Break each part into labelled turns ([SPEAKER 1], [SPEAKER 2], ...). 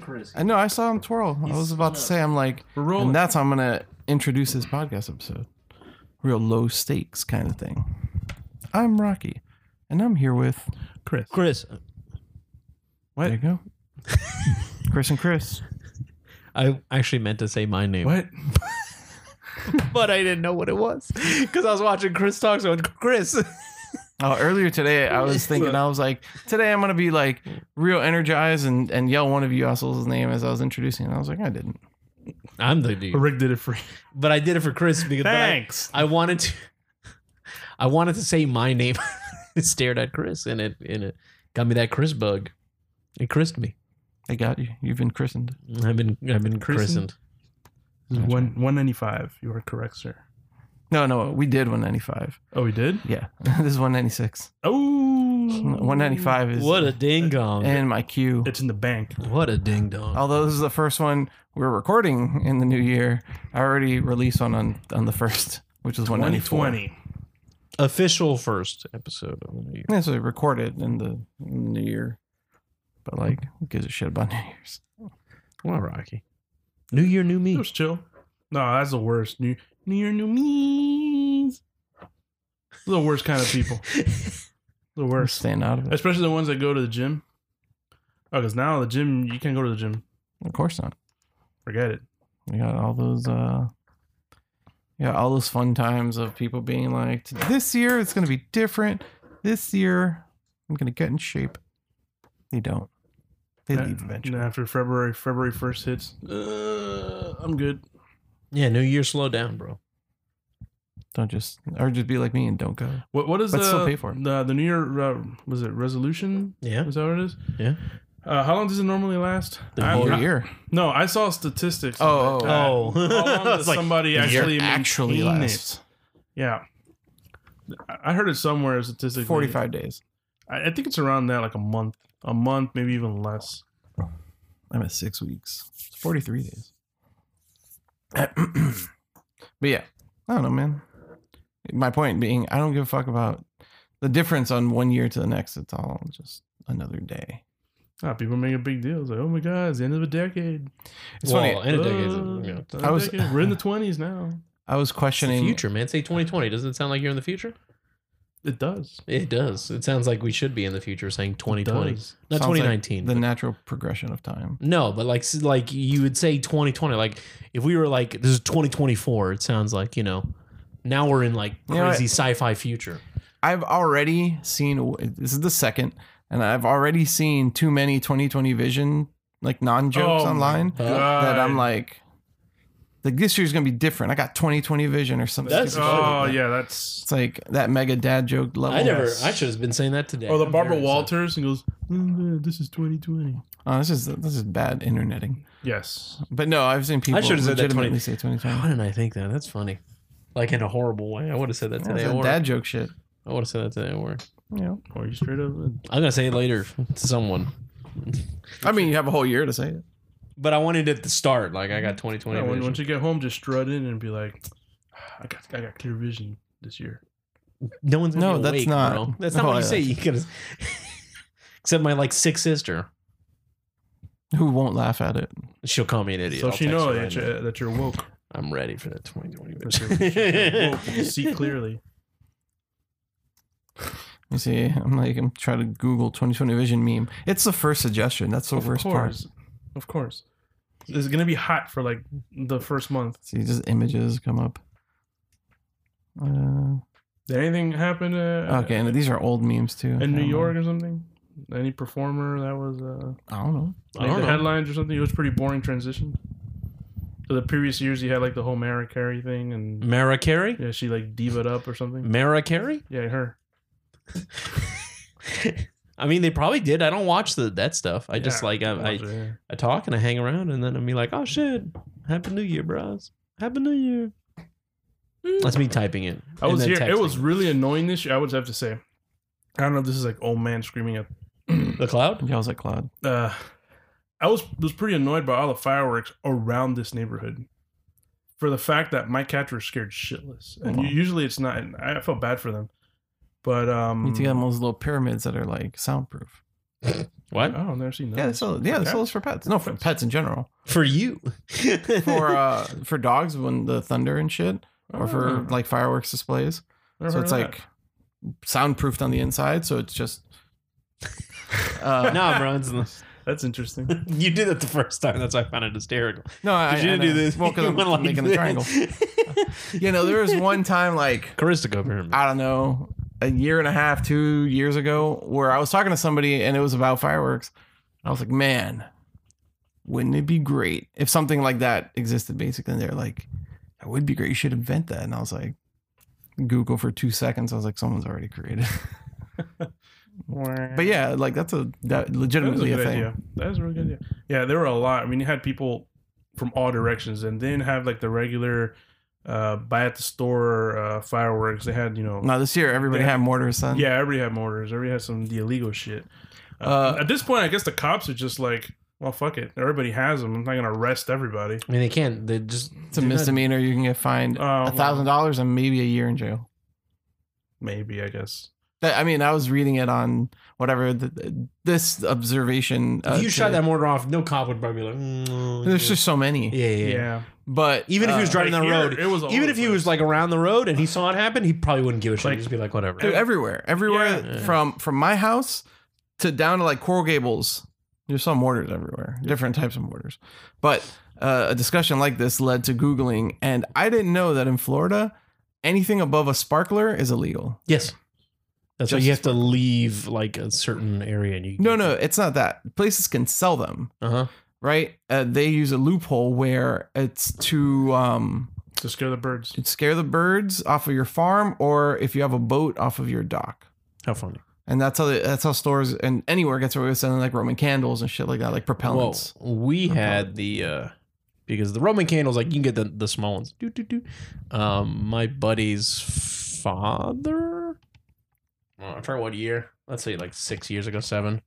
[SPEAKER 1] courtesy.
[SPEAKER 2] I know. I saw him twirl. I
[SPEAKER 1] He's
[SPEAKER 2] was about to
[SPEAKER 1] slow.
[SPEAKER 2] say, I'm like,
[SPEAKER 1] We're rolling.
[SPEAKER 2] and that's how I'm gonna introduce this podcast episode. Real low stakes kind of thing. I'm Rocky, and I'm here with.
[SPEAKER 3] Chris.
[SPEAKER 4] Chris,
[SPEAKER 2] There you
[SPEAKER 3] What?
[SPEAKER 2] go. Chris and Chris.
[SPEAKER 4] I actually meant to say my name,
[SPEAKER 3] What?
[SPEAKER 4] but I didn't know what it was because I was watching Chris talk. So Chris,
[SPEAKER 2] Oh, earlier today I was thinking I was like, today I'm gonna be like real energized and and yell one of you assholes' name as I was introducing. And I was like, I didn't.
[SPEAKER 4] I'm the dude,
[SPEAKER 3] Rick did it for you.
[SPEAKER 4] but I did it for Chris because but I,
[SPEAKER 3] Thanks.
[SPEAKER 4] I wanted to. I wanted to say my name. I stared at Chris, and it and it got me that Chris bug. It christened me.
[SPEAKER 2] I got you. You've been christened.
[SPEAKER 4] I've been I've been
[SPEAKER 3] Christened?
[SPEAKER 4] christened.
[SPEAKER 2] That's
[SPEAKER 3] One one ninety five. You are correct, sir.
[SPEAKER 2] No, no, we did 195.
[SPEAKER 3] Oh, we did.
[SPEAKER 2] Yeah, this is 196.
[SPEAKER 3] Oh,
[SPEAKER 2] 195 is
[SPEAKER 4] What a ding dong!
[SPEAKER 2] and my cue.
[SPEAKER 3] It's in the bank.
[SPEAKER 4] What a ding dong!
[SPEAKER 2] Although this is the first one we're recording in the new year, I already released one on on the first, which was 194.
[SPEAKER 3] 120.
[SPEAKER 4] Official first episode of the year.
[SPEAKER 2] Yeah, so we recorded in the, in the new year, but like, who gives a shit about New Year's?
[SPEAKER 4] Wow, Rocky. New year, new
[SPEAKER 3] It
[SPEAKER 4] me.
[SPEAKER 3] was chill. No, that's the worst. New New Year, New Me's. The worst kind of people. The
[SPEAKER 2] We're
[SPEAKER 3] worst.
[SPEAKER 2] staying out of it.
[SPEAKER 3] Especially the ones that go to the gym. Oh, because now the gym, you can't go to the gym.
[SPEAKER 2] Of course not.
[SPEAKER 3] Forget it.
[SPEAKER 2] We got all those, uh, yeah, all those fun times of people being like, this year it's gonna be different. This year I'm gonna get in shape. They don't. They
[SPEAKER 3] Uh,
[SPEAKER 2] leave eventually.
[SPEAKER 3] And after February, February first hits, uh, I'm good.
[SPEAKER 4] Yeah, New Year, slow down, bro.
[SPEAKER 2] Don't just or just be like me and don't go.
[SPEAKER 3] What what is
[SPEAKER 2] But
[SPEAKER 3] the
[SPEAKER 2] still pay for it.
[SPEAKER 3] the the New Year uh, was it resolution?
[SPEAKER 4] Yeah.
[SPEAKER 3] Is that what it is?
[SPEAKER 4] Yeah.
[SPEAKER 3] Uh, how long does it normally last?
[SPEAKER 4] The
[SPEAKER 3] I'm
[SPEAKER 4] whole
[SPEAKER 3] not-
[SPEAKER 2] year.
[SPEAKER 3] No, I saw statistics.
[SPEAKER 2] Oh,
[SPEAKER 3] on
[SPEAKER 2] oh,
[SPEAKER 3] it. Uh,
[SPEAKER 4] oh.
[SPEAKER 3] how long
[SPEAKER 4] I
[SPEAKER 3] does
[SPEAKER 4] was like,
[SPEAKER 3] somebody
[SPEAKER 2] the year actually
[SPEAKER 3] actually actually
[SPEAKER 2] lasts.
[SPEAKER 3] it? Yeah, I- I heard it somewhere statistically.
[SPEAKER 2] Forty-five days.
[SPEAKER 3] I, I think it's around that, like a month, a month, maybe even less.
[SPEAKER 2] I'm at six weeks. It's Forty-three days. but yeah, I don't know, man. My point being, I don't give a fuck about the difference on one year to the next. It's all just another day.
[SPEAKER 3] Ah, people make a big deal. It's like, oh my god, it's the end of a decade.
[SPEAKER 2] It's
[SPEAKER 4] Well,
[SPEAKER 2] funny.
[SPEAKER 4] End of
[SPEAKER 3] Uh,
[SPEAKER 4] decade, yeah.
[SPEAKER 3] it's the
[SPEAKER 2] I was-
[SPEAKER 3] decade. We're in the twenties now.
[SPEAKER 2] I was
[SPEAKER 4] It's the
[SPEAKER 2] questioning.
[SPEAKER 4] future, man. Say 2020. Doesn't it sound like you're in the future?
[SPEAKER 3] It does.
[SPEAKER 4] It does. It sounds like we should be in the future saying 2020.
[SPEAKER 3] It
[SPEAKER 4] Not
[SPEAKER 3] does.
[SPEAKER 4] 2019.
[SPEAKER 2] the natural progression of time.
[SPEAKER 4] no, but like like you would say 2020. Like if we were like this is 2024, it sounds like, you know, now we're in like
[SPEAKER 2] You know
[SPEAKER 4] crazy sci-fi future.
[SPEAKER 2] I've already seen this is the second, and I've already seen too many 2020 vision like non jokes
[SPEAKER 3] Oh my
[SPEAKER 2] online
[SPEAKER 3] God.
[SPEAKER 2] that I'm like, like this year's gonna be different. I got 2020 vision or something.
[SPEAKER 4] That's-
[SPEAKER 2] stupid like
[SPEAKER 3] Oh
[SPEAKER 2] that.
[SPEAKER 3] yeah, that's
[SPEAKER 2] It's like that mega dad joke level.
[SPEAKER 4] I never
[SPEAKER 3] yes.
[SPEAKER 4] I should have been saying that today.
[SPEAKER 3] or Oh, the
[SPEAKER 4] I'm
[SPEAKER 3] Barbara
[SPEAKER 4] very upset.
[SPEAKER 3] Walters and goes, "Mm, "This is 2020."
[SPEAKER 2] Oh, this is this is bad interneting.
[SPEAKER 3] Yes,
[SPEAKER 2] But no, I've seen people
[SPEAKER 4] should've said that
[SPEAKER 2] legitimately
[SPEAKER 4] 20
[SPEAKER 2] say
[SPEAKER 4] Why
[SPEAKER 2] 2020.
[SPEAKER 4] didn't I think that? That's funny. Like in a horrible way. I would have said that
[SPEAKER 2] Yeah,
[SPEAKER 4] today
[SPEAKER 2] it's
[SPEAKER 4] at
[SPEAKER 2] that
[SPEAKER 4] work.
[SPEAKER 2] dad joke shit.
[SPEAKER 4] I would have said that today at work.
[SPEAKER 2] You know,
[SPEAKER 3] or you straight up. uh,
[SPEAKER 4] I'm gonna say it later to someone.
[SPEAKER 2] I mean, you have a whole year to say it.
[SPEAKER 4] But I wanted it at the start. Like I got 2020.
[SPEAKER 3] Yeah, when,
[SPEAKER 4] vision.
[SPEAKER 3] once you get home, just strut in and be like, "I got, I got clear vision this year."
[SPEAKER 4] No one's gonna
[SPEAKER 2] No,
[SPEAKER 4] be
[SPEAKER 2] that's
[SPEAKER 4] awake,
[SPEAKER 2] not-
[SPEAKER 4] Bro. That's not
[SPEAKER 2] no,
[SPEAKER 4] what you
[SPEAKER 2] yeah.
[SPEAKER 4] say. You can, except my like sick sister.
[SPEAKER 2] Who won't laugh at it?
[SPEAKER 4] She'll call me an idiot.
[SPEAKER 3] so
[SPEAKER 4] I'll
[SPEAKER 3] she
[SPEAKER 4] text
[SPEAKER 3] knows
[SPEAKER 4] her
[SPEAKER 3] that,
[SPEAKER 4] right now.
[SPEAKER 3] you're, that you're woke.
[SPEAKER 4] I'm ready for that 2020
[SPEAKER 3] That you're, that you're woke. You
[SPEAKER 4] vision.
[SPEAKER 3] see clearly.
[SPEAKER 2] You see, I'm like, I'm trying to Google 2020 vision meme. It's the first suggestion. That's the
[SPEAKER 3] Of
[SPEAKER 2] worst part.
[SPEAKER 3] course, of course. It's gonna be hot for like the first month.
[SPEAKER 2] See, just images come up. Uh,
[SPEAKER 3] Did anything happen? Uh,
[SPEAKER 2] okay, and these are old memes too.
[SPEAKER 3] in
[SPEAKER 2] Okay,
[SPEAKER 3] New
[SPEAKER 2] I'm
[SPEAKER 3] York
[SPEAKER 2] like,
[SPEAKER 3] or something? Any performer that was uh,
[SPEAKER 2] I don't know.
[SPEAKER 4] I
[SPEAKER 3] like
[SPEAKER 4] don't
[SPEAKER 3] the
[SPEAKER 4] know.
[SPEAKER 3] headlines or something? It was pretty boring transition. So the previous years, you had like the whole Mariah Carey thing, and
[SPEAKER 4] Mara Carey.
[SPEAKER 3] yeah, she like divaed up or something.
[SPEAKER 4] Mara Carey.
[SPEAKER 3] Yeah, her.
[SPEAKER 4] I mean, they probably did. I don't watch the that stuff. I just
[SPEAKER 3] Yeah,
[SPEAKER 4] like I, I,
[SPEAKER 3] watch it, yeah.
[SPEAKER 4] I talk and I hang around, and then I'm be like, oh shit, happy New Year, bros. Happy New Year. That's me typing it.
[SPEAKER 3] I
[SPEAKER 4] and
[SPEAKER 3] was
[SPEAKER 4] then
[SPEAKER 3] here. It
[SPEAKER 4] texting
[SPEAKER 3] was really annoying this year. I would have to say. I don't know if this is like old man screaming at.
[SPEAKER 4] the cloud.
[SPEAKER 2] Yells at Cloud.
[SPEAKER 3] Uh, I was was pretty annoyed by all the fireworks around this neighborhood, for the fact that my cats were scared shitless, and
[SPEAKER 2] Aw.
[SPEAKER 3] u- usually it's not. And I felt bad for them, but um,
[SPEAKER 2] You need to get on those little pyramids that are like soundproof.
[SPEAKER 4] What?
[SPEAKER 3] Oh, I've never seen that.
[SPEAKER 2] Yeah, they sell, yeah, they
[SPEAKER 3] For
[SPEAKER 2] sell this for pets. No, for
[SPEAKER 3] pets.
[SPEAKER 2] pets in general.
[SPEAKER 4] For you.
[SPEAKER 2] For uh, for dogs when the thunder and shit, or for
[SPEAKER 3] Oh,
[SPEAKER 2] like fireworks displays.
[SPEAKER 3] never
[SPEAKER 2] So
[SPEAKER 3] heard
[SPEAKER 2] it's
[SPEAKER 3] of
[SPEAKER 2] like soundproofed on the inside, so it's just.
[SPEAKER 4] no,
[SPEAKER 2] Uh,
[SPEAKER 4] bro. it's-
[SPEAKER 3] that. that's interesting.
[SPEAKER 4] You did it the first time. That's why I found it hysterical.
[SPEAKER 2] no, I,
[SPEAKER 4] Did you
[SPEAKER 2] I
[SPEAKER 4] do
[SPEAKER 2] know.
[SPEAKER 4] this?
[SPEAKER 2] Well, 'cause
[SPEAKER 4] You
[SPEAKER 2] I'm
[SPEAKER 4] went like
[SPEAKER 2] making
[SPEAKER 4] this.
[SPEAKER 2] a triangle. You know, there was one time like
[SPEAKER 4] Carissa go pyramid.
[SPEAKER 2] I don't know, a year and a half, two years ago, where I was talking to somebody and it was about fireworks. I was like, man, wouldn't it be great if something like that existed? Basically, and they're like, that would be great. You should invent that. And I was like, Google for two seconds. I was like, someone's already created.
[SPEAKER 3] But
[SPEAKER 2] but yeah, like that's a that legitimately
[SPEAKER 3] that
[SPEAKER 2] a,
[SPEAKER 3] was a good
[SPEAKER 2] thing.
[SPEAKER 3] idea. That was a really good idea. Yeah, there were a lot. I mean, you had people from all directions, and then have like the regular uh, buy at the store uh, fireworks. They had you know,
[SPEAKER 2] Now this year, everybody
[SPEAKER 3] They-
[SPEAKER 2] had mortars, son.
[SPEAKER 3] yeah, everybody had mortars. Everybody had some of the illegal shit. Uh,
[SPEAKER 2] Uh,
[SPEAKER 3] at this point, I guess the cops are just like, well, fuck it. Everybody has them. I'm not gonna arrest everybody.
[SPEAKER 4] I mean, they can't. They just.
[SPEAKER 2] it's a
[SPEAKER 4] they're not-
[SPEAKER 2] misdemeanor. You can get fined
[SPEAKER 3] Oh,
[SPEAKER 2] a
[SPEAKER 3] well,
[SPEAKER 2] thousand dollars and maybe a year in jail.
[SPEAKER 3] maybe I guess.
[SPEAKER 2] That, I mean, I was reading it on whatever the, this observation.
[SPEAKER 4] If you shot
[SPEAKER 2] today.
[SPEAKER 4] that mortar off, no cop would probably be like. "Mm,
[SPEAKER 2] There's
[SPEAKER 4] yeah."
[SPEAKER 2] Uh, just so many.
[SPEAKER 4] Yeah, yeah,
[SPEAKER 3] Yeah.
[SPEAKER 4] yeah.
[SPEAKER 2] But
[SPEAKER 4] Even if he was
[SPEAKER 2] uh,
[SPEAKER 4] driving
[SPEAKER 3] Like
[SPEAKER 4] down the
[SPEAKER 3] here,
[SPEAKER 4] road,
[SPEAKER 3] it was all
[SPEAKER 4] even
[SPEAKER 3] over
[SPEAKER 4] if he
[SPEAKER 3] the
[SPEAKER 4] was
[SPEAKER 3] place.
[SPEAKER 4] like around the road and he saw it happen, he probably wouldn't give a shit.
[SPEAKER 3] Like-
[SPEAKER 4] He'd just be like, whatever.
[SPEAKER 2] dude, everywhere, everywhere
[SPEAKER 4] Yeah.
[SPEAKER 2] from from my house to down to like Coral Gables, there's some mortars everywhere, different types of mortars. But uh, a discussion like this led to googling, and I didn't know that in Florida, anything above a sparkler is illegal.
[SPEAKER 4] Yes. That's why
[SPEAKER 2] Just
[SPEAKER 4] you
[SPEAKER 2] as
[SPEAKER 4] have to leave like a certain area and you.
[SPEAKER 2] No, no, it's not that. Places can sell them,
[SPEAKER 4] Uh huh.
[SPEAKER 2] right? Uh, they use a loophole where it's to um,
[SPEAKER 3] To scare the birds.
[SPEAKER 2] It'd scare the birds off of your farm or if you have a boat off of your dock.
[SPEAKER 4] How funny.
[SPEAKER 2] And that's how they, that's how stores and anywhere gets away with selling like Roman candles and shit like that, like propellants.
[SPEAKER 4] Well, we
[SPEAKER 2] Repellents.
[SPEAKER 4] had the uh because the Roman candles, like you can get the, the small ones. Do do do. Um, my buddy's father. Well, I forget what year. Let's say like six years ago, seven.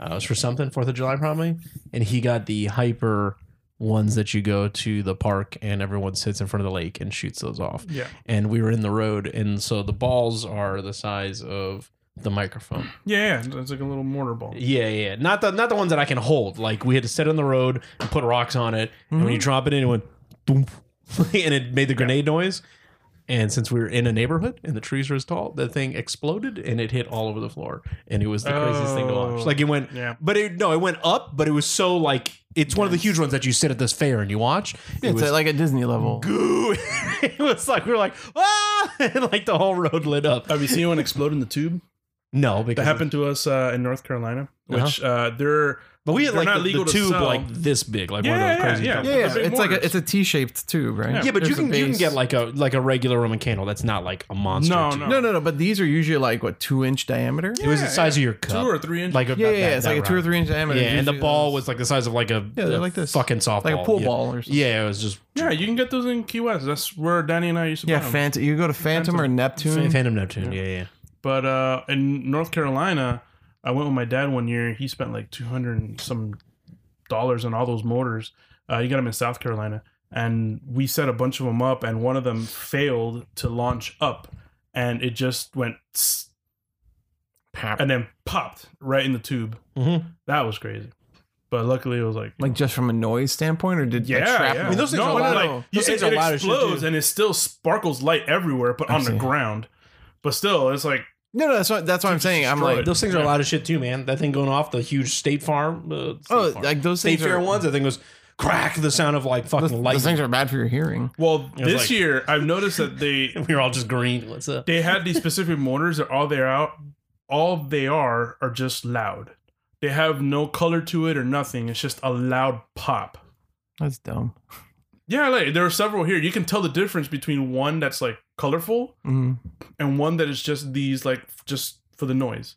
[SPEAKER 4] Uh, it was for something Fourth of July probably, and he got the hyper ones that you go to the park and everyone sits in front of the lake and shoots those off.
[SPEAKER 3] Yeah.
[SPEAKER 4] And we were in the road, and so the balls are the size of the microphone.
[SPEAKER 3] Yeah, yeah. It's like a little mortar ball.
[SPEAKER 4] Yeah, yeah. Not the not the ones that I can hold. Like we had to set it on the road and put rocks on it, and
[SPEAKER 3] Mm-hmm.
[SPEAKER 4] when you drop it in, it went boom, and it made the grenade noise. And since we were in a neighborhood and the trees were as tall, the thing exploded and it hit all over the floor, and it was the craziest thing to watch.
[SPEAKER 3] Oh.
[SPEAKER 4] Like it went,
[SPEAKER 3] Yeah.
[SPEAKER 4] but it no, it went up, but it was so like it's one of the huge ones that you sit at this fair and you watch. It
[SPEAKER 2] it's
[SPEAKER 4] was
[SPEAKER 2] at, like a Disney level.
[SPEAKER 4] goo. it was like we were like ah, and like the whole road lit up.
[SPEAKER 3] Have you seen one explode in the tube?
[SPEAKER 4] No, because
[SPEAKER 3] That happened to us uh, in North Carolina, which uh, they're
[SPEAKER 4] Uh-huh. But we had
[SPEAKER 3] They're
[SPEAKER 4] like
[SPEAKER 3] not
[SPEAKER 4] the,
[SPEAKER 3] legal
[SPEAKER 4] the
[SPEAKER 3] to
[SPEAKER 4] tube
[SPEAKER 3] sell.
[SPEAKER 4] like this big, like one
[SPEAKER 3] Yeah,
[SPEAKER 4] of those
[SPEAKER 3] yeah,
[SPEAKER 4] crazy.
[SPEAKER 3] yeah.
[SPEAKER 4] tubes.
[SPEAKER 2] yeah, yeah.
[SPEAKER 3] The big
[SPEAKER 2] It's like a, it's
[SPEAKER 3] mortars.
[SPEAKER 2] a T shaped tube, right?
[SPEAKER 4] Yeah, but you
[SPEAKER 2] There's a
[SPEAKER 4] can you can
[SPEAKER 2] base.
[SPEAKER 4] get like a like a regular Roman candle that's not like a monster.
[SPEAKER 3] No,
[SPEAKER 4] tube.
[SPEAKER 3] no.
[SPEAKER 2] no, no, no. But these are usually like what two inch diameter.
[SPEAKER 4] It was the
[SPEAKER 3] Yeah,
[SPEAKER 4] size of your
[SPEAKER 3] two
[SPEAKER 4] cup,
[SPEAKER 3] or three inches.
[SPEAKER 4] like a,
[SPEAKER 2] yeah,
[SPEAKER 4] that-
[SPEAKER 2] yeah,
[SPEAKER 4] that-
[SPEAKER 2] it's
[SPEAKER 4] that
[SPEAKER 2] like a two or
[SPEAKER 4] round.
[SPEAKER 2] three inch diameter.
[SPEAKER 4] Yeah, and the
[SPEAKER 2] Usually
[SPEAKER 4] ball
[SPEAKER 2] those-
[SPEAKER 4] was like the size of like a
[SPEAKER 2] Yeah, they're like this.
[SPEAKER 4] fucking softball,
[SPEAKER 2] like a pool
[SPEAKER 4] yeah.
[SPEAKER 2] ball or something.
[SPEAKER 4] Yeah, it was just
[SPEAKER 3] yeah, you can get those in Key West. That's where Danny and I used to
[SPEAKER 2] yeah.
[SPEAKER 3] buy them.
[SPEAKER 2] Phantom. You go to Phantom, or Neptune.
[SPEAKER 4] Phantom Neptune. Yeah, yeah.
[SPEAKER 3] But uh, in North Carolina, I went with my dad one year. He spent like two hundred and some dollars on all those motors. Uh, you got them in South Carolina, and we set a bunch of them up, and one of them failed to launch up, and it just went tss, and then popped right in the tube.
[SPEAKER 4] Mhm.
[SPEAKER 3] That was crazy. But luckily, it was like
[SPEAKER 2] Mm-hmm. Like just from a noise standpoint, or did like,
[SPEAKER 3] yeah,
[SPEAKER 2] shrapnel?
[SPEAKER 3] yeah.
[SPEAKER 4] I mean, those things
[SPEAKER 3] No,
[SPEAKER 4] are
[SPEAKER 3] no,
[SPEAKER 4] loud.
[SPEAKER 3] like,
[SPEAKER 4] Those
[SPEAKER 3] you-
[SPEAKER 4] things
[SPEAKER 3] it,
[SPEAKER 4] are
[SPEAKER 3] it
[SPEAKER 4] loud as shit,
[SPEAKER 3] explodes
[SPEAKER 4] dude.
[SPEAKER 3] and it still sparkles light everywhere, but
[SPEAKER 2] I
[SPEAKER 3] on the
[SPEAKER 2] see.
[SPEAKER 3] ground. But still, it's like
[SPEAKER 2] No, no, that's what that's what I'm saying. I'm like,
[SPEAKER 3] destroyed.
[SPEAKER 4] Those things are
[SPEAKER 3] Yeah.
[SPEAKER 4] a lot of shit too, man. That thing going off the huge State Farm. Uh, State
[SPEAKER 2] oh,
[SPEAKER 4] Farm.
[SPEAKER 2] like those
[SPEAKER 4] State
[SPEAKER 2] things
[SPEAKER 4] Fair
[SPEAKER 2] are
[SPEAKER 4] ones. That thing was crack. The sound of like fucking
[SPEAKER 2] Those, those
[SPEAKER 4] lightning.
[SPEAKER 2] things are bad for your hearing.
[SPEAKER 3] well,
[SPEAKER 4] It was
[SPEAKER 3] this
[SPEAKER 4] like-
[SPEAKER 3] year I've noticed that they
[SPEAKER 4] we were all just green. What's up?
[SPEAKER 3] they had these specific motors that all they're out all they are are just loud. They have no color to it or nothing. It's just a loud pop.
[SPEAKER 2] That's dumb.
[SPEAKER 3] Yeah, like there are several here. You can tell the difference between one that's like colorful
[SPEAKER 2] Mm.
[SPEAKER 3] and one that is just these like just for the noise.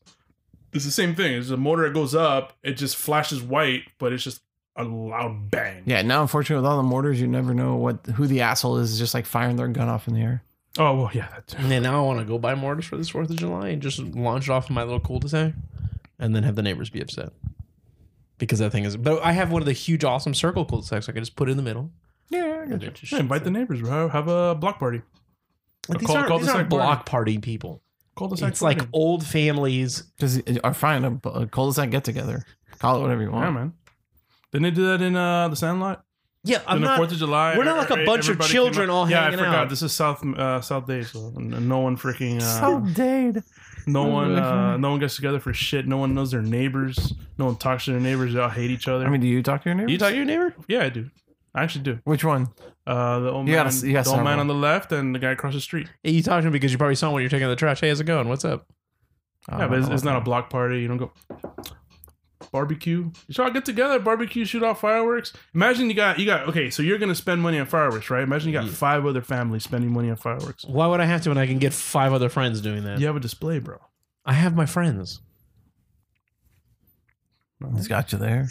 [SPEAKER 3] It's the same thing. It's a motor that goes up, it just flashes white, but it's just a loud bang.
[SPEAKER 2] Yeah. Now, unfortunately, with all the mortars, you never know what who the asshole is. Just like firing their gun off in the air.
[SPEAKER 3] Oh well, yeah, that too.
[SPEAKER 4] And then now I want to go buy mortars for this Fourth of July and just launch it off in my little cul-de-sac, and then have the neighbors be upset because that thing is. But I have one of the huge, awesome circle cul-de-sacs. I can just put it in the middle.
[SPEAKER 2] Yeah.
[SPEAKER 4] And it just
[SPEAKER 3] Yeah, invite the neighbors. bro. Have a block party.
[SPEAKER 4] But these
[SPEAKER 3] cul-
[SPEAKER 4] aren't, these
[SPEAKER 3] cul-de-sac
[SPEAKER 4] aren't block party people.
[SPEAKER 3] Cul-de-sac.
[SPEAKER 4] It's like
[SPEAKER 3] wedding.
[SPEAKER 4] old families.
[SPEAKER 2] Just uh, find a, a cul-de-sac get together. Call it whatever you want.
[SPEAKER 3] yeah, man. Didn't they do that in uh, the Sandlot?
[SPEAKER 4] Yeah, I'm
[SPEAKER 3] in the
[SPEAKER 4] not.
[SPEAKER 3] Fourth of July.
[SPEAKER 4] we're not like a
[SPEAKER 3] e-
[SPEAKER 4] bunch of
[SPEAKER 3] everybody came
[SPEAKER 4] children
[SPEAKER 3] out-
[SPEAKER 4] all
[SPEAKER 3] yeah,
[SPEAKER 4] hanging
[SPEAKER 3] I forgot.
[SPEAKER 4] out.
[SPEAKER 3] This is South uh, South Day, so n- no one freaking
[SPEAKER 2] so
[SPEAKER 3] uh,
[SPEAKER 2] dead.
[SPEAKER 3] no one
[SPEAKER 2] really
[SPEAKER 3] uh,
[SPEAKER 2] funny.
[SPEAKER 3] no one gets together for shit. No one knows their neighbors. No one talks to their neighbors. They all hate each other.
[SPEAKER 2] I mean, do you talk to your neighbors?
[SPEAKER 4] you talk to your neighbor?
[SPEAKER 3] yeah, I do. I actually do.
[SPEAKER 2] Which one?
[SPEAKER 3] Uh, the old
[SPEAKER 2] You
[SPEAKER 3] man,
[SPEAKER 2] gotta s- you gotta
[SPEAKER 3] the old
[SPEAKER 2] start
[SPEAKER 3] man
[SPEAKER 2] one.
[SPEAKER 3] on the left, and the guy across the street.
[SPEAKER 4] Yeah, you talk to him because you probably saw him when you're taking out the trash. Hey, how's it going? What's up?
[SPEAKER 2] Oh,
[SPEAKER 3] Yeah, but it's, it's not a block party. You don't go barbecue. You should all get together, barbecue, shoot off fireworks. Imagine you got you got okay. So you're gonna spend money on fireworks, right? Imagine you got
[SPEAKER 4] Yeah.
[SPEAKER 3] five other families spending money on fireworks.
[SPEAKER 4] Why would I have to when I can get five other friends doing that?
[SPEAKER 3] You have a display, bro.
[SPEAKER 4] I have my friends.
[SPEAKER 2] He's got you there.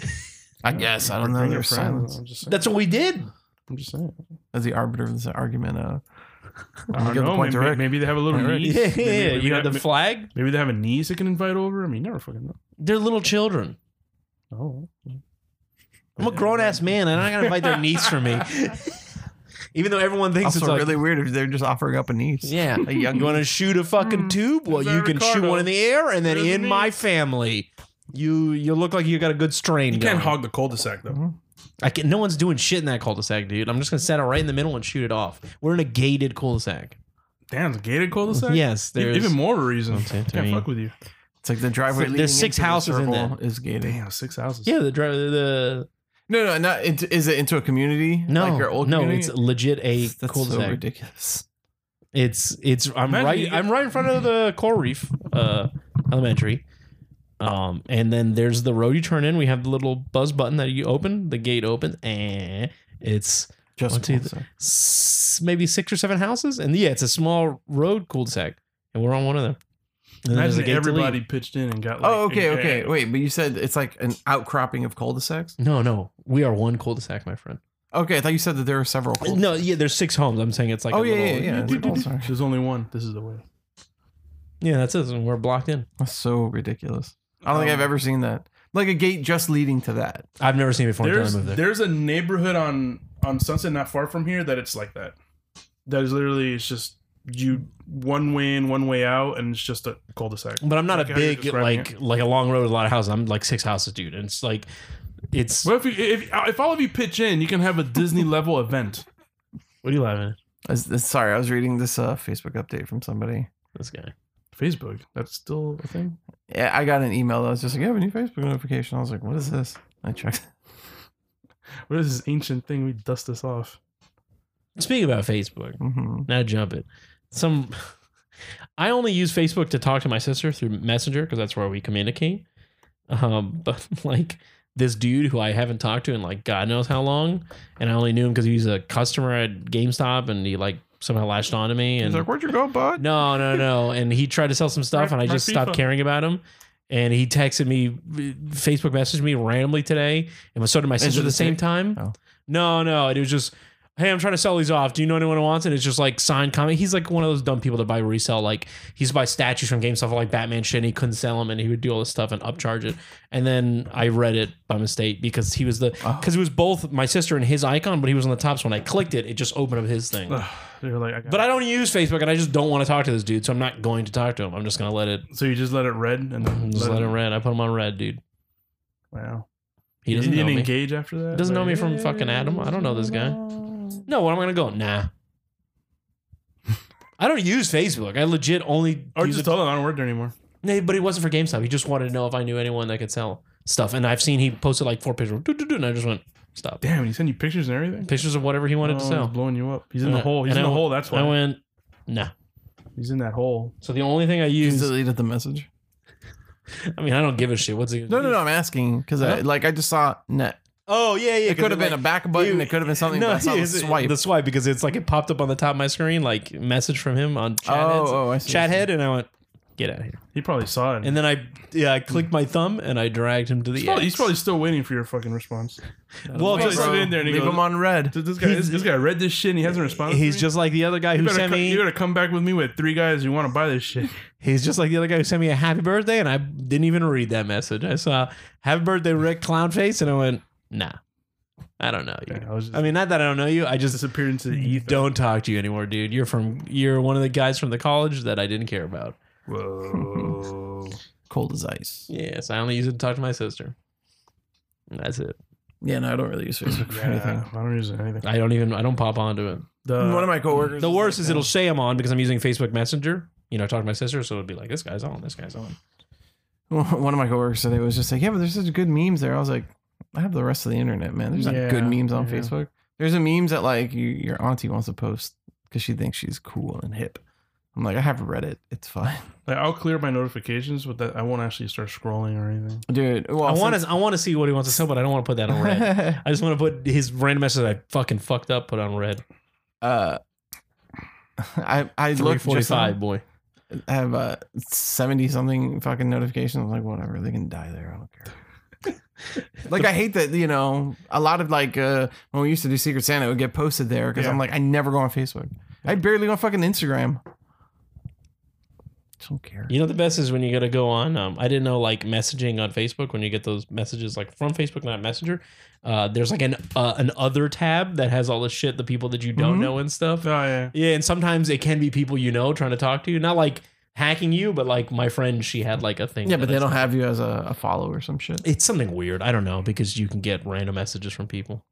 [SPEAKER 2] I guess I don't know.
[SPEAKER 3] Bring your
[SPEAKER 2] There's
[SPEAKER 3] friends.
[SPEAKER 2] silence.
[SPEAKER 3] I'm just saying.
[SPEAKER 4] That's what we did.
[SPEAKER 3] I'm just saying.
[SPEAKER 2] As the arbiter of this argument, uh,
[SPEAKER 3] I
[SPEAKER 2] give
[SPEAKER 3] don't
[SPEAKER 2] the
[SPEAKER 3] know.
[SPEAKER 2] point to
[SPEAKER 3] Maybe,
[SPEAKER 2] Rick.
[SPEAKER 3] maybe they have a little
[SPEAKER 2] Point to Rick.
[SPEAKER 3] niece.
[SPEAKER 4] Yeah,
[SPEAKER 3] Maybe- maybe
[SPEAKER 4] you
[SPEAKER 3] they
[SPEAKER 4] had the
[SPEAKER 3] have-
[SPEAKER 4] flag.
[SPEAKER 3] Maybe they have a niece they can invite over. I mean, never fucking know.
[SPEAKER 4] They're little children.
[SPEAKER 3] Oh,
[SPEAKER 4] I'm a grown ass man, and I gotta invite their niece for me. Even though everyone thinks
[SPEAKER 2] also Mm.
[SPEAKER 4] it's like,
[SPEAKER 2] really weird if they're just offering up a niece.
[SPEAKER 4] yeah,
[SPEAKER 2] a young.
[SPEAKER 4] you want to shoot a fucking
[SPEAKER 3] Hmm.
[SPEAKER 4] tube? Well,
[SPEAKER 3] Is
[SPEAKER 4] you
[SPEAKER 3] that
[SPEAKER 4] can shoot
[SPEAKER 3] Ricardo?
[SPEAKER 4] one in the air, and then
[SPEAKER 3] There's a
[SPEAKER 4] in my
[SPEAKER 3] niece.
[SPEAKER 4] family, you you look like you got a good strain.
[SPEAKER 3] you can't
[SPEAKER 4] going.
[SPEAKER 3] hog the cul-de-sac though.
[SPEAKER 2] Mhm.
[SPEAKER 4] I can, no one's doing shit in that cul-de-sac, dude. I'm just gonna set it right in the middle and shoot it off. We're in a gated cul-de-sac.
[SPEAKER 3] Damn, it's a gated cul-de-sac.
[SPEAKER 4] Yes,
[SPEAKER 3] E-
[SPEAKER 4] there's
[SPEAKER 3] even more of a reason.
[SPEAKER 4] I'm saying
[SPEAKER 3] I
[SPEAKER 4] to
[SPEAKER 3] can't
[SPEAKER 4] me.
[SPEAKER 3] fuck with you.
[SPEAKER 2] It's like the driveway.
[SPEAKER 4] There's
[SPEAKER 2] leading
[SPEAKER 4] six
[SPEAKER 2] into the
[SPEAKER 4] houses in
[SPEAKER 2] circle is gated.
[SPEAKER 3] Damn, six houses.
[SPEAKER 4] Yeah, the drive the
[SPEAKER 2] No, no, not into, is it into a community?
[SPEAKER 4] no
[SPEAKER 2] like your old
[SPEAKER 4] no.
[SPEAKER 2] community?
[SPEAKER 4] It's legit a
[SPEAKER 2] that's so
[SPEAKER 4] cul-de-sac.
[SPEAKER 2] ridiculous.
[SPEAKER 4] It's it's I'm
[SPEAKER 3] Imagine you
[SPEAKER 4] right
[SPEAKER 3] get-
[SPEAKER 4] I'm right in front of the Coral Reef uh, Elementary, um, and then there's the road you turn in. We have the little buzz button that you open, the gate open, and it's
[SPEAKER 2] Just
[SPEAKER 4] One, two,
[SPEAKER 2] cul-de-sac.
[SPEAKER 4] s- maybe six or seven houses, and yeah, it's a small road cul-de-sac, and we're on one of them. And then there's a
[SPEAKER 3] Imagine
[SPEAKER 4] gate to leave.
[SPEAKER 3] everybody pitched in and got. Like,
[SPEAKER 2] oh, okay,
[SPEAKER 3] a-
[SPEAKER 2] okay. Wait, but you said it's like an outcropping of cul-de-sacs.
[SPEAKER 4] No, no, we are one cul-de-sac, my friend.
[SPEAKER 2] Okay, I thought you said that there are several. cul
[SPEAKER 4] No, yeah, there's six homes. I'm saying it's like
[SPEAKER 2] Oh
[SPEAKER 4] a
[SPEAKER 2] yeah, yeah,
[SPEAKER 4] little,
[SPEAKER 2] yeah.
[SPEAKER 3] Do- do- do-
[SPEAKER 2] Oh, sorry.
[SPEAKER 3] There's only one. This is the way.
[SPEAKER 4] Yeah, that's it. And we're blocked in.
[SPEAKER 2] That's so ridiculous. I don't think
[SPEAKER 3] Um,
[SPEAKER 2] I've ever seen that. Like a gate just leading to that.
[SPEAKER 4] I've never seen it before until I
[SPEAKER 3] There's
[SPEAKER 4] moved there.
[SPEAKER 3] there's a neighborhood on on Sunset not far from here that it's like that. That is literally it's just you one way in, one way out, and it's just a cul-de-sac.
[SPEAKER 4] But I'm not
[SPEAKER 3] Like
[SPEAKER 4] a
[SPEAKER 3] how you're
[SPEAKER 4] big
[SPEAKER 3] describing
[SPEAKER 4] like like a long road with a lot of houses. I'm like six houses, dude, and it's like it's.
[SPEAKER 3] Well, if you, if if all of you pitch in, you can have a Disney level event.
[SPEAKER 4] What are you laughing at?
[SPEAKER 2] I was- sorry, I was reading this uh, Facebook update from somebody.
[SPEAKER 4] This guy.
[SPEAKER 3] Facebook, that's still a thing.
[SPEAKER 2] Yeah, I got an email that was just like, "You have a new Facebook notification." I was like, "What is this?" I checked.
[SPEAKER 3] What is this ancient thing? We dust this off.
[SPEAKER 4] Speaking about Facebook,
[SPEAKER 2] hmm
[SPEAKER 4] now jump it. Some, I only use Facebook to talk to my sister through Messenger because that's where we communicate. Um, but like this dude who I haven't talked to in like God knows how long, and I only knew him because he was a customer at GameStop, and he like somehow latched onto me. And
[SPEAKER 2] He's like, "Where'd you go, bud?"
[SPEAKER 4] No, no, no. And he tried to sell some stuff,
[SPEAKER 3] My-
[SPEAKER 4] and I
[SPEAKER 3] my
[SPEAKER 4] just stopped
[SPEAKER 3] FIFA.
[SPEAKER 4] caring about him. And he texted me, Facebook messaged me randomly today, and so did my
[SPEAKER 2] it
[SPEAKER 4] sister at the
[SPEAKER 2] a
[SPEAKER 4] same
[SPEAKER 2] tick?
[SPEAKER 4] time.
[SPEAKER 2] Oh.
[SPEAKER 4] No, no, it was just, hey, I'm trying to sell these off. Do you know anyone who wants it? It's just like signed comment. He's like one of those dumb people that buy resell. Like he's buy statues from GameStop like Batman shit, and he couldn't sell them, and he would do all this stuff and upcharge it. And then I read it by mistake because he was the
[SPEAKER 2] Oh.
[SPEAKER 4] because it was both my sister and his icon, but he was on the top. So when I clicked it, it just opened up his thing.
[SPEAKER 3] Ugh, they're like, I got
[SPEAKER 4] But I don't use Facebook, and I just don't want to talk to this dude, so I'm not going to talk to him. I'm just gonna let it,
[SPEAKER 3] so you just let it red and then
[SPEAKER 4] just let it red. I put him on red, dude.
[SPEAKER 3] Wow,
[SPEAKER 4] He doesn't
[SPEAKER 3] you
[SPEAKER 4] know
[SPEAKER 3] didn't
[SPEAKER 4] me.
[SPEAKER 3] engage after that.
[SPEAKER 4] Doesn't know me from fucking Adam. I don't know this guy. No, what am I gonna go? Nah. I don't use Facebook. I legit only.
[SPEAKER 3] Or
[SPEAKER 4] use
[SPEAKER 3] just
[SPEAKER 4] it.
[SPEAKER 3] tell him I don't work there anymore.
[SPEAKER 4] No, but it wasn't for GameStop. He just wanted to know if I knew anyone that could sell stuff, and I've seen he posted like four pictures, doo, doo, doo, and I just went stop.
[SPEAKER 3] Damn, he sent you pictures and everything.
[SPEAKER 4] Pictures of whatever he wanted to
[SPEAKER 3] Oh,
[SPEAKER 4] sell.
[SPEAKER 3] He's blowing you up. He's in the
[SPEAKER 4] And I-
[SPEAKER 3] hole. He's
[SPEAKER 4] and
[SPEAKER 3] in
[SPEAKER 4] I
[SPEAKER 3] the
[SPEAKER 4] went-
[SPEAKER 3] hole. That's
[SPEAKER 4] I
[SPEAKER 3] why
[SPEAKER 4] went nah.
[SPEAKER 3] he's in that hole.
[SPEAKER 4] So the only thing I
[SPEAKER 2] You
[SPEAKER 4] use.
[SPEAKER 2] deleted the message.
[SPEAKER 4] I mean, I don't give a shit. What's he?
[SPEAKER 2] No, no, no. I'm asking because I
[SPEAKER 4] Huh?
[SPEAKER 2] like I just saw net.
[SPEAKER 4] Oh yeah, yeah.
[SPEAKER 2] It could have been a back button.
[SPEAKER 4] you-
[SPEAKER 2] it could have been something. but I saw the
[SPEAKER 4] it's-
[SPEAKER 2] swipe.
[SPEAKER 4] The swipe because it's like it popped up on the top of my screen, like message from him on chat
[SPEAKER 2] oh,
[SPEAKER 4] heads,
[SPEAKER 2] oh, I see.
[SPEAKER 4] chat head, and I went, get out of here.
[SPEAKER 3] He probably saw it.
[SPEAKER 4] And then I yeah, I clicked my thumb and I dragged him to the
[SPEAKER 3] he's, probably, he's
[SPEAKER 4] X.
[SPEAKER 3] probably still waiting for your fucking response.
[SPEAKER 4] well,
[SPEAKER 3] Wait,
[SPEAKER 4] just-
[SPEAKER 3] bro. sitting there and he
[SPEAKER 2] leave
[SPEAKER 3] goes-
[SPEAKER 2] him on red.
[SPEAKER 3] This, this guy, this, this guy read this shit and he hasn't responded. to
[SPEAKER 4] he's
[SPEAKER 3] me?
[SPEAKER 4] just like the other guy
[SPEAKER 3] You
[SPEAKER 4] who
[SPEAKER 3] better,
[SPEAKER 4] sent
[SPEAKER 3] come,
[SPEAKER 4] me.
[SPEAKER 3] you better come back with me with three guys who want to buy this shit.
[SPEAKER 4] He's just like the other guy who sent me a happy birthday, and I didn't even read that message. I saw happy birthday Rick Clownface, and I went, nah, I don't know you.
[SPEAKER 3] I was just
[SPEAKER 4] I mean, not that I don't know you. I just
[SPEAKER 3] disappeared into the
[SPEAKER 4] you
[SPEAKER 3] ether.
[SPEAKER 4] don't talk to you anymore, dude. You're from you're one of the guys from the college that I didn't care about.
[SPEAKER 3] Whoa.
[SPEAKER 2] Cold as ice.
[SPEAKER 4] Yes, I only use it to talk to my sister. That's it.
[SPEAKER 2] Yeah, no, I don't really use Facebook for
[SPEAKER 3] yeah,
[SPEAKER 2] anything. Uh,
[SPEAKER 3] I don't use anything.
[SPEAKER 4] I don't even. I don't pop onto it.
[SPEAKER 3] The,
[SPEAKER 2] One of my coworkers.
[SPEAKER 4] The
[SPEAKER 2] is
[SPEAKER 4] worst
[SPEAKER 2] like
[SPEAKER 4] is
[SPEAKER 2] that.
[SPEAKER 4] it'll say I'm on because I'm using Facebook Messenger. You know, I talk to my sister, so it'll be like this guy's on, this guy's on.
[SPEAKER 2] One of my coworkers today was just like, "Yeah, but there's such good memes there." I was like, "I have the rest of the internet, man. There's
[SPEAKER 3] Yeah,
[SPEAKER 2] not good memes on
[SPEAKER 3] yeah.
[SPEAKER 2] Facebook. There's a memes that like you, your auntie wants to post because she thinks she's cool and hip." I'm like, "I have Reddit. It's fine,
[SPEAKER 3] like, I'll clear my notifications, but that I won't actually start scrolling or anything.
[SPEAKER 2] dude." Well,
[SPEAKER 4] I want to. I want to see what he wants to sell, but I don't want to put that on red.
[SPEAKER 2] to.
[SPEAKER 4] I just want to put his random message I fucking fucked up. Put on red.
[SPEAKER 2] uh, I I
[SPEAKER 4] Three
[SPEAKER 2] looked just
[SPEAKER 4] forty-five,
[SPEAKER 2] now.
[SPEAKER 4] boy.
[SPEAKER 2] I have uh seventy something fucking notifications. I'm like, whatever, they can die there. I don't care. like I hate that you know a lot of like uh when we used to do Secret Santa, it would get posted there because
[SPEAKER 3] Yeah.
[SPEAKER 2] I'm like I never go on Facebook. I barely go on fucking Instagram. Just don't care.
[SPEAKER 4] You know the best is when you got to go on. Um, I didn't know like messaging on Facebook when you get those messages like from Facebook, not Messenger. Uh, there's like an uh, an other tab that has all the shit the people that you don't
[SPEAKER 2] Mhm.
[SPEAKER 4] know and stuff.
[SPEAKER 3] Oh yeah.
[SPEAKER 4] Yeah, and sometimes it can be people you know trying to talk to you, not like hacking you, but like my friend, she had like a thing.
[SPEAKER 2] Yeah,
[SPEAKER 4] that
[SPEAKER 2] but they
[SPEAKER 4] it's-
[SPEAKER 2] don't have you as a, a follow or some shit.
[SPEAKER 4] It's something weird. I don't know because you can get random messages from people.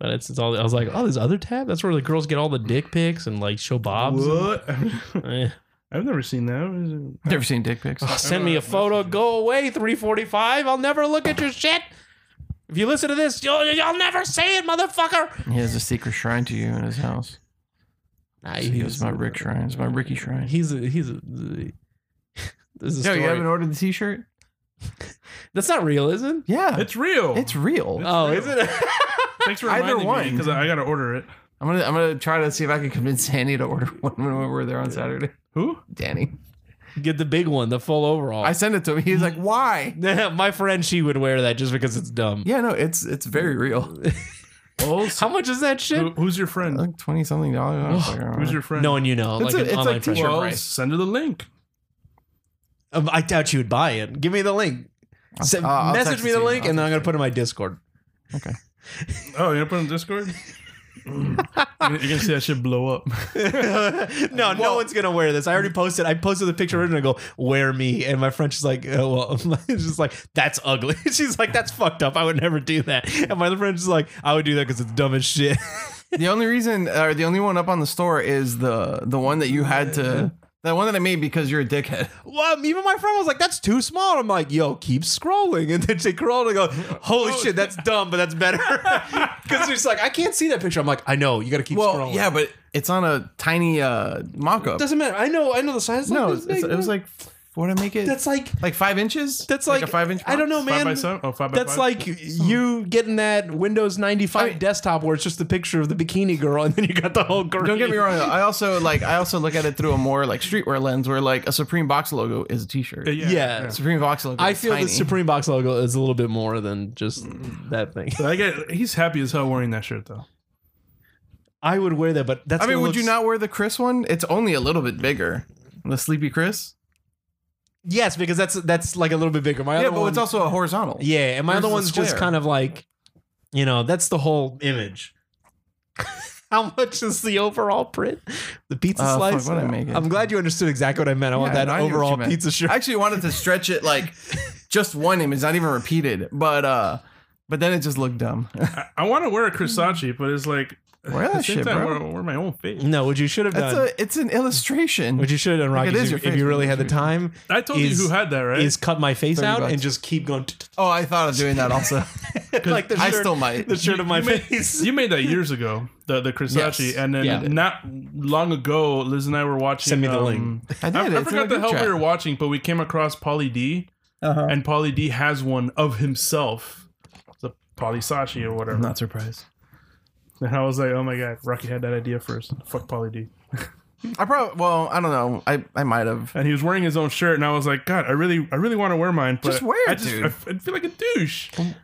[SPEAKER 4] But it's, it's all. I was like, oh, this other tab. That's where the girls get all the dick pics and like show bobs. and-
[SPEAKER 3] What?
[SPEAKER 4] Eh.
[SPEAKER 3] I've never seen that. What is it?
[SPEAKER 2] Never seen dick pics.
[SPEAKER 4] Oh, send me a photo. Go away, 345. I'll never look at your shit. If you listen to this, you'll, you'll never see it, motherfucker.
[SPEAKER 2] He has a secret shrine to you in his house.
[SPEAKER 4] Nah,
[SPEAKER 2] He was my Rick Shrine. It's my Ricky Shrine.
[SPEAKER 4] He's a, he's a, this is a
[SPEAKER 2] Yo, you
[SPEAKER 4] story.
[SPEAKER 2] haven't ordered the T-shirt?
[SPEAKER 4] That's not real, is it?
[SPEAKER 2] Yeah, it's,
[SPEAKER 3] It's real.
[SPEAKER 2] real.
[SPEAKER 4] oh,
[SPEAKER 3] real.
[SPEAKER 4] is it?
[SPEAKER 3] Thanks for
[SPEAKER 2] Either
[SPEAKER 3] reminding me
[SPEAKER 2] one.
[SPEAKER 3] because I, I gotta order it.
[SPEAKER 2] I'm gonna I'm gonna try to see if I can convince Danny to order one when we were there on Saturday.
[SPEAKER 3] Who?
[SPEAKER 2] Danny,
[SPEAKER 4] Get the big one, the full overall.
[SPEAKER 2] I sent it to him. He's like, "Why?"
[SPEAKER 4] my friend, she would wear that just because it's dumb.
[SPEAKER 2] Yeah, no, it's it's very real.
[SPEAKER 3] Oh,
[SPEAKER 4] How much is that shit?
[SPEAKER 3] who, who's your friend? Oh
[SPEAKER 2] Like twenty something dollars. I don't
[SPEAKER 3] Who's your friend?
[SPEAKER 4] No one you know,
[SPEAKER 2] It's
[SPEAKER 4] like
[SPEAKER 2] a-
[SPEAKER 4] an
[SPEAKER 2] it's like
[SPEAKER 4] online friend.
[SPEAKER 2] t-shirt
[SPEAKER 3] Well,
[SPEAKER 2] price.
[SPEAKER 3] send her the link.
[SPEAKER 4] Um, I doubt you would buy it. Give me the link. Se-
[SPEAKER 2] I'll- uh, I'll
[SPEAKER 4] message
[SPEAKER 2] text
[SPEAKER 4] me
[SPEAKER 2] it
[SPEAKER 4] the
[SPEAKER 2] to you.
[SPEAKER 4] link,
[SPEAKER 2] I'll
[SPEAKER 4] and then I'm
[SPEAKER 2] text
[SPEAKER 4] gonna put it in my Discord.
[SPEAKER 2] Okay.
[SPEAKER 3] Oh, you're gonna put it on Discord? you're, gonna- you're gonna see that shit blow up.
[SPEAKER 4] no, no one's gonna wear this. I already posted. I posted the picture of it and I go, "Wear me." And my friend is like, oh, "Well, she's just like, that's ugly." She's like, "That's fucked up. I would never do that." And my other friend's just like, "I would do that because it's dumb as shit."
[SPEAKER 2] The only reason, or the only one up on the store, is the the one that you had to, the one that I made because you're a dickhead.
[SPEAKER 4] well, um, even my friend was like, "That's too small." And I'm like, "Yo, keep scrolling." And then she scrolled and go, "Holy shit, that's dumb, but that's better." Because she's like, "I can't see that picture." I'm like, "I know. You got to keep
[SPEAKER 2] Well,
[SPEAKER 4] scrolling."
[SPEAKER 2] yeah, but it's on a tiny uh mock up.
[SPEAKER 4] doesn't matter. I know. I know the size.
[SPEAKER 2] No,
[SPEAKER 4] Like,
[SPEAKER 2] it's, it's, it was like what did I make it?
[SPEAKER 4] that's like
[SPEAKER 2] like five inches.
[SPEAKER 4] that's like,
[SPEAKER 2] a five inch.
[SPEAKER 4] I don't know, man.
[SPEAKER 3] Five by seven? Oh, five by
[SPEAKER 4] That's
[SPEAKER 3] five?
[SPEAKER 4] like you getting that Windows 95
[SPEAKER 2] I mean-
[SPEAKER 4] desktop where it's just the picture of the bikini girl and then you got the whole girl.
[SPEAKER 2] Don't get me wrong. Though. I also like I also look at it through a more like streetwear lens, where like a Supreme box logo is a T-shirt.
[SPEAKER 3] Yeah.
[SPEAKER 4] Yeah.
[SPEAKER 2] Supreme box logo.
[SPEAKER 4] I
[SPEAKER 2] is
[SPEAKER 4] feel
[SPEAKER 2] tiny. Mm.
[SPEAKER 4] the Supreme Box logo is a little bit more than just that thing.
[SPEAKER 3] But I get, he's happy as hell wearing that shirt though.
[SPEAKER 4] I would wear that, but that's.
[SPEAKER 2] I mean,
[SPEAKER 4] gonna
[SPEAKER 2] would
[SPEAKER 4] look
[SPEAKER 2] you
[SPEAKER 4] s-
[SPEAKER 2] not wear the Chris one? It's only a little bit bigger. The Sleepy Chris.
[SPEAKER 4] Yes, because that's that's like a little bit bigger. My
[SPEAKER 2] Yeah,
[SPEAKER 4] other
[SPEAKER 2] but
[SPEAKER 4] one,
[SPEAKER 2] it's also a horizontal.
[SPEAKER 4] yeah, and my
[SPEAKER 2] yours
[SPEAKER 4] other
[SPEAKER 2] is a
[SPEAKER 4] one's just
[SPEAKER 2] square.
[SPEAKER 4] kind of like, you know, that's the whole image. How much is the overall print? The pizza
[SPEAKER 2] Uh, fuck,
[SPEAKER 4] slice.
[SPEAKER 2] what'd I make it?
[SPEAKER 4] am glad you understood exactly what I meant. I want
[SPEAKER 2] Yeah,
[SPEAKER 4] that
[SPEAKER 2] I knew what you
[SPEAKER 4] overall
[SPEAKER 2] meant.
[SPEAKER 4] pizza shirt.
[SPEAKER 2] I actually wanted to stretch it like just one image, not even repeated. But uh, but then it just looked dumb.
[SPEAKER 3] I, I want to wear a Crisachi, but it's like
[SPEAKER 2] Mm. Wear
[SPEAKER 3] at
[SPEAKER 2] that
[SPEAKER 3] the same
[SPEAKER 2] shit,
[SPEAKER 3] time,
[SPEAKER 2] bro.
[SPEAKER 3] Wear, wear my own face.
[SPEAKER 4] no, what you should have done.
[SPEAKER 2] That's a. It's an illustration.
[SPEAKER 4] What you should have done, Rocky,
[SPEAKER 2] it is
[SPEAKER 4] is
[SPEAKER 2] your
[SPEAKER 4] if, if
[SPEAKER 2] face,
[SPEAKER 4] you
[SPEAKER 2] but
[SPEAKER 4] really
[SPEAKER 2] it's
[SPEAKER 4] had the
[SPEAKER 2] your-
[SPEAKER 4] time,
[SPEAKER 3] I told
[SPEAKER 4] Is-
[SPEAKER 3] you who had that, right?
[SPEAKER 4] is cut my face
[SPEAKER 2] 30
[SPEAKER 4] out and
[SPEAKER 2] bucks.
[SPEAKER 4] just keep going
[SPEAKER 2] oh, I thought of doing that also.
[SPEAKER 4] like the
[SPEAKER 2] I
[SPEAKER 4] shirt,
[SPEAKER 2] still might.
[SPEAKER 4] the shirt of my
[SPEAKER 3] made-
[SPEAKER 4] face.
[SPEAKER 3] you made that years ago, the the Crisachi,
[SPEAKER 2] Yes.
[SPEAKER 3] and then
[SPEAKER 4] Yeah.
[SPEAKER 3] not long ago, Liz and I were watching.
[SPEAKER 4] Send me the
[SPEAKER 3] um,
[SPEAKER 4] link.
[SPEAKER 2] I did.
[SPEAKER 3] I,
[SPEAKER 2] it's
[SPEAKER 3] I
[SPEAKER 2] in
[SPEAKER 3] forgot the
[SPEAKER 2] group
[SPEAKER 3] hell
[SPEAKER 2] chat.
[SPEAKER 3] we were watching, but we came across Polly D,
[SPEAKER 2] Uh-huh.
[SPEAKER 3] and Polly D has one of himself, the Polly Sachi or whatever.
[SPEAKER 2] I'm not surprised.
[SPEAKER 3] And I was like, oh my god, Rocky had that idea first. Fuck Polly D.
[SPEAKER 2] I probably. Well, I don't know. I I might have.
[SPEAKER 3] And he was wearing his own shirt, and I was like, God, I really, I really want to wear mine, but
[SPEAKER 2] Just wear
[SPEAKER 3] I
[SPEAKER 2] it,
[SPEAKER 3] just,
[SPEAKER 2] dude.
[SPEAKER 3] I, f- I feel like a douche. I'm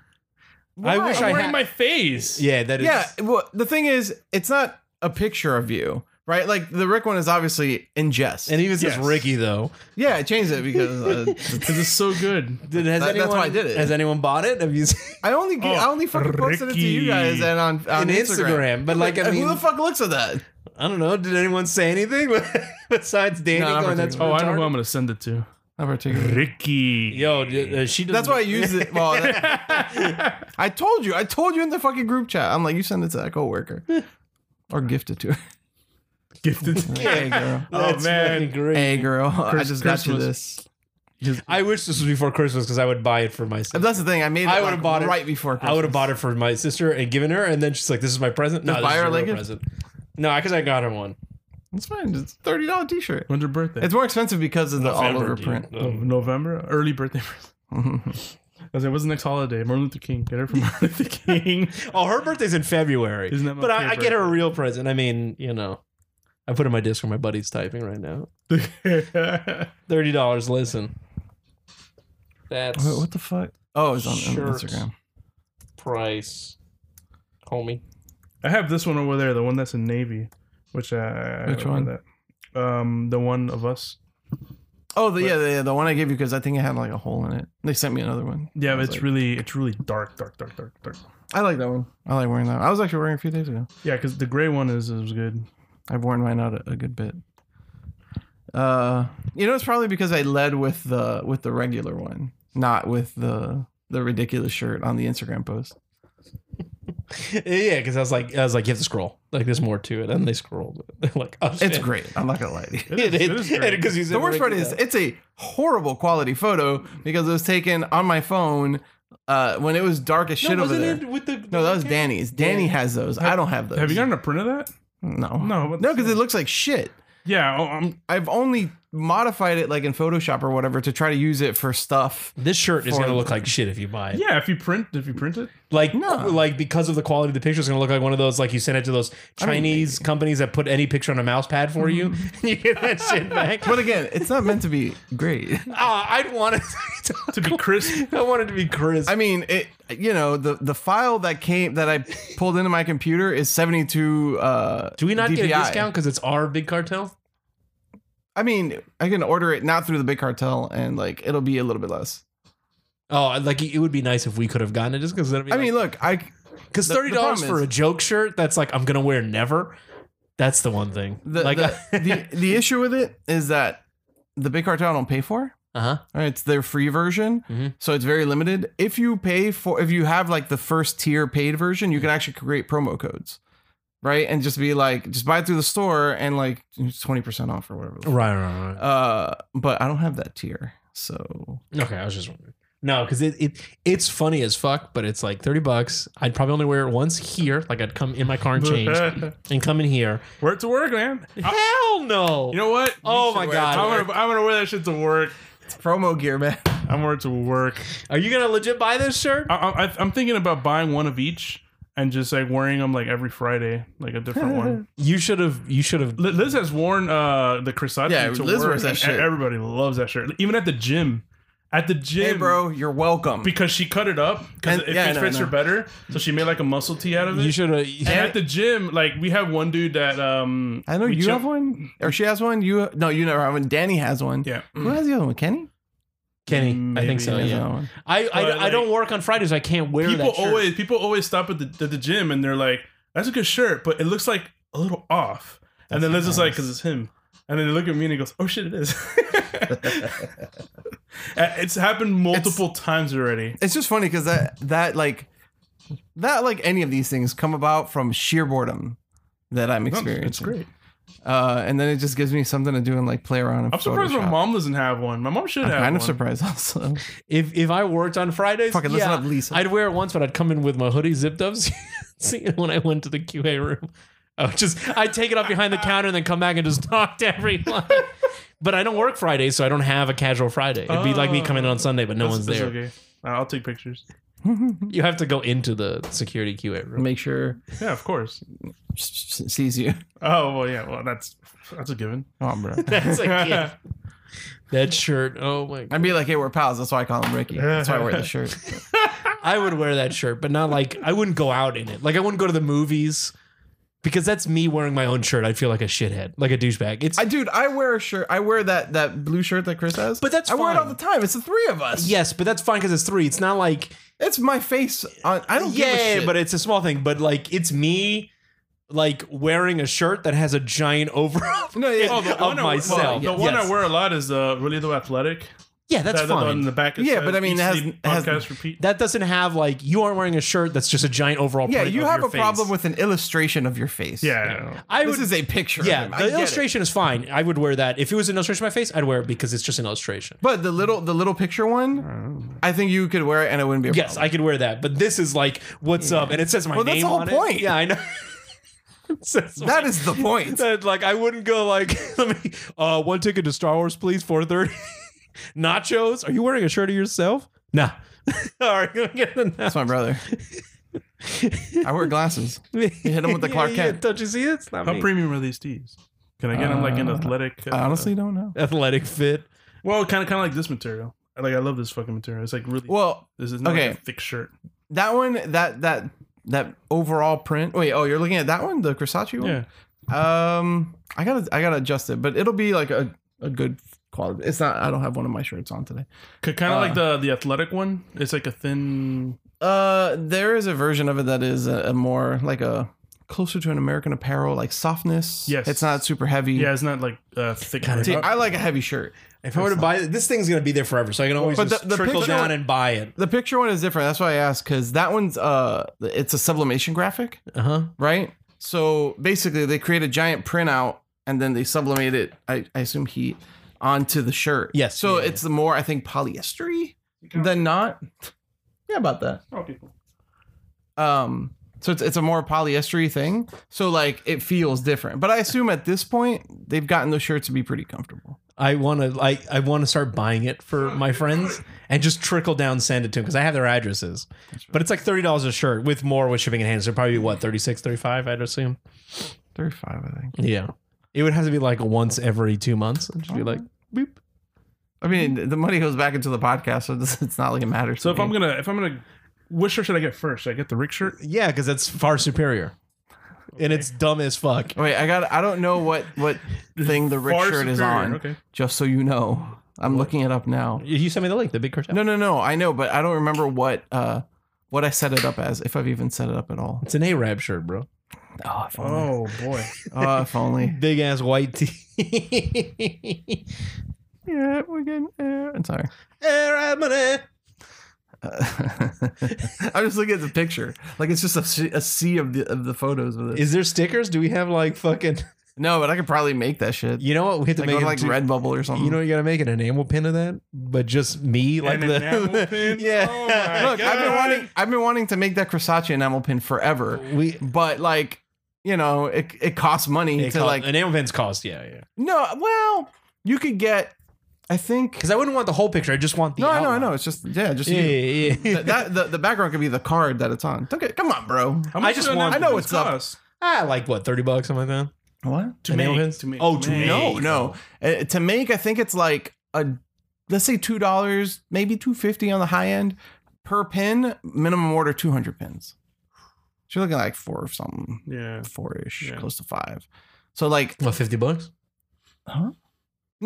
[SPEAKER 4] I wish
[SPEAKER 2] Why?
[SPEAKER 4] I
[SPEAKER 3] wearing
[SPEAKER 4] had-
[SPEAKER 3] my face.
[SPEAKER 4] Yeah, that is.
[SPEAKER 2] Yeah, well, the thing is, it's not a picture of you, right? Like the Rick one is obviously in jest.
[SPEAKER 4] and even says
[SPEAKER 3] Yes.
[SPEAKER 4] Ricky though.
[SPEAKER 2] yeah, I changed it because uh,
[SPEAKER 3] because it's so good.
[SPEAKER 4] Did, has
[SPEAKER 2] That- that's
[SPEAKER 4] anyone,
[SPEAKER 2] why I did it.
[SPEAKER 4] Has anyone bought it? Have you seen
[SPEAKER 2] I only g I
[SPEAKER 3] Oh,
[SPEAKER 2] I only fucking posted it to
[SPEAKER 3] Ricky.
[SPEAKER 2] you guys and on, on
[SPEAKER 4] on Instagram? But like, I
[SPEAKER 2] who
[SPEAKER 4] mean,
[SPEAKER 2] the fuck looks at that?
[SPEAKER 4] I don't know. Did anyone say anything besides Danny
[SPEAKER 2] No, not
[SPEAKER 4] going? That's
[SPEAKER 3] Oh, I know who
[SPEAKER 4] retarded?"
[SPEAKER 3] I'm gonna send it to.
[SPEAKER 2] Not particularly.
[SPEAKER 3] Ricky.
[SPEAKER 4] Yo, d- uh, she.
[SPEAKER 2] That's
[SPEAKER 4] doesn't-
[SPEAKER 2] why I used it. Well, that- I told you. I told you in the fucking group chat. I'm like, you send it to that coworker, or gift it to her.
[SPEAKER 3] Gifted.
[SPEAKER 2] Hey girl.
[SPEAKER 3] Oh,
[SPEAKER 4] That's
[SPEAKER 3] man.
[SPEAKER 4] fucking great.
[SPEAKER 2] Hey girl. I
[SPEAKER 3] Chris-
[SPEAKER 2] just got you
[SPEAKER 3] Christmas.
[SPEAKER 2] this.
[SPEAKER 4] I wish this was before Christmas because I would buy it for myself.
[SPEAKER 2] That's the thing. I made. It
[SPEAKER 4] I
[SPEAKER 2] I would
[SPEAKER 4] would've
[SPEAKER 2] have
[SPEAKER 4] bought
[SPEAKER 2] bought
[SPEAKER 4] it.
[SPEAKER 2] it right before. Christmas.
[SPEAKER 4] I would have bought it for my sister and given her, and then she's like, "This is my present." No,
[SPEAKER 2] Just
[SPEAKER 4] this
[SPEAKER 2] buy
[SPEAKER 4] is
[SPEAKER 2] her
[SPEAKER 4] your
[SPEAKER 2] like
[SPEAKER 4] real
[SPEAKER 2] it?
[SPEAKER 4] present. No, because I got her one.
[SPEAKER 2] It's fine. It's a thirty dollar t shirt.
[SPEAKER 3] When's your birthday?
[SPEAKER 2] It's more expensive because of the all
[SPEAKER 4] November,
[SPEAKER 2] over
[SPEAKER 4] dude.
[SPEAKER 2] print.
[SPEAKER 3] No- November. Early birthday. present. I was like, what's the next holiday? Martin Luther King. Get her from Martin Luther King.
[SPEAKER 4] Oh, her birthday's in February.
[SPEAKER 3] Isn't that my
[SPEAKER 4] but I, I
[SPEAKER 3] favorite?
[SPEAKER 4] get her a real present. I mean, you know, I put in my disc where my buddy's typing right now. Thirty dollars. Listen, that's
[SPEAKER 2] Wait, what the fuck? Oh, it's on, on
[SPEAKER 4] Shirt.
[SPEAKER 2] Instagram.
[SPEAKER 4] price, homie.
[SPEAKER 3] I have this one over there, the one that's in navy, which I
[SPEAKER 2] Which
[SPEAKER 3] I
[SPEAKER 2] one?
[SPEAKER 3] That. Um, the one of us.
[SPEAKER 2] Oh, the, yeah, the, the one I gave you because I think it had like a hole in it. They sent me another one.
[SPEAKER 3] Yeah,
[SPEAKER 2] I
[SPEAKER 3] but
[SPEAKER 2] was
[SPEAKER 3] it's
[SPEAKER 2] like-
[SPEAKER 3] really, it's really dark, dark, dark, dark, dark.
[SPEAKER 2] I like that one. I like wearing that. I was actually wearing it a few days ago.
[SPEAKER 3] Yeah, because the gray one is is good.
[SPEAKER 2] I've worn mine out a, a good bit. Uh, you know, it's probably because I led with the with the regular one, not with the the ridiculous shirt on the Instagram post.
[SPEAKER 4] Yeah, because I was like, I was like, you have to scroll. Like, there's more to it, and they scrolled. like, oh,
[SPEAKER 2] It's
[SPEAKER 4] shit.
[SPEAKER 2] great. I'm not gonna lie. To you.
[SPEAKER 4] It, it,
[SPEAKER 3] is- it is great.
[SPEAKER 4] because
[SPEAKER 2] The worst part is it's a horrible quality photo because it was taken on my phone uh, when it was dark as shit over there.
[SPEAKER 4] with the
[SPEAKER 2] no, that was Danny's. Danny has those. I don't have those.
[SPEAKER 3] Have you gotten a print of that?
[SPEAKER 2] No,
[SPEAKER 3] No, but-
[SPEAKER 2] no, because it looks like shit.
[SPEAKER 3] Yeah, oh, I'm.
[SPEAKER 2] I've only modified it like in Photoshop or whatever to try to use it for stuff.
[SPEAKER 4] This shirt is
[SPEAKER 2] For-
[SPEAKER 4] gonna look like shit if you buy it.
[SPEAKER 3] Yeah, if you print, if you print it,
[SPEAKER 4] Like,
[SPEAKER 2] No.
[SPEAKER 4] like because of the quality of the picture, it's gonna look like one of those like you send it to those
[SPEAKER 2] I mean,
[SPEAKER 4] Chinese companies that put any picture on a mouse pad for you, and you get that shit back.
[SPEAKER 2] Mm-hmm. But uh, again, it's not meant to be great.
[SPEAKER 4] Ah, I'd want it to,
[SPEAKER 3] to be crisp.
[SPEAKER 4] I want it to be crisp.
[SPEAKER 2] I mean, it. You know, the the file that came that I pulled into my computer is seventy two. Uh,
[SPEAKER 4] Do we not get a
[SPEAKER 2] DPI.
[SPEAKER 4] discount because it's our big cartel?
[SPEAKER 2] I mean, I can order it not through the big cartel, and like it'll be a little bit less.
[SPEAKER 4] Oh, like it would be nice if we could have gotten it just because.
[SPEAKER 2] I mean, look, I
[SPEAKER 4] because
[SPEAKER 2] the- the
[SPEAKER 4] thirty dollars
[SPEAKER 2] problem
[SPEAKER 4] for
[SPEAKER 2] is-
[SPEAKER 4] a joke shirt that's like I'm gonna wear never. That's the one thing.
[SPEAKER 2] the
[SPEAKER 4] like,
[SPEAKER 2] the, the the issue with it is that the big cartel I don't pay for.
[SPEAKER 4] uh huh.
[SPEAKER 2] All right, It's their free version,
[SPEAKER 4] Mhm.
[SPEAKER 2] so it's very limited. If you pay for, if you have like the first tier paid version,
[SPEAKER 4] Mm-hmm.
[SPEAKER 2] you can actually create promo codes, right? And just be like, just buy it through the store and like twenty percent off or whatever. the fuck.
[SPEAKER 4] Right, right, right.
[SPEAKER 2] Uh, but I don't have that tier, so
[SPEAKER 4] okay, I was just wondering. No, because it, it it's funny as fuck, but it's like thirty bucks. I'd probably only wear it once here. Like I'd come in my car and change and come in here.
[SPEAKER 3] Work to work, man. I-
[SPEAKER 4] Hell no.
[SPEAKER 3] you know what?
[SPEAKER 4] oh
[SPEAKER 2] should
[SPEAKER 4] my
[SPEAKER 2] wear it
[SPEAKER 4] god.
[SPEAKER 3] I'm gonna, I'm gonna wear that shit to work.
[SPEAKER 2] it's promo gear, man.
[SPEAKER 3] I'm wearing it to work.
[SPEAKER 4] Are you gonna legit buy this shirt?
[SPEAKER 3] I, I, I'm thinking about buying one of each and just like wearing them like every Friday, like a different one.
[SPEAKER 4] You should have. You should have.
[SPEAKER 3] Li- Liz has worn uh, the Crisati
[SPEAKER 2] Yeah,
[SPEAKER 3] to
[SPEAKER 2] Liz
[SPEAKER 3] work,
[SPEAKER 2] wears that
[SPEAKER 3] and
[SPEAKER 2] shit.
[SPEAKER 3] Everybody loves that shirt. Even at the gym, at the gym,
[SPEAKER 2] Hey, bro, you're welcome.
[SPEAKER 3] because she cut it up because
[SPEAKER 2] And-
[SPEAKER 3] it
[SPEAKER 2] yeah, I
[SPEAKER 3] fits-
[SPEAKER 2] know,
[SPEAKER 3] fits
[SPEAKER 2] I know.
[SPEAKER 3] her better. So she made like a muscle tee out of it.
[SPEAKER 4] You should have.
[SPEAKER 3] and at the gym, like we have one dude that um,
[SPEAKER 2] I know
[SPEAKER 3] we
[SPEAKER 2] you
[SPEAKER 3] check-
[SPEAKER 2] have one, or she has one. You no, you never have one. Danny has one.
[SPEAKER 3] Yeah,
[SPEAKER 2] Who has the other one? Kenny.
[SPEAKER 4] Kenny, I
[SPEAKER 3] Maybe,
[SPEAKER 4] think so.
[SPEAKER 2] Kenny has
[SPEAKER 4] Uh, Yeah.
[SPEAKER 2] another one.
[SPEAKER 4] I I,
[SPEAKER 3] But,
[SPEAKER 4] I don't work on Fridays. I can't wear
[SPEAKER 3] people
[SPEAKER 4] that shirt.
[SPEAKER 3] always people always stop at the at the gym and they're like, "That's a good shirt," but it looks like a little off. and then Liz is like, "Cause it's him." And then they look at me and he goes, "Oh shit, it is." Uh, it's happened multiple times already.
[SPEAKER 2] It's just funny because that that like that like any of these things come about from sheer boredom that I'm experiencing.
[SPEAKER 3] It's great.
[SPEAKER 2] Uh, and then it just gives me something to do and like play around. In
[SPEAKER 3] I'm surprised
[SPEAKER 2] Photoshop.
[SPEAKER 3] my mom doesn't have one. My mom should
[SPEAKER 2] I'm
[SPEAKER 3] have.
[SPEAKER 2] kind
[SPEAKER 3] one.
[SPEAKER 2] of surprised also.
[SPEAKER 4] If if I worked on Fridays,
[SPEAKER 2] Fucking listen
[SPEAKER 4] yeah,
[SPEAKER 2] up, Lisa.
[SPEAKER 4] I'd wear it once, but I'd come in with my hoodie zipped up. See, when I went to the QA room, I would just I'd take it up behind the counter and then come back and just talk to everyone. but I don't work Fridays, so I don't have a casual Friday. It'd be like me coming in on Sunday, but no
[SPEAKER 3] That's-
[SPEAKER 4] one's
[SPEAKER 3] that's
[SPEAKER 4] there.
[SPEAKER 3] Okay, Uh, I'll take pictures.
[SPEAKER 4] You have to go into the security QA room.
[SPEAKER 2] Make sure
[SPEAKER 3] Yeah, of course.
[SPEAKER 2] s- s- sees you.
[SPEAKER 3] Oh well, yeah. Well, that's that's a given.
[SPEAKER 2] Oh, bro.
[SPEAKER 4] That's like yeah. that shirt. Oh my god,
[SPEAKER 2] I'd be like, hey, we're pals. That's why I call him Ricky. That's why I wear the shirt.
[SPEAKER 4] I would wear that shirt, but not like I wouldn't go out in it. Like I wouldn't go to the movies. Because that's me wearing my own shirt. I'd feel like a shithead, like a douchebag. It's
[SPEAKER 2] I dude, I wear a shirt. I wear that that blue shirt that Chris has.
[SPEAKER 4] But that's
[SPEAKER 2] I wear it
[SPEAKER 4] fine.
[SPEAKER 2] all the time. It's the three of us.
[SPEAKER 4] Yes, but that's fine because it's three. It's not like
[SPEAKER 2] It's my face on I don't give a
[SPEAKER 4] yeah,
[SPEAKER 2] shit.
[SPEAKER 4] but it's a small thing. But like it's me like wearing a shirt that has a giant overall.
[SPEAKER 2] No, yeah.
[SPEAKER 4] Oh,
[SPEAKER 3] the
[SPEAKER 4] Of
[SPEAKER 3] I-
[SPEAKER 4] myself.
[SPEAKER 3] the one
[SPEAKER 4] Yes.
[SPEAKER 3] I wear a lot is uh, really the athletic.
[SPEAKER 4] Yeah, that's
[SPEAKER 3] that, that one
[SPEAKER 4] fine.
[SPEAKER 3] in the back. it
[SPEAKER 2] Yeah,
[SPEAKER 3] says,
[SPEAKER 2] but I mean,
[SPEAKER 3] "Eat,
[SPEAKER 2] it has-
[SPEAKER 3] Sleep,
[SPEAKER 2] it has-
[SPEAKER 3] podcast repeat.
[SPEAKER 4] that doesn't have like you aren't wearing a shirt that's just a giant overall.
[SPEAKER 2] yeah,
[SPEAKER 4] print
[SPEAKER 2] you
[SPEAKER 4] of
[SPEAKER 2] have
[SPEAKER 4] your
[SPEAKER 2] a
[SPEAKER 4] face.
[SPEAKER 2] problem with an illustration of your face.
[SPEAKER 3] Yeah.
[SPEAKER 4] I
[SPEAKER 2] this
[SPEAKER 4] would.
[SPEAKER 2] is a picture.
[SPEAKER 4] yeah,
[SPEAKER 2] of him. I
[SPEAKER 4] the
[SPEAKER 2] get it.
[SPEAKER 4] illustration is fine. I would wear that if it was an illustration of my face. I'd wear it because it's just an illustration.
[SPEAKER 2] But the little the little picture one, I think you could wear it and it wouldn't be a
[SPEAKER 4] Yes,
[SPEAKER 2] problem.
[SPEAKER 4] I could wear that, but this is like, what's up? And it says my
[SPEAKER 2] Well, that's
[SPEAKER 4] name
[SPEAKER 2] the whole
[SPEAKER 4] on
[SPEAKER 2] point.
[SPEAKER 4] it. Yeah, I know. It says
[SPEAKER 2] that
[SPEAKER 4] my-
[SPEAKER 2] is the point.
[SPEAKER 4] that, like I wouldn't go like, let me uh, one ticket to Star Wars, please, four thirty. Nachos? Are you wearing a shirt of yourself? Nah. All right, go get the
[SPEAKER 2] That's my brother. I wear glasses. hit him with the Clark Kent.
[SPEAKER 4] Don't you see it? It's not
[SPEAKER 3] How
[SPEAKER 4] me.
[SPEAKER 3] premium are these tees? Can I get them like an
[SPEAKER 2] Uh,
[SPEAKER 3] athletic? Uh,
[SPEAKER 2] I honestly don't know.
[SPEAKER 4] athletic fit.
[SPEAKER 3] well, kind of kind of like this material. Like I love this fucking material. It's like really.
[SPEAKER 2] Well,
[SPEAKER 3] this is not
[SPEAKER 2] okay.
[SPEAKER 3] like a thick shirt.
[SPEAKER 2] that one, that that that overall print. Wait, oh, you're looking at that one, the Versace one.
[SPEAKER 3] Yeah,
[SPEAKER 2] Um, I gotta I gotta adjust it, but it'll be like a a good quality. It's not. I don't have one of my shirts on today.
[SPEAKER 3] kind of
[SPEAKER 2] Uh,
[SPEAKER 3] like the the athletic one. It's like a thin.
[SPEAKER 2] Uh, there is a version of it that is a, a more like a closer to an American Apparel like softness.
[SPEAKER 3] Yes.
[SPEAKER 2] it's not super heavy.
[SPEAKER 3] Yeah, it's not like uh, thick.
[SPEAKER 4] God,
[SPEAKER 3] like-
[SPEAKER 2] See, I like a heavy shirt.
[SPEAKER 4] If I were to buy this thing's gonna be there forever, so I can always
[SPEAKER 2] But
[SPEAKER 4] just
[SPEAKER 2] the- the
[SPEAKER 4] trickle
[SPEAKER 2] picture-
[SPEAKER 4] down and buy it.
[SPEAKER 2] The picture one is different. That's why I asked because that one's uh, it's a sublimation graphic,
[SPEAKER 4] Uh huh.
[SPEAKER 2] right? So basically, they create a giant printout and then they sublimate it. I, I assume heat onto the shirt.
[SPEAKER 4] Yes,
[SPEAKER 2] So
[SPEAKER 4] yeah,
[SPEAKER 2] it's the more I think polyestery than not. Yeah, about that.
[SPEAKER 3] Oh, okay, cool.
[SPEAKER 2] Um, so it's it's a more polyestery thing. So like it feels different. But I assume at this point they've gotten those shirts to be pretty comfortable.
[SPEAKER 4] I want to I, I want to start buying it for my friends and just trickle down send it to them because I have their addresses. But it's like $30 a shirt with more with shipping and handling. So probably what 36 35 I'd assume.
[SPEAKER 2] Thirty five, I think.
[SPEAKER 4] Yeah. It would have to be like once every 2 months. It'd just be like boop.
[SPEAKER 2] I mean, the money goes back into the podcast, so this, it's not like it matters.
[SPEAKER 3] So
[SPEAKER 2] to
[SPEAKER 3] if I'm
[SPEAKER 2] me.
[SPEAKER 3] gonna if I'm gonna, what shirt should I get first? Should I get the Rick shirt?
[SPEAKER 4] Yeah, cuz that's far superior. And it's dumb as fuck.
[SPEAKER 2] wait, I got I don't know what what thing the Rick
[SPEAKER 3] Far
[SPEAKER 2] shirt is
[SPEAKER 3] superior,
[SPEAKER 2] on.
[SPEAKER 3] Okay.
[SPEAKER 2] Just so you know, I'm looking it up now.
[SPEAKER 4] You sent me the link, the big cartel.
[SPEAKER 2] No, no, no, I know, but I don't remember what uh what I set it up as, if I've even set it up at all.
[SPEAKER 4] It's an Arab shirt, bro.
[SPEAKER 2] Oh, if only.
[SPEAKER 3] Oh boy.
[SPEAKER 2] Oh, if only.
[SPEAKER 4] Big ass white tee.
[SPEAKER 2] Yeah, we're getting. Uh, I'm sorry.
[SPEAKER 4] Arab money.
[SPEAKER 2] Uh, I'm just looking at the picture. Like it's just a, se- a sea of the of the photos with it.
[SPEAKER 4] Is there stickers? Do we have like fucking
[SPEAKER 2] no, but I could probably make that shit.
[SPEAKER 4] You know what? We have to
[SPEAKER 2] like
[SPEAKER 4] make
[SPEAKER 2] go
[SPEAKER 4] it
[SPEAKER 2] to, like
[SPEAKER 4] do-
[SPEAKER 2] Redbubble or something.
[SPEAKER 4] You know, you gotta make an enamel pin of that, but just me, like
[SPEAKER 3] An
[SPEAKER 4] the
[SPEAKER 3] enamel pin?
[SPEAKER 4] yeah.
[SPEAKER 3] Oh my
[SPEAKER 2] look, I've been
[SPEAKER 3] God.
[SPEAKER 2] wanting I've been wanting to make that Crisace enamel pin forever,
[SPEAKER 4] we
[SPEAKER 2] but like you know, it it costs money
[SPEAKER 4] it
[SPEAKER 2] to
[SPEAKER 4] cost-
[SPEAKER 2] like
[SPEAKER 4] enamel pins cost, yeah, yeah.
[SPEAKER 2] no. Well, you could get. I think.
[SPEAKER 4] Because I wouldn't want the whole picture. I just want the.
[SPEAKER 2] No, I know, I
[SPEAKER 4] outline.
[SPEAKER 2] know. It's just yeah, just
[SPEAKER 4] Yeah,
[SPEAKER 2] you.
[SPEAKER 4] yeah, yeah.
[SPEAKER 2] Th- that the, the background could be the card that it's on. Okay, come on, bro.
[SPEAKER 3] How
[SPEAKER 4] just
[SPEAKER 3] do
[SPEAKER 4] want-
[SPEAKER 2] I know
[SPEAKER 3] napkins
[SPEAKER 2] what's up.
[SPEAKER 3] cost?
[SPEAKER 4] ah, like what, thirty bucks, something like that.
[SPEAKER 2] What?
[SPEAKER 3] To
[SPEAKER 4] Enamel
[SPEAKER 3] make,
[SPEAKER 4] pins?
[SPEAKER 3] to make.
[SPEAKER 4] Oh, to make.
[SPEAKER 2] No, no. Uh, to make, I think it's like a let's say two dollars, maybe two fifty on the high end per pin. Minimum order two hundred pins. So you're looking like four or something,
[SPEAKER 3] Yeah.
[SPEAKER 2] four ish,
[SPEAKER 3] Yeah.
[SPEAKER 2] close to five. So like,
[SPEAKER 4] What, fifty bucks?
[SPEAKER 2] no,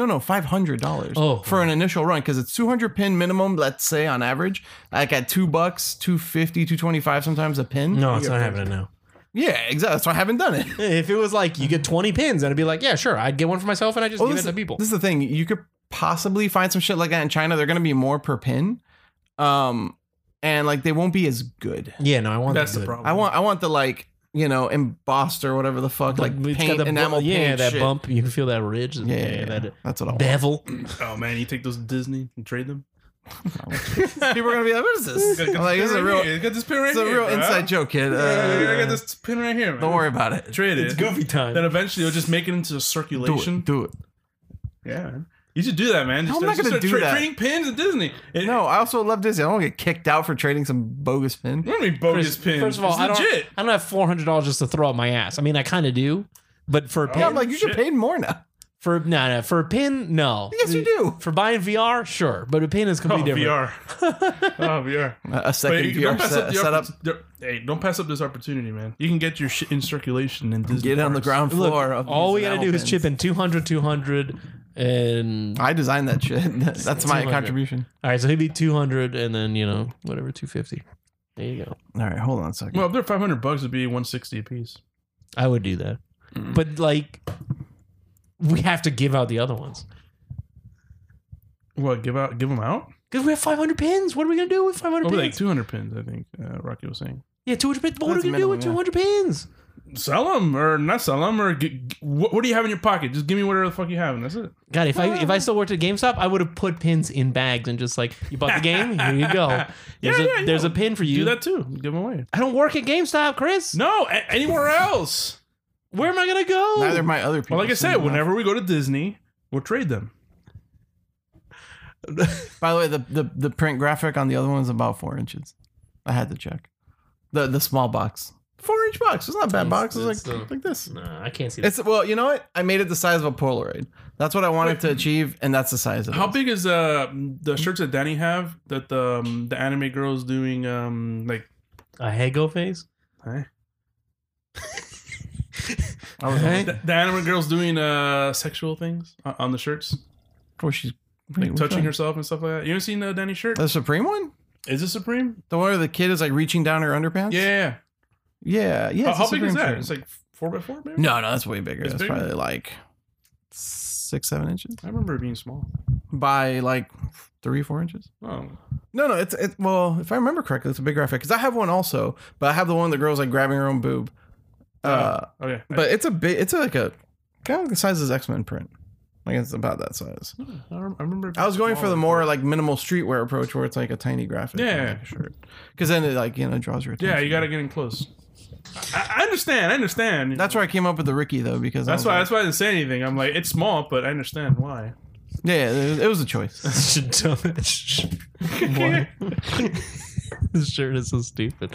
[SPEAKER 2] no, five hundred dollars
[SPEAKER 4] Oh.
[SPEAKER 2] for an initial run because it's two hundred pin minimum. Let's say on average, like at two bucks, 250 225 sometimes a pin.
[SPEAKER 4] No, it's
[SPEAKER 3] Yeah,
[SPEAKER 4] not
[SPEAKER 3] yeah.
[SPEAKER 4] happening now.
[SPEAKER 2] Yeah, exactly. That's why I haven't done it.
[SPEAKER 4] If it was like you get twenty pins, I'd be like, yeah, sure, I'd get one for myself and I just
[SPEAKER 2] Oh,
[SPEAKER 4] give it
[SPEAKER 2] this-
[SPEAKER 4] to people.
[SPEAKER 2] This is the thing. You could possibly find some shit like that in China. They're gonna be more per pin. Um and like they won't be as good.
[SPEAKER 4] yeah, no, I want
[SPEAKER 3] That's
[SPEAKER 4] the
[SPEAKER 3] the
[SPEAKER 4] good-
[SPEAKER 3] problem.
[SPEAKER 2] I want I want the like, you know, embossed or whatever the fuck, like
[SPEAKER 4] it's got
[SPEAKER 2] paint
[SPEAKER 4] the bu-
[SPEAKER 2] enamel
[SPEAKER 4] yeah,
[SPEAKER 2] paint
[SPEAKER 4] that
[SPEAKER 2] shit.
[SPEAKER 4] bump. You can feel that ridge.
[SPEAKER 2] Yeah, yeah, yeah.
[SPEAKER 4] that
[SPEAKER 2] that's what I want.
[SPEAKER 4] bevel.
[SPEAKER 3] Oh man, you take those to Disney and trade them.
[SPEAKER 2] People are gonna be like, what is this? I'm like, this is a real
[SPEAKER 3] Got this pin right
[SPEAKER 2] it's a real inside joke, kid.
[SPEAKER 3] I got
[SPEAKER 2] Uh,
[SPEAKER 3] this pin right here. Man.
[SPEAKER 2] don't worry about it.
[SPEAKER 3] Trade it.
[SPEAKER 4] It's goofy time.
[SPEAKER 3] Then eventually you'll just make it into
[SPEAKER 2] Do
[SPEAKER 3] circulation.
[SPEAKER 2] it. Do it.
[SPEAKER 3] Yeah. man. You should do that, man. Just,
[SPEAKER 2] I'm not
[SPEAKER 3] just
[SPEAKER 2] gonna
[SPEAKER 3] start
[SPEAKER 2] do
[SPEAKER 3] tra-
[SPEAKER 2] that.
[SPEAKER 3] Trading pins at Disney. It,
[SPEAKER 2] No, I also love Disney. I don't wanna get kicked out for trading some bogus pin.
[SPEAKER 3] What do you mean bogus
[SPEAKER 4] First-
[SPEAKER 3] pins?
[SPEAKER 4] First of all,
[SPEAKER 3] it's
[SPEAKER 4] I don't,
[SPEAKER 3] legit.
[SPEAKER 4] I don't have four hundred dollars just to throw up my ass. I mean, I kind of do, but for a pin,
[SPEAKER 2] Yeah, I'm like, you should
[SPEAKER 3] Shit.
[SPEAKER 2] pay more now.
[SPEAKER 4] for no, no, for a pin, no.
[SPEAKER 2] Yes, you do.
[SPEAKER 4] For buying VR, sure, but a pin is
[SPEAKER 3] Oh,
[SPEAKER 4] completely different.
[SPEAKER 3] VR. oh, VR.
[SPEAKER 2] A a second
[SPEAKER 3] But you
[SPEAKER 2] VR
[SPEAKER 3] don't pass up
[SPEAKER 2] E set,
[SPEAKER 3] the
[SPEAKER 2] setup.
[SPEAKER 3] oppor- there- Hey, don't pass up this opportunity, man. You can get your shit in circulation and Disney
[SPEAKER 2] Get on the
[SPEAKER 3] parks.
[SPEAKER 2] ground
[SPEAKER 4] Look,
[SPEAKER 2] floor. of
[SPEAKER 4] all
[SPEAKER 2] these
[SPEAKER 4] we gotta
[SPEAKER 2] enamel
[SPEAKER 4] do is
[SPEAKER 2] pins.
[SPEAKER 4] chip in 200, 200, and all
[SPEAKER 2] I designed that shit. That's my
[SPEAKER 4] 200.
[SPEAKER 2] contribution.
[SPEAKER 4] right, so he'd be two hundred, and then you know whatever two fifty. There you go.
[SPEAKER 2] All right, hold on a second.
[SPEAKER 3] Well, if they're 500 bucks, it'd be 160 a piece.
[SPEAKER 4] I would do that. But like, we have to give out the other ones
[SPEAKER 3] What? Give out? Give them out?
[SPEAKER 4] because we have 500 pins. What are we gonna do with 500
[SPEAKER 3] Oh,
[SPEAKER 4] pins?
[SPEAKER 3] like 200 pins, I think uh, Rocky was saying.
[SPEAKER 4] yeah, 200 pins. What are we
[SPEAKER 2] That's
[SPEAKER 4] gonna do with
[SPEAKER 2] minimum,
[SPEAKER 4] 200 pins?
[SPEAKER 3] Sell them or not sell them or g- g- what, what do you have in your pocket? Just give me whatever the fuck you have and that's it.
[SPEAKER 4] God, if I if I still worked at GameStop, I would have put pins in bags and just like, you bought the game, here you go. There's
[SPEAKER 3] Yeah,
[SPEAKER 4] a
[SPEAKER 3] yeah, yeah.
[SPEAKER 4] there's a pin for you.
[SPEAKER 3] Do that too. Give them away.
[SPEAKER 4] I don't work at GameStop, Chris.
[SPEAKER 3] No, a- anywhere else.
[SPEAKER 4] Where am I gonna go?
[SPEAKER 2] Neither of my other people.
[SPEAKER 3] Well, like I
[SPEAKER 2] soon
[SPEAKER 3] said,
[SPEAKER 2] enough.
[SPEAKER 3] whenever we go to Disney, we'll trade them.
[SPEAKER 2] By the way, the, the, the print graphic on the other one's about four inches. I had to check. The the small box. Four inch box. It's not a bad
[SPEAKER 5] It's-
[SPEAKER 2] box. It's,
[SPEAKER 5] it's
[SPEAKER 2] like
[SPEAKER 5] the-
[SPEAKER 2] like this.
[SPEAKER 4] Nah, I can't see that.
[SPEAKER 2] It's well, you know what? I made it the size of a Polaroid. That's what I wanted to achieve, and that's the size of it.
[SPEAKER 3] How big is uh the shirts that Danny have that the um, the anime girls doing um like
[SPEAKER 4] A Hego face?
[SPEAKER 2] I was like,
[SPEAKER 3] the, the anime girls doing uh sexual things on, on the shirts,
[SPEAKER 2] before she's
[SPEAKER 3] like
[SPEAKER 2] wait,
[SPEAKER 3] touching
[SPEAKER 2] which one?
[SPEAKER 3] herself and stuff like that. You ever seen uh, Danny's shirt?
[SPEAKER 2] The Supreme one?
[SPEAKER 3] Is it Supreme?
[SPEAKER 2] The one where the kid is like reaching down her underpants?
[SPEAKER 3] Yeah, yeah. yeah.
[SPEAKER 2] Yeah. Yeah.
[SPEAKER 3] Oh,
[SPEAKER 2] it's a
[SPEAKER 3] how big is
[SPEAKER 2] Supreme
[SPEAKER 3] that?
[SPEAKER 2] shirt.
[SPEAKER 3] It's like four by four, maybe.
[SPEAKER 2] No, no, that's way bigger.
[SPEAKER 3] It's
[SPEAKER 2] That's
[SPEAKER 3] bigger?
[SPEAKER 2] probably like six, seven inches
[SPEAKER 3] I remember it being small.
[SPEAKER 2] by like three, four inches.
[SPEAKER 3] Oh,
[SPEAKER 2] No, no, it's it's well, if I remember correctly, it's a big graphic because I have one also, but I have the one the girl's like grabbing her own boob. Uh,
[SPEAKER 3] okay.
[SPEAKER 2] but it's a big, it's like a kind of the size of X Men print. Like it's about that size.
[SPEAKER 3] I, I rem- I remember. it
[SPEAKER 2] I was
[SPEAKER 3] being
[SPEAKER 2] going for the
[SPEAKER 3] smaller.
[SPEAKER 2] more like minimal streetwear approach where it's like a tiny graphic. on,
[SPEAKER 3] Yeah.
[SPEAKER 2] like, a shirt. Because then it like you know draws your attention.
[SPEAKER 3] Yeah, you gotta get in close. I, I understand. I understand. you
[SPEAKER 2] That's
[SPEAKER 3] know.
[SPEAKER 2] where I came up with the Ricky though because I
[SPEAKER 3] That's
[SPEAKER 2] was
[SPEAKER 3] why.
[SPEAKER 2] like-
[SPEAKER 3] That's why I didn't say anything. I'm like, it's small, but I understand why.
[SPEAKER 2] yeah, yeah, it was- it was a choice.
[SPEAKER 4] What? this shirt is so stupid.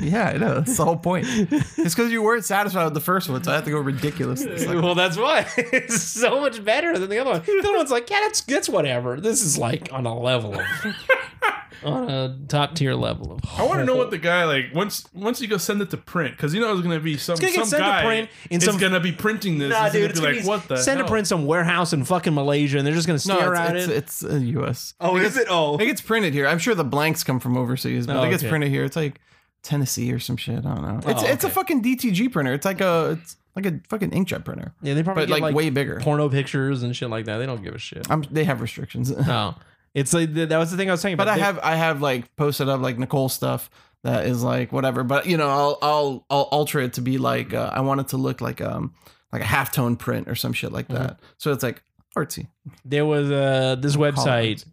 [SPEAKER 2] yeah, I know that's the whole point. It's because you weren't satisfied with the first one, so I had to go ridiculous. It's like,
[SPEAKER 4] well, that's why it's so much better than the other one. The other one's like, yeah, that's that's whatever. This is like on a level of, on a top tier level of.
[SPEAKER 3] I want to know what the guy like once. Once you go send it to print, because you know it's gonna be some.
[SPEAKER 4] gonna get
[SPEAKER 3] some
[SPEAKER 4] sent to
[SPEAKER 3] guy
[SPEAKER 4] print in
[SPEAKER 3] is
[SPEAKER 4] some-
[SPEAKER 3] gonna be printing this.
[SPEAKER 4] Nah,
[SPEAKER 3] He's gonna
[SPEAKER 4] dude, it's
[SPEAKER 3] be
[SPEAKER 4] gonna
[SPEAKER 3] like
[SPEAKER 4] be-
[SPEAKER 3] what the
[SPEAKER 4] send
[SPEAKER 3] hell?
[SPEAKER 4] a print some warehouse in fucking Malaysia, and they're just gonna
[SPEAKER 2] no,
[SPEAKER 4] stare at
[SPEAKER 2] it's
[SPEAKER 4] it.
[SPEAKER 2] it's, it's uh, U.S.
[SPEAKER 4] oh, is it? Oh,
[SPEAKER 2] It gets printed here. I'm sure the blanks come from overseas, but
[SPEAKER 4] Oh,
[SPEAKER 2] it gets
[SPEAKER 4] okay.
[SPEAKER 2] printed here. It's like Tennessee or some shit. I don't know. It's
[SPEAKER 4] Oh,
[SPEAKER 2] it's a
[SPEAKER 4] okay.
[SPEAKER 2] fucking DTG printer. It's like a it's like a fucking inkjet printer,
[SPEAKER 4] yeah, they probably
[SPEAKER 2] but
[SPEAKER 4] get,
[SPEAKER 2] like,
[SPEAKER 4] like,
[SPEAKER 2] way bigger.
[SPEAKER 4] porno pictures and shit like that. They don't give a shit.
[SPEAKER 2] I'm, they have restrictions,
[SPEAKER 4] No, it's like that was the thing I was saying.
[SPEAKER 2] but
[SPEAKER 4] about.
[SPEAKER 2] I
[SPEAKER 4] They-
[SPEAKER 2] have I have like posted up like Nicole stuff that is like whatever. But you know I'll I'll I'll alter it to be like uh, I want it to look like um like a halftone print or some shit like
[SPEAKER 4] Mm-hmm.
[SPEAKER 2] that. So it's like artsy.
[SPEAKER 4] there was uh, this website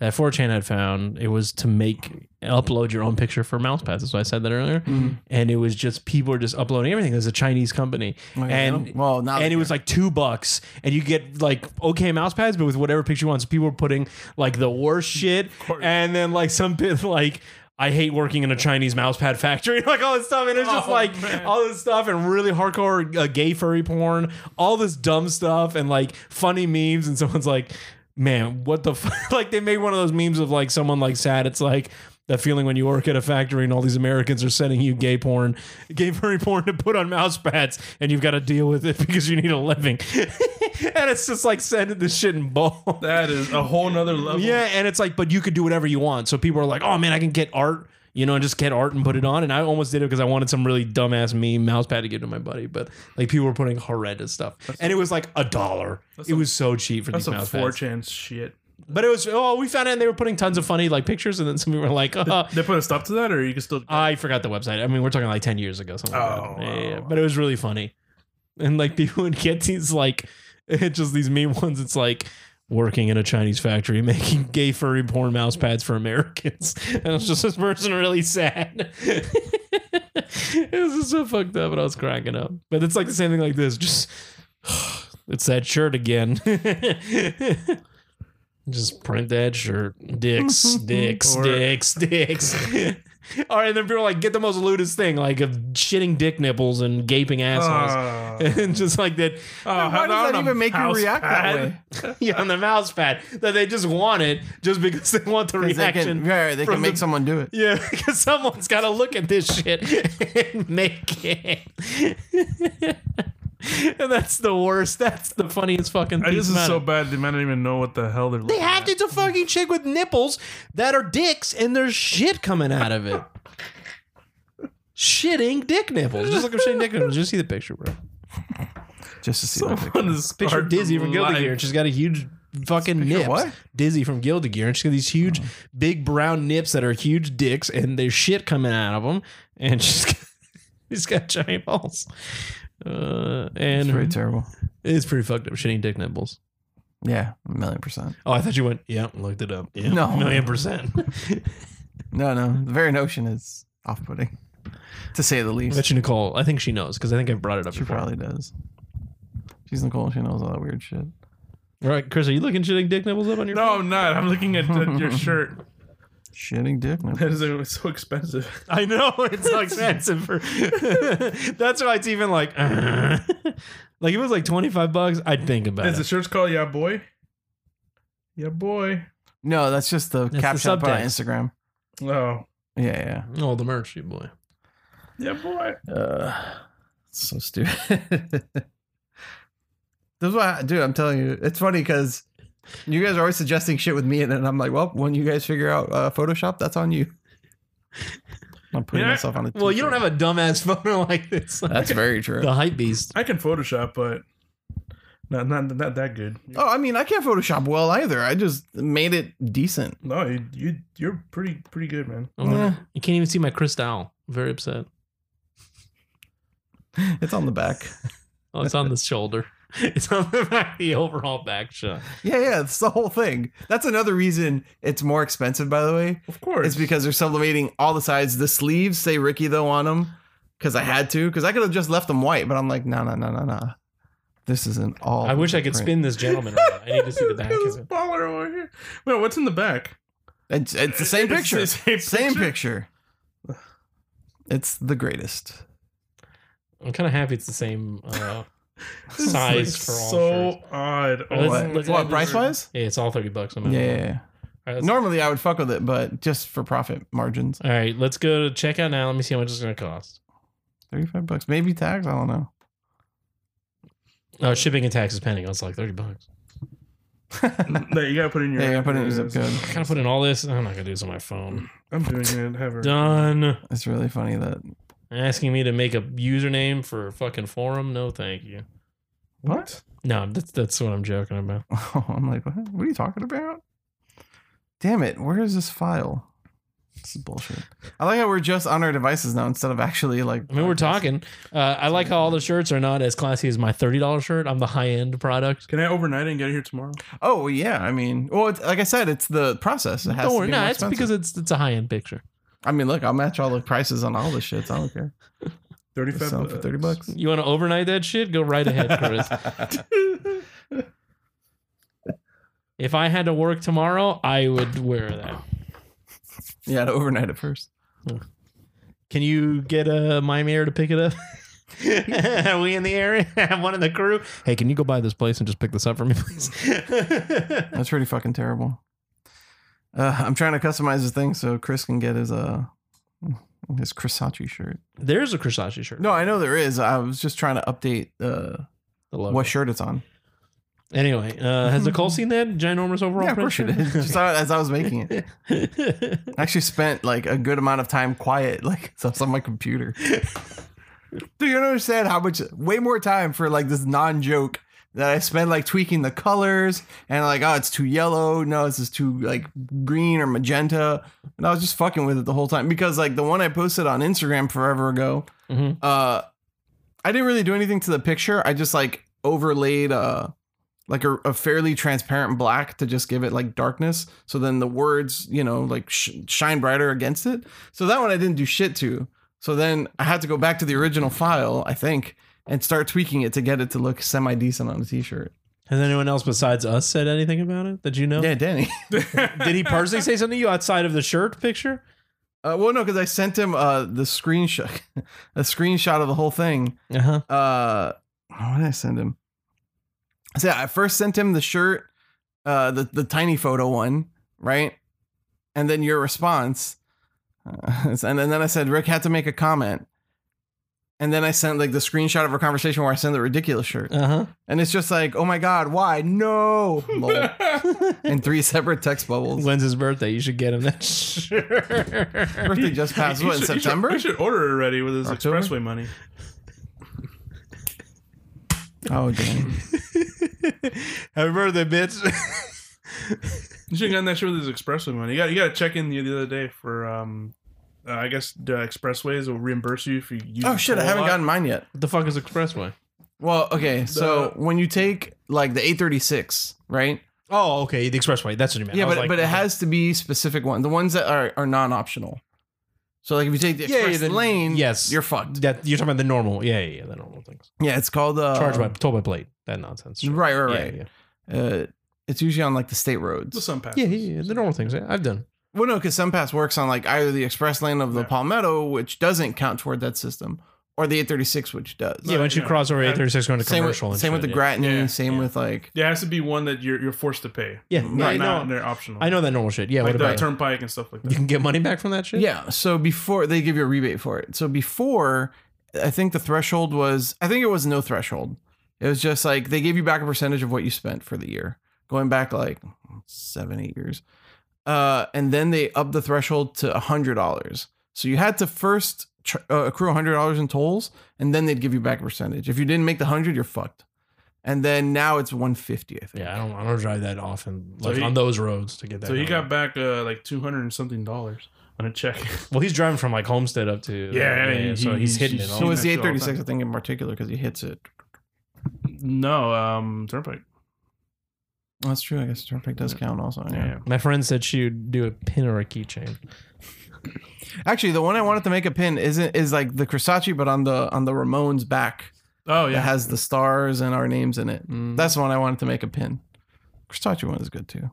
[SPEAKER 4] that 4chan had found. It was to make upload your own picture for mouse pads. That's why I said that earlier.
[SPEAKER 3] Mm-hmm.
[SPEAKER 4] And it was just people were just uploading everything. It was a Chinese company,
[SPEAKER 3] Oh,
[SPEAKER 4] and
[SPEAKER 2] well now
[SPEAKER 4] and it was like two bucks, and you get like okay mouse pads, but with whatever picture you want. So people were putting like the worst shit,
[SPEAKER 3] course.
[SPEAKER 4] and then like some bit like. I hate working in a Chinese mouse pad factory, like all this stuff, and it's just
[SPEAKER 3] Oh,
[SPEAKER 4] like
[SPEAKER 3] man.
[SPEAKER 4] all this stuff and really hardcore uh, gay furry porn, all this dumb stuff and like funny memes. And someone's like, man, what the fuck? Like they made one of those memes of like someone like sad. It's like that feeling when you work at a factory and all these Americans are sending you gay porn, gay furry porn to put on mouse pads and you've got to deal with it because you need a living. and it's just like sending this shit in bulk.
[SPEAKER 3] That is a whole nother level.
[SPEAKER 4] Yeah, and it's like, but you could do whatever you want. So people are like, oh man, I can get art, you know, and just get art and put it on. And I almost did it because I wanted some really dumbass meme mouse pad to give to my buddy, but like people were putting horrendous stuff, and it was like a dollar. It was so cheap for
[SPEAKER 3] that's
[SPEAKER 4] these
[SPEAKER 3] some
[SPEAKER 4] mouse
[SPEAKER 3] four
[SPEAKER 4] pads.
[SPEAKER 3] chan shit.
[SPEAKER 4] But it was oh, we found out they were putting tons of funny like pictures, and then some people were like, uh,
[SPEAKER 3] They put a stop to that, or you can
[SPEAKER 2] Uh,
[SPEAKER 3] still.
[SPEAKER 4] I forgot the website. I mean, we're talking like ten years ago, something. like
[SPEAKER 3] Oh,
[SPEAKER 4] that. Yeah, yeah, yeah.
[SPEAKER 3] wow.
[SPEAKER 4] but it was really funny, and like people would get these like just these meme ones. It's like working in a Chinese factory making gay furry porn mouse pads for Americans, and it was just this person really sad. it was just so fucked up, and I was cracking up. But it's like the same thing like this. Just it's that shirt again. Just print that shirt. Dicks, dicks,
[SPEAKER 3] Or-
[SPEAKER 4] dicks, dicks. All right, then people are like, get the most lewdest thing, like of shitting dick nipples and gaping assholes.
[SPEAKER 3] Uh,
[SPEAKER 4] and just like that,
[SPEAKER 3] uh,
[SPEAKER 2] why does that even make you react that way?
[SPEAKER 4] yeah, on the mouse pad, that they just want it just because they want the
[SPEAKER 2] 'Cause they
[SPEAKER 4] reaction.
[SPEAKER 2] can, yeah, they
[SPEAKER 4] from
[SPEAKER 2] can make
[SPEAKER 4] the-
[SPEAKER 2] someone do it.
[SPEAKER 4] yeah, because someone's got to look at this shit and make it. and that's the worst. That's the funniest fucking thing.
[SPEAKER 3] This is
[SPEAKER 4] about it.
[SPEAKER 3] so bad. They might not even know what the hell they're.
[SPEAKER 4] They have to. It's a fucking chick with nipples that are dicks, and there's shit coming out of it. shitting dick nipples. Just look up shitting dick nipples. Just see the picture, bro.
[SPEAKER 2] Just to see that picture.
[SPEAKER 3] Someone is
[SPEAKER 4] Picture
[SPEAKER 3] scarred
[SPEAKER 4] Dizzy
[SPEAKER 3] for
[SPEAKER 4] from Guilty
[SPEAKER 3] life.
[SPEAKER 4] Gear. and She's got a huge fucking
[SPEAKER 2] Picture
[SPEAKER 4] nips.
[SPEAKER 2] what? Oh.
[SPEAKER 4] Dizzy from Guilty Gear. And she's got these huge, big brown nips that are huge dicks, and there's shit coming out of them. And she's got, she's got giant balls. Uh,
[SPEAKER 2] It's
[SPEAKER 4] and
[SPEAKER 2] pretty terrible.
[SPEAKER 4] it's pretty fucked up. Shitting dick nipples.
[SPEAKER 2] Yeah, a million percent.
[SPEAKER 4] Oh, I thought you went, yeah, looked it up. Yeah,
[SPEAKER 2] No.
[SPEAKER 4] million percent.
[SPEAKER 2] No, no. The very notion is off putting, to say the
[SPEAKER 4] I
[SPEAKER 2] least.
[SPEAKER 4] bet you Nicole. I think she knows because I think I've brought it up
[SPEAKER 2] She
[SPEAKER 4] before.
[SPEAKER 2] probably does. She's Nicole. She knows all that weird shit.
[SPEAKER 4] All right, Chris, are you looking shitting dick nipples up on your
[SPEAKER 3] No, I'm not. I'm looking at uh, your shirt.
[SPEAKER 2] Shitting dick. No.
[SPEAKER 3] That is it's so expensive.
[SPEAKER 4] I know it's so expensive. For, that's why it's even like, like if it was like twenty five bucks, I'd think about
[SPEAKER 3] Is
[SPEAKER 4] it.
[SPEAKER 3] the shirt's called Yeah Boy? Yeah Boy.
[SPEAKER 2] No, that's just the
[SPEAKER 4] the
[SPEAKER 2] caption I put on
[SPEAKER 4] subtext.
[SPEAKER 2] Instagram.
[SPEAKER 3] Oh.
[SPEAKER 2] Yeah,
[SPEAKER 4] oh, the merch, you boy.
[SPEAKER 3] Yeah Boy.
[SPEAKER 2] yeah. Uh, so stupid. this is why, I, dude. I'm telling you, it's funny because you guys are always suggesting shit with me, and then I'm like, well, when you guys figure out uh, Photoshop, that's on you. I'm putting
[SPEAKER 3] Yeah.
[SPEAKER 2] myself on a.
[SPEAKER 4] Well, you don't
[SPEAKER 2] t-shirt.
[SPEAKER 4] have a dumbass photo like this.
[SPEAKER 2] That's very true.
[SPEAKER 4] the hype beast.
[SPEAKER 3] I can Photoshop, but not not not that good.
[SPEAKER 2] Oh, I mean, I can't Photoshop well either. I just made it decent.
[SPEAKER 3] No, you, you you're pretty pretty good, man.
[SPEAKER 2] Oh,
[SPEAKER 4] I'm gonna- Oh, You can't even see my crystal. I'm very upset.
[SPEAKER 2] It's on the back.
[SPEAKER 4] Oh, it's on the shoulder. It's on the back, the overall back shot.
[SPEAKER 2] Yeah, yeah, it's the whole thing. That's another reason it's more expensive, by the way.
[SPEAKER 3] Of course.
[SPEAKER 2] It's because they're sublimating all the sides. The sleeves say Ricky though on them because I had to because I could have just left them white, but I'm like, no, no, no, no, no. This isn't all.
[SPEAKER 4] I wish I could
[SPEAKER 2] print.
[SPEAKER 4] spin this gentleman around. I need to see the back
[SPEAKER 3] Look at
[SPEAKER 4] of
[SPEAKER 3] this
[SPEAKER 4] it.
[SPEAKER 3] baller over here. Wait, what's in the back?
[SPEAKER 2] It's, it's the same
[SPEAKER 3] It's
[SPEAKER 2] picture.
[SPEAKER 3] the same
[SPEAKER 2] Same
[SPEAKER 3] picture?
[SPEAKER 2] picture. It's the greatest.
[SPEAKER 4] I'm kind of happy it's the same uh,
[SPEAKER 3] This is,
[SPEAKER 4] size
[SPEAKER 3] like,
[SPEAKER 4] for all
[SPEAKER 3] so
[SPEAKER 4] shirts.
[SPEAKER 3] odd.
[SPEAKER 4] Or
[SPEAKER 2] What,
[SPEAKER 4] let's- look at Mm-hmm.
[SPEAKER 2] what
[SPEAKER 4] this.
[SPEAKER 2] price wise?
[SPEAKER 4] Yeah, it's all thirty bucks. No
[SPEAKER 2] Yeah,
[SPEAKER 4] matter
[SPEAKER 2] yeah,
[SPEAKER 4] what.
[SPEAKER 2] yeah.
[SPEAKER 4] All right, let's-
[SPEAKER 2] Normally I would fuck with it, but just for profit margins.
[SPEAKER 4] All right, let's go to checkout now. Let me see how much it's going to cost.
[SPEAKER 2] 35 bucks. Maybe tax. I don't know.
[SPEAKER 4] Oh, shipping and taxes pending. I was like thirty bucks.
[SPEAKER 3] That you gotta put in your.
[SPEAKER 2] Yeah, you gotta put in your zip code.
[SPEAKER 4] I gotta put in all this. I'm not gonna do this on my phone.
[SPEAKER 3] I'm doing it. Have her.
[SPEAKER 4] Done.
[SPEAKER 2] It's really funny that.
[SPEAKER 4] Asking me to make a username for a fucking forum? No, thank you.
[SPEAKER 3] What?
[SPEAKER 4] No, that's that's what I'm joking about.
[SPEAKER 2] I'm like, what? what are you talking about? Damn it. Where is this file? This is bullshit. I like how we're just on our devices now instead of actually like.
[SPEAKER 4] I mean, we're talking. Uh, I like how all the shirts are not as classy as my thirty dollars shirt. I'm the high end product.
[SPEAKER 3] Can I overnight it and get it here tomorrow?
[SPEAKER 2] Oh, yeah. I mean, well, it's, like I said, it's the process. It has
[SPEAKER 4] Don't
[SPEAKER 2] to
[SPEAKER 4] worry,
[SPEAKER 2] be
[SPEAKER 4] no,
[SPEAKER 2] more
[SPEAKER 4] it's because
[SPEAKER 2] expensive.
[SPEAKER 4] it's it's a high end picture.
[SPEAKER 2] I mean, look, I'll match all the prices on all the shits. I don't care.
[SPEAKER 3] Thirty-five
[SPEAKER 2] Just sell it for 30 bucks.
[SPEAKER 4] You want to overnight that shit? Go right ahead, Chris. if I had to work tomorrow, I would wear that.
[SPEAKER 2] Yeah, to overnight it first.
[SPEAKER 4] Can you get a my mayor to pick it up? Are we in the area? Have one in the crew. Hey, can you go by this place and just pick this up for me, please?
[SPEAKER 2] That's pretty fucking terrible. Uh, I'm trying to customize this thing so Chris can get his uh his Chrisachi shirt.
[SPEAKER 4] There's a Krisashi shirt.
[SPEAKER 2] No, I know there is. I was just trying to update uh,
[SPEAKER 4] The logo.
[SPEAKER 2] what shirt it's on.
[SPEAKER 4] Anyway, uh, has Nicole seen that ginormous overall?
[SPEAKER 2] yeah, of course it is. Just as I was making it,
[SPEAKER 4] is.
[SPEAKER 2] I actually spent like a good amount of time quiet, like so it's on my computer. Dude, you don't understand how much way more time for like this non joke that I spend like tweaking the colors and like oh it's too yellow, no this is too like green or magenta, and I was just fucking with it the whole time because like the one I posted on Instagram forever ago,
[SPEAKER 4] Mhm.
[SPEAKER 2] uh, I didn't really do anything to the picture. I just like overlaid uh like a, a fairly transparent black to just give it like darkness. So then the words, you know, like sh- shine brighter against it. So that one I didn't do shit to. So then I had to go back to the original file, I think, and start tweaking it to get it to look semi decent on a t shirt.
[SPEAKER 4] Has anyone else besides us said anything about it that you know?
[SPEAKER 2] Yeah, Danny.
[SPEAKER 4] Did he personally say something to you outside of the shirt picture?
[SPEAKER 2] Uh, well, no, because I sent him uh, the screenshot, a screenshot of the whole thing.
[SPEAKER 4] Uh
[SPEAKER 5] Uh-huh,
[SPEAKER 4] huh.
[SPEAKER 2] uh what did I send him? I said I first sent him the shirt, uh the, the tiny photo one, right? And then your response. Uh, and then I said Rick had to make a comment. And then I sent like the screenshot of our conversation where I sent the ridiculous shirt.
[SPEAKER 5] uh-huh.
[SPEAKER 4] Uh
[SPEAKER 2] And it's just like, oh my God, why? No. Lol.
[SPEAKER 4] huh.
[SPEAKER 2] In three separate text bubbles.
[SPEAKER 4] When's his birthday? You should get him that shirt.
[SPEAKER 2] Birthday just passed, what, in September?
[SPEAKER 3] You should, order it already with his
[SPEAKER 2] October?
[SPEAKER 3] expressway money.
[SPEAKER 2] Oh, dang.
[SPEAKER 4] Happy birthday, bitch.
[SPEAKER 3] You should have gotten that shit with his expressway money. You got you got to check in the, the other day for um, uh, I guess the expressways will reimburse you if you use.
[SPEAKER 2] Oh,
[SPEAKER 3] the
[SPEAKER 2] shit. I
[SPEAKER 3] toll a
[SPEAKER 2] haven't
[SPEAKER 3] lot.
[SPEAKER 2] gotten mine yet.
[SPEAKER 5] What the fuck is Expressway?
[SPEAKER 2] Well, okay. So when you take like the 836, right?
[SPEAKER 4] oh, okay. The expressway. That's what you meant.
[SPEAKER 2] Yeah,
[SPEAKER 4] I was
[SPEAKER 2] but,
[SPEAKER 4] like-
[SPEAKER 2] but it has to be specific one. The ones that are, are non optional. So like if you take the
[SPEAKER 4] Yeah, yeah,
[SPEAKER 2] express
[SPEAKER 4] then-
[SPEAKER 2] lane,
[SPEAKER 4] yes.
[SPEAKER 2] you're fucked.
[SPEAKER 4] That you're talking about the normal. Yeah, yeah, yeah. The normal things.
[SPEAKER 2] Yeah, it's called uh,
[SPEAKER 4] Charge by toll by plate. That nonsense. Sure.
[SPEAKER 2] Right, right,
[SPEAKER 4] Yeah,
[SPEAKER 2] right.
[SPEAKER 4] yeah.
[SPEAKER 2] Uh, it's usually on like the state
[SPEAKER 3] The
[SPEAKER 2] roads.
[SPEAKER 3] sun passes.
[SPEAKER 4] Yeah, yeah, yeah. The normal things. Yeah, I've done.
[SPEAKER 2] Well, no, because SunPass works on like either the express lane of the
[SPEAKER 3] Yeah.
[SPEAKER 2] Palmetto, which doesn't count toward that system, or the 836, which does.
[SPEAKER 4] Yeah, once you
[SPEAKER 3] yeah.
[SPEAKER 4] cross over 836 going to
[SPEAKER 2] Same with,
[SPEAKER 4] commercial. and
[SPEAKER 2] same with the
[SPEAKER 4] shit,
[SPEAKER 2] Grattan,
[SPEAKER 3] Yeah,
[SPEAKER 2] same with like
[SPEAKER 3] There has to be one that you're you're forced to pay.
[SPEAKER 4] Yeah, yeah.
[SPEAKER 3] Right
[SPEAKER 2] Right.
[SPEAKER 3] now,
[SPEAKER 4] no,
[SPEAKER 3] they're optional.
[SPEAKER 4] I know that normal shit. Yeah,
[SPEAKER 3] Like
[SPEAKER 4] what
[SPEAKER 3] the
[SPEAKER 4] about
[SPEAKER 3] turnpike and stuff like
[SPEAKER 4] you
[SPEAKER 3] that.
[SPEAKER 4] can get money back from that shit?
[SPEAKER 2] Yeah. So before they give you a rebate for it. So before, I think the threshold was, I think it was no threshold. It was just like they gave you back a percentage of what you spent for the year, going back like seven, eight years. Uh, and then they upped the threshold to a hundred dollars. So you had to first tr- uh, accrue a hundred dollars in tolls, and then they'd give you back a percentage. If you didn't make the hundred, you're fucked. And then now it's one fifty. I think.
[SPEAKER 4] Yeah, I don't I don't drive that often
[SPEAKER 3] So
[SPEAKER 4] like
[SPEAKER 3] he-
[SPEAKER 4] on those roads to get that.
[SPEAKER 3] So he
[SPEAKER 4] going.
[SPEAKER 3] got back uh, like two hundred and something dollars on a check.
[SPEAKER 4] Well, he's driving from like Homestead up to
[SPEAKER 3] Yeah, he-
[SPEAKER 4] so he's
[SPEAKER 3] he-
[SPEAKER 4] hitting
[SPEAKER 3] he-
[SPEAKER 4] it.
[SPEAKER 2] So
[SPEAKER 4] All.
[SPEAKER 3] he-
[SPEAKER 2] it's the
[SPEAKER 3] That's
[SPEAKER 2] eight
[SPEAKER 3] all
[SPEAKER 2] thirty six,
[SPEAKER 3] fine.
[SPEAKER 2] I think, in particular, because he hits it.
[SPEAKER 3] no, um, turnpike.
[SPEAKER 2] That's true. I guess traffic does count also. yeah.
[SPEAKER 4] My friend said she would do a pin or a keychain.
[SPEAKER 2] Actually, the one I wanted to make a pin isn't is like the Crisace, but on the on the Ramones back
[SPEAKER 3] Oh
[SPEAKER 2] it
[SPEAKER 3] yeah. Mm-hmm.
[SPEAKER 2] has the stars and our names in it. That's the one I wanted to make a pin. Crisace one is good too.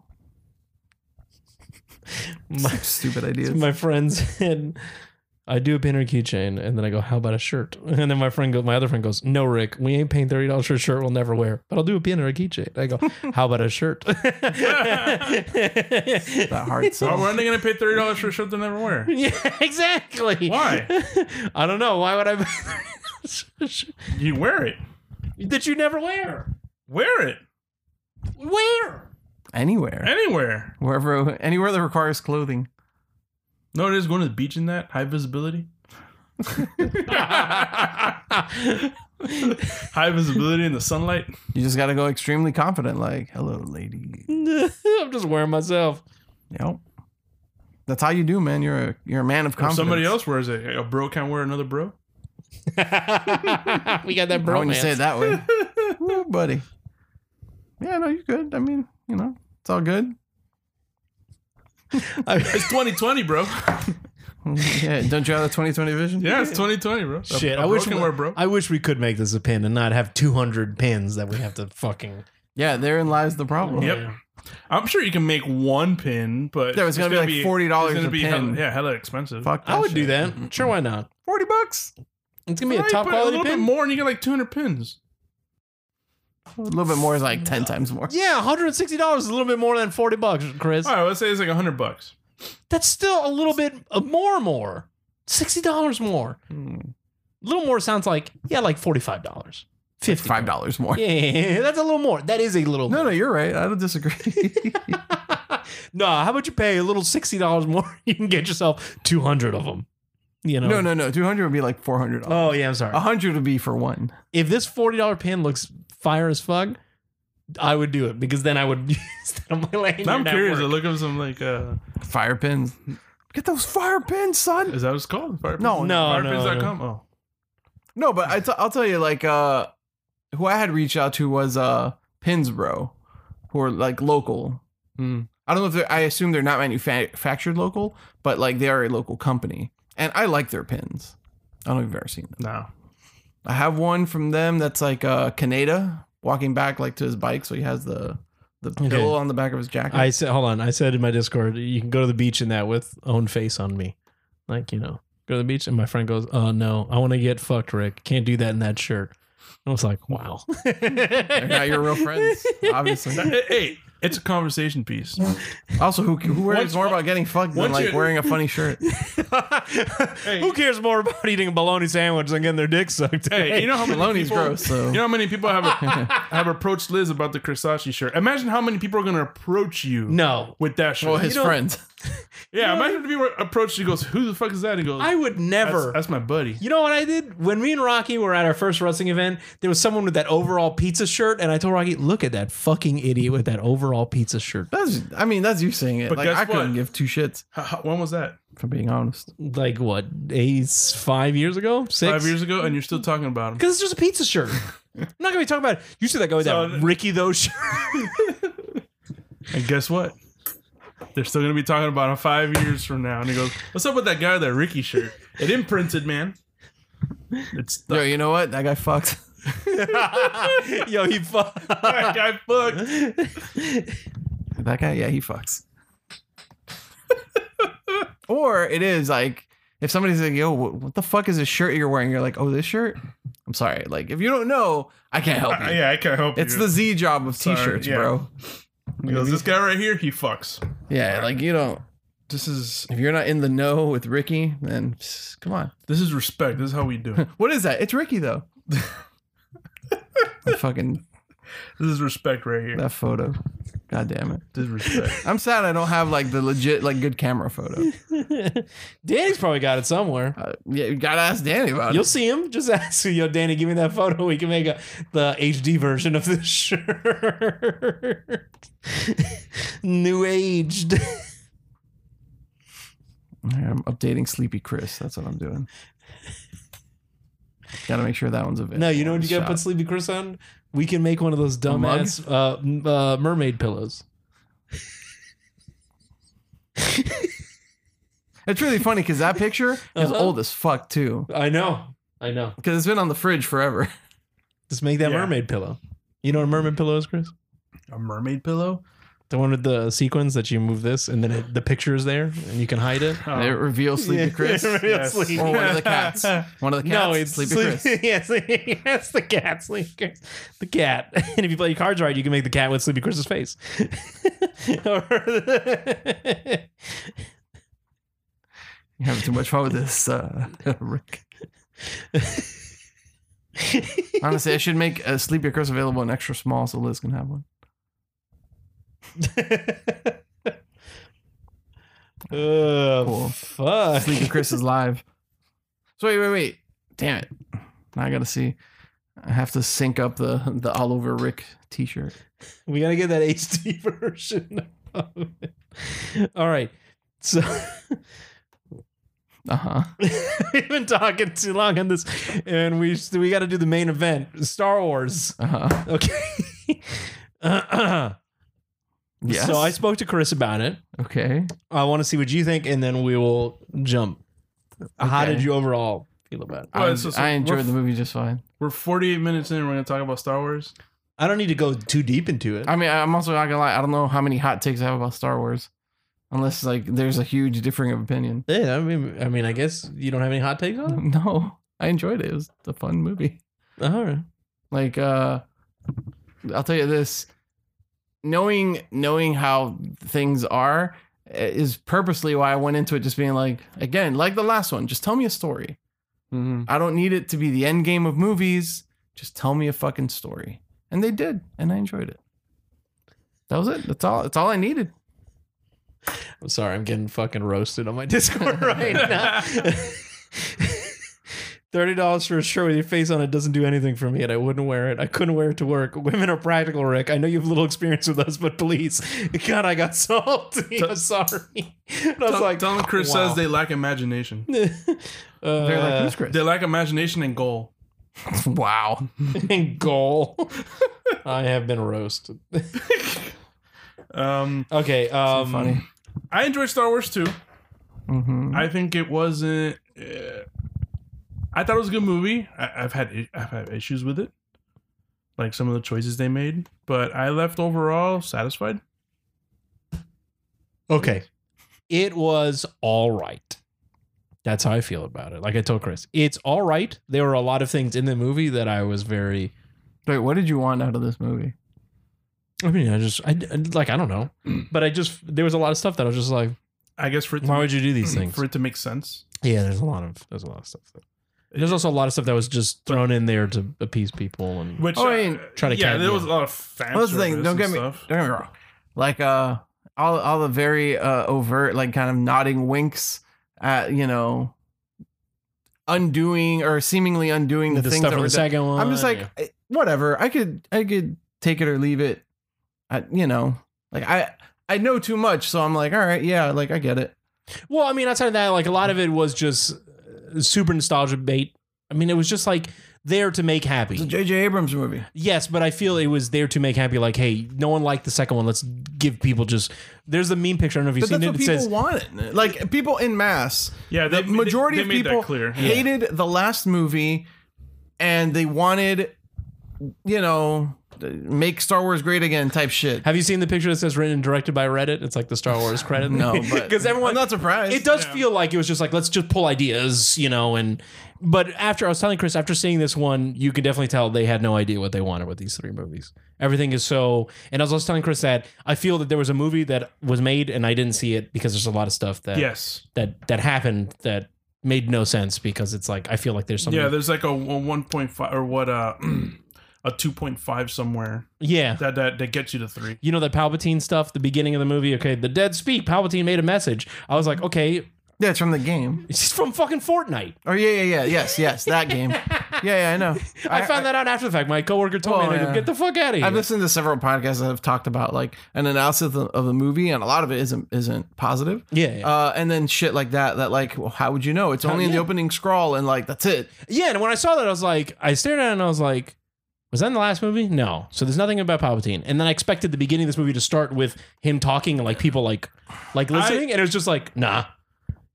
[SPEAKER 4] My,
[SPEAKER 2] Stupid ideas.
[SPEAKER 4] my friend said, "I do a pin or a keychain," and then I go, "How about a shirt?" And then my friend goes, my other friend goes, "No, Rick, we ain't paying thirty dollars for a shirt we'll never wear, but I'll do a pin or a keychain." I go, "How about a shirt?"
[SPEAKER 2] that hard
[SPEAKER 3] Why
[SPEAKER 2] sell.
[SPEAKER 3] weren't they gonna pay thirty dollars for a shirt they never wear?
[SPEAKER 4] yeah, exactly.
[SPEAKER 3] Why?
[SPEAKER 4] I don't know. Why would I?
[SPEAKER 3] You wear it.
[SPEAKER 4] that you never wear.
[SPEAKER 3] Wear it
[SPEAKER 4] Where?
[SPEAKER 2] Anywhere.
[SPEAKER 3] anywhere.
[SPEAKER 2] Wherever anywhere that requires clothing.
[SPEAKER 3] No, it is going to the beach in that high visibility. High visibility in the sunlight.
[SPEAKER 2] You just gotta go extremely confident, like, hello lady.
[SPEAKER 4] I'm just wearing myself.
[SPEAKER 2] Yep. That's how you do, man. You're a you're a man of
[SPEAKER 3] If
[SPEAKER 2] confidence.
[SPEAKER 3] somebody else wears it, a bro can't wear another bro.
[SPEAKER 4] we got that
[SPEAKER 2] I
[SPEAKER 4] bro.
[SPEAKER 2] wouldn't say it that way. Ooh, buddy. Yeah, no, you're good. I mean, you know, it's all good.
[SPEAKER 3] It's 2020, bro.
[SPEAKER 2] yeah, don't you have the 2020 vision?
[SPEAKER 3] Yeah, it's 2020, bro. A-
[SPEAKER 4] Shit,
[SPEAKER 3] a
[SPEAKER 4] I wish
[SPEAKER 3] bro can
[SPEAKER 4] we-
[SPEAKER 3] wear bro.
[SPEAKER 4] I wish we could make this a pin and not have 200 pins that we have to fucking.
[SPEAKER 2] Yeah, therein lies the problem.
[SPEAKER 3] Yep. I'm sure you can make one pin, but
[SPEAKER 2] Yeah, it's gonna be like $40
[SPEAKER 3] it's gonna
[SPEAKER 2] a
[SPEAKER 3] be
[SPEAKER 2] pin.
[SPEAKER 3] hella- yeah, hella expensive.
[SPEAKER 2] Fuck
[SPEAKER 4] I would do
[SPEAKER 2] shit.
[SPEAKER 4] that. Sure, why not?
[SPEAKER 2] 40 bucks.
[SPEAKER 4] It's gonna be
[SPEAKER 3] Right,
[SPEAKER 4] a top
[SPEAKER 3] but
[SPEAKER 4] quality
[SPEAKER 3] little
[SPEAKER 4] pin.
[SPEAKER 3] bit more, and you get like 200 pins.
[SPEAKER 2] A little bit more is like 10 times more.
[SPEAKER 4] Yeah, 160 dollars is a little bit more than 40 bucks, Chris.
[SPEAKER 3] All right, let's say it's like 100 bucks.
[SPEAKER 4] That's still a little bit uh, more. More, 60 dollars more. A little more sounds like yeah, like 45 dollars, 50.
[SPEAKER 2] Five dollars more.
[SPEAKER 4] Yeah, that's a little more. That is a little.
[SPEAKER 2] No,
[SPEAKER 4] more.
[SPEAKER 2] no, you're right. I don't disagree.
[SPEAKER 4] no, how about you pay a little sixty dollars more? You can get yourself two hundred of them. You know.
[SPEAKER 2] no, Uh-huh. no, no. 200 would be like 400.
[SPEAKER 4] Oh yeah, I'm sorry.
[SPEAKER 2] 100 would be for one.
[SPEAKER 4] If this forty dollar pin looks fire as fuck, I would do it because then I would use that on my lanyard.
[SPEAKER 3] Now I'm
[SPEAKER 4] at
[SPEAKER 3] curious. I
[SPEAKER 4] work.
[SPEAKER 3] look up some like, uh,
[SPEAKER 2] Fire pins. Get those fire pins, son.
[SPEAKER 3] is that what it's called? Fire
[SPEAKER 2] No,
[SPEAKER 3] pins?
[SPEAKER 4] no, no,
[SPEAKER 3] Firepins.com? Oh,
[SPEAKER 2] No, but I t- I'll tell you, like, uh, who I had reached out to was uh, Pinsbro, who are like local.
[SPEAKER 4] Hmm.
[SPEAKER 2] I don't know if they're, I assume they're not manufactured local, but like they are a local company. And I like their pins. I don't know if you've ever seen them.
[SPEAKER 3] no.
[SPEAKER 2] I have one from them that's like uh Kaneda walking back like to his bike, so he has the the
[SPEAKER 4] Okay.
[SPEAKER 2] pillow on the back of his jacket.
[SPEAKER 4] I said, hold on. I said in my Discord, you can go to the beach in that with own face on me, like you know, go to the beach. And my friend goes, oh no, I want to get fucked, Rick. Can't do that in that shirt. I was like, wow.
[SPEAKER 2] They're not your real friends, obviously.
[SPEAKER 3] Hey, hey, It's a conversation piece.
[SPEAKER 2] Also, who who worries
[SPEAKER 3] Once-
[SPEAKER 2] more about getting fucked than
[SPEAKER 3] once
[SPEAKER 2] like
[SPEAKER 3] you-
[SPEAKER 2] wearing a funny shirt?
[SPEAKER 4] Who cares more about eating a bologna sandwich than getting their dick sucked?
[SPEAKER 3] Hey, you know how many
[SPEAKER 2] Maloney's
[SPEAKER 3] people,
[SPEAKER 2] gross, so-
[SPEAKER 3] You know how many people have have approached Liz about the Krisashi shirt. Imagine how many people are going to approach you
[SPEAKER 4] no.
[SPEAKER 3] with that shirt.
[SPEAKER 2] Well, his
[SPEAKER 4] You know-
[SPEAKER 2] friends.
[SPEAKER 3] yeah, imagine if people approached you. Goes, who the fuck is that? He goes,
[SPEAKER 4] I would never.
[SPEAKER 3] that's, that's my buddy.
[SPEAKER 4] You know what I did? When me and Rocky were at our first wrestling event, there was someone with that overall pizza shirt, and I told Rocky, look at that fucking idiot with that overall pizza shirt.
[SPEAKER 2] That's I mean, that's you saying it.
[SPEAKER 3] But
[SPEAKER 2] like
[SPEAKER 3] guess
[SPEAKER 2] I couldn't
[SPEAKER 3] what?
[SPEAKER 2] give two shits,
[SPEAKER 3] How- how- When was that?
[SPEAKER 2] if I'm being honest.
[SPEAKER 4] Like what, eight, five years ago? Six?
[SPEAKER 3] Five years ago, and you're still talking about him.
[SPEAKER 4] Because it's just a pizza shirt. I'm not gonna be talking about it. You see that guy with
[SPEAKER 3] So-
[SPEAKER 4] that Ricky though shirt.
[SPEAKER 3] And guess what? They're still gonna be talking about him five years from now. And he goes, "What's up with that guy with that Ricky shirt? It imprinted, man. It's
[SPEAKER 2] Yo, you know what? That guy fucked.
[SPEAKER 4] Yo, he fuck.
[SPEAKER 3] that guy fucked.
[SPEAKER 2] That guy, yeah, he fucks. or it is like if somebody's like, "Yo, what, what the fuck is this shirt you're wearing?" You're like, "Oh, this shirt." I'm sorry. Like if you don't know, I can't help you.
[SPEAKER 3] Uh, yeah, I can't help
[SPEAKER 2] It's
[SPEAKER 3] you.
[SPEAKER 2] the Z job of
[SPEAKER 3] Sorry,
[SPEAKER 2] t-shirts,
[SPEAKER 3] yeah.
[SPEAKER 2] bro.
[SPEAKER 3] He goes, this guy right here, he fucks.
[SPEAKER 2] Yeah, like you don't.
[SPEAKER 3] This is
[SPEAKER 2] If you're not in the know with Ricky, then pss, come on.
[SPEAKER 3] this is respect. This is how we do it.
[SPEAKER 2] What is that? It's Ricky though. That fucking
[SPEAKER 3] This is respect right here.
[SPEAKER 2] that photo. God damn it.
[SPEAKER 3] This is respect.
[SPEAKER 2] I'm sad I don't have like the legit like good camera photo.
[SPEAKER 4] Danny's probably got it somewhere.
[SPEAKER 2] Uh, yeah, you gotta ask Danny about
[SPEAKER 4] You'll
[SPEAKER 2] it.
[SPEAKER 4] see him. Just ask him, yo, Danny, give me that photo. We can make a, the HD version of this shirt. New aged.
[SPEAKER 2] Yeah, I'm updating Sleepy Chris. That's what I'm doing. gotta make sure that one's available.
[SPEAKER 4] No, you know what you gotta
[SPEAKER 2] Shot.
[SPEAKER 4] put Sleepy Chris on? We can make one of those
[SPEAKER 2] mug?
[SPEAKER 4] dumbass uh, m- uh, mermaid pillows.
[SPEAKER 2] It's really funny because that picture is
[SPEAKER 4] Uh-huh.
[SPEAKER 2] old as fuck too.
[SPEAKER 4] I know. I know.
[SPEAKER 2] Because it's been on the fridge forever.
[SPEAKER 4] Just make that
[SPEAKER 3] Yeah.
[SPEAKER 4] mermaid pillow. You know what a mermaid pillow is, Chris?
[SPEAKER 3] A mermaid pillow?
[SPEAKER 4] The one with the sequins that you move this and then it, the picture is there and you can hide it.
[SPEAKER 3] Oh,
[SPEAKER 2] It reveals Sleepy Chris.
[SPEAKER 4] Real
[SPEAKER 3] yes.
[SPEAKER 4] Sleepy.
[SPEAKER 2] Or one of the cats. One of the cats.
[SPEAKER 4] No, it's
[SPEAKER 2] Sleepy
[SPEAKER 4] Sleep-
[SPEAKER 2] Chris.
[SPEAKER 4] yes, yes, the cat, Sleepy Chris. The cat. And if you play your cards right, you can make the cat with Sleepy Chris's face. Or-
[SPEAKER 2] You're having too much fun with this, uh, Rick. Honestly, I should make a Sleepy Chris available in extra small so Liz can have one.
[SPEAKER 4] Oh,
[SPEAKER 2] Cool.
[SPEAKER 4] fuck.
[SPEAKER 2] Sleepy Chris is live. So wait, wait, wait. Damn it. Now I gotta see. I have to sync up the the all over Rick t shirt.
[SPEAKER 4] We gotta get that HD version of it. All right. So
[SPEAKER 2] Uh-huh.
[SPEAKER 4] we've been talking too long on this, and we we got to do the main event, Star Wars.
[SPEAKER 2] Uh-huh.
[SPEAKER 4] Okay. Uh,
[SPEAKER 2] Yes.
[SPEAKER 4] So I spoke to Chris about it.
[SPEAKER 2] Okay.
[SPEAKER 4] I want to see what you think, and then we will jump. How
[SPEAKER 2] Okay.
[SPEAKER 4] did you overall feel about it?
[SPEAKER 2] I,
[SPEAKER 3] so- so
[SPEAKER 2] I
[SPEAKER 3] we're
[SPEAKER 2] enjoyed
[SPEAKER 3] f-
[SPEAKER 2] the movie just fine.
[SPEAKER 3] We're 48 minutes in. We're gonna talk about Star Wars.
[SPEAKER 4] I don't need to go too deep into it.
[SPEAKER 2] I mean, I'm also not gonna lie, I don't know how many hot takes I have about Star Wars. Unless like there's a huge differing of opinion.
[SPEAKER 4] yeah, I mean, I mean, I guess you don't have any hot takes on
[SPEAKER 2] No. I enjoyed it. It was a fun movie.
[SPEAKER 4] it. All right.
[SPEAKER 2] Like uh I'll tell you this knowing knowing how things are eh, is purposely why I went into it just being like again, like the last one, just tell me a story. I don't need it to be the end game of movies. Just tell me a fucking story. And they did, and I enjoyed it. That was it. That's all that's all I needed.
[SPEAKER 4] I'm sorry, I'm getting fucking roasted on my Discord right now. Thirty dollars for a shirt with your face on it doesn't do anything for me, and I wouldn't wear it. I couldn't wear it to work. Women are practical, Rick. I know you have little experience with us, but please, God, I got salty. I'm sorry. And I was
[SPEAKER 3] Tell,
[SPEAKER 4] like,
[SPEAKER 3] tell him Chris
[SPEAKER 4] wow.
[SPEAKER 3] says they lack imagination.
[SPEAKER 4] uh,
[SPEAKER 2] They're like, who's Chris?
[SPEAKER 3] They lack imagination and goal.
[SPEAKER 2] wow.
[SPEAKER 4] goal. I have been roasted.
[SPEAKER 3] Um,
[SPEAKER 4] Okay, um,
[SPEAKER 2] Funny.
[SPEAKER 3] I enjoyed Star Wars too.
[SPEAKER 2] hmm
[SPEAKER 3] I think it wasn't. Uh, I thought it was a good movie. I, I've had i- I've had issues with it, like some of the choices they made. But I left overall satisfied.
[SPEAKER 4] Okay. It was all right. That's how I feel about it. Like I told Chris, it's all right. There were a lot of things in the movie that I was very
[SPEAKER 2] Wait, what did you want out of this movie?
[SPEAKER 4] I mean, I just, I, I- like, I don't know, but I just, there was a lot of stuff that I was just like,
[SPEAKER 3] I guess for it to, mm,
[SPEAKER 4] why would you do these things?
[SPEAKER 3] for it to make sense.
[SPEAKER 4] Yeah, there's a lot of, there's a lot of stuff. That, there's also a lot of stuff that was just thrown in there to appease people and
[SPEAKER 3] Which
[SPEAKER 2] Oh, I mean,
[SPEAKER 4] try to
[SPEAKER 3] yeah,
[SPEAKER 4] cat-
[SPEAKER 3] there was a
[SPEAKER 4] yeah.
[SPEAKER 3] lot of fan.
[SPEAKER 2] Well, that's the thing. Don't get me.
[SPEAKER 3] Stuff.
[SPEAKER 2] Don't get me wrong. Like uh, all all the very uh overt, like kind of nodding winks at you know, undoing or seemingly undoing the,
[SPEAKER 4] the
[SPEAKER 2] things
[SPEAKER 4] stuff
[SPEAKER 2] that
[SPEAKER 4] from
[SPEAKER 2] were
[SPEAKER 4] the
[SPEAKER 2] done.
[SPEAKER 4] second one.
[SPEAKER 2] I'm just like
[SPEAKER 4] yeah.
[SPEAKER 2] I- whatever. I could I could take it or leave it. I, you know, like I I know too much, so I'm like, all right, yeah, like I get it.
[SPEAKER 4] Well, I mean, outside of that, like a lot of it was just uh, super nostalgia bait. I mean, it was just like there to make happy.
[SPEAKER 2] It's a J.J. Abrams movie.
[SPEAKER 4] Yes, but I feel it was there to make happy. Like, hey, no one liked the second one. Let's give people just. There's the meme picture. I don't know if you've
[SPEAKER 2] But
[SPEAKER 4] seen
[SPEAKER 2] that's
[SPEAKER 4] it.
[SPEAKER 2] what
[SPEAKER 4] It
[SPEAKER 2] people
[SPEAKER 4] says
[SPEAKER 2] wanted. Like people in mass,
[SPEAKER 3] Yeah, they,
[SPEAKER 2] the majority
[SPEAKER 3] they,
[SPEAKER 2] of
[SPEAKER 3] they made
[SPEAKER 2] people
[SPEAKER 3] that clear. Yeah.
[SPEAKER 2] hated the last movie, and they wanted, you know, th- make Star Wars great again type shit.
[SPEAKER 4] Have you seen the picture that says written and directed by Reddit? It's like the Star Wars credit.
[SPEAKER 2] No, but
[SPEAKER 4] because everyone.
[SPEAKER 2] I'm not surprised.
[SPEAKER 4] it does
[SPEAKER 3] Yeah.
[SPEAKER 4] feel like it was just like let's just pull ideas, you know. And but after I was telling Chris, after seeing this one, you can definitely tell they had no idea what they wanted with these three movies. Everything is so. And I was also telling Chris that I feel that there was a movie that was made and I didn't see it because there's a lot of stuff that
[SPEAKER 3] Yes.
[SPEAKER 4] that that happened that made no sense because it's like I feel like there's something.
[SPEAKER 3] Yeah, there's like a, a 1.5 or what uh, a 2.5 somewhere
[SPEAKER 4] yeah.
[SPEAKER 3] that, that that gets you to three.
[SPEAKER 4] You know the Palpatine stuff, the beginning of the movie. Okay, the dead speak. Palpatine made a message. I was like, okay,
[SPEAKER 2] Yeah, it's from the game.
[SPEAKER 4] it's from fucking Fortnite.
[SPEAKER 2] Oh yeah, yeah, yeah. Yes, yes, that game. Yeah, yeah, I know.
[SPEAKER 4] I, found that out after the fact. My coworker told
[SPEAKER 2] Well,
[SPEAKER 4] me, like,
[SPEAKER 2] yeah.
[SPEAKER 4] "Get the fuck out of here."
[SPEAKER 2] I've listened to several podcasts that have talked about like an analysis of the, of the movie, and a lot of it isn't isn't positive.
[SPEAKER 4] yeah, yeah.
[SPEAKER 2] Uh, and then shit like that. That like, well, how would you know? It's only in the
[SPEAKER 4] yeah.
[SPEAKER 2] opening scroll, and like that's it.
[SPEAKER 4] yeah. And when I saw that, I was like, I stared at it and I was like, "Was that in the last movie?" No. So there's nothing about Palpatine. And then I expected the beginning of this movie to start with him talking and like people like, like listening, and it was just like, nah.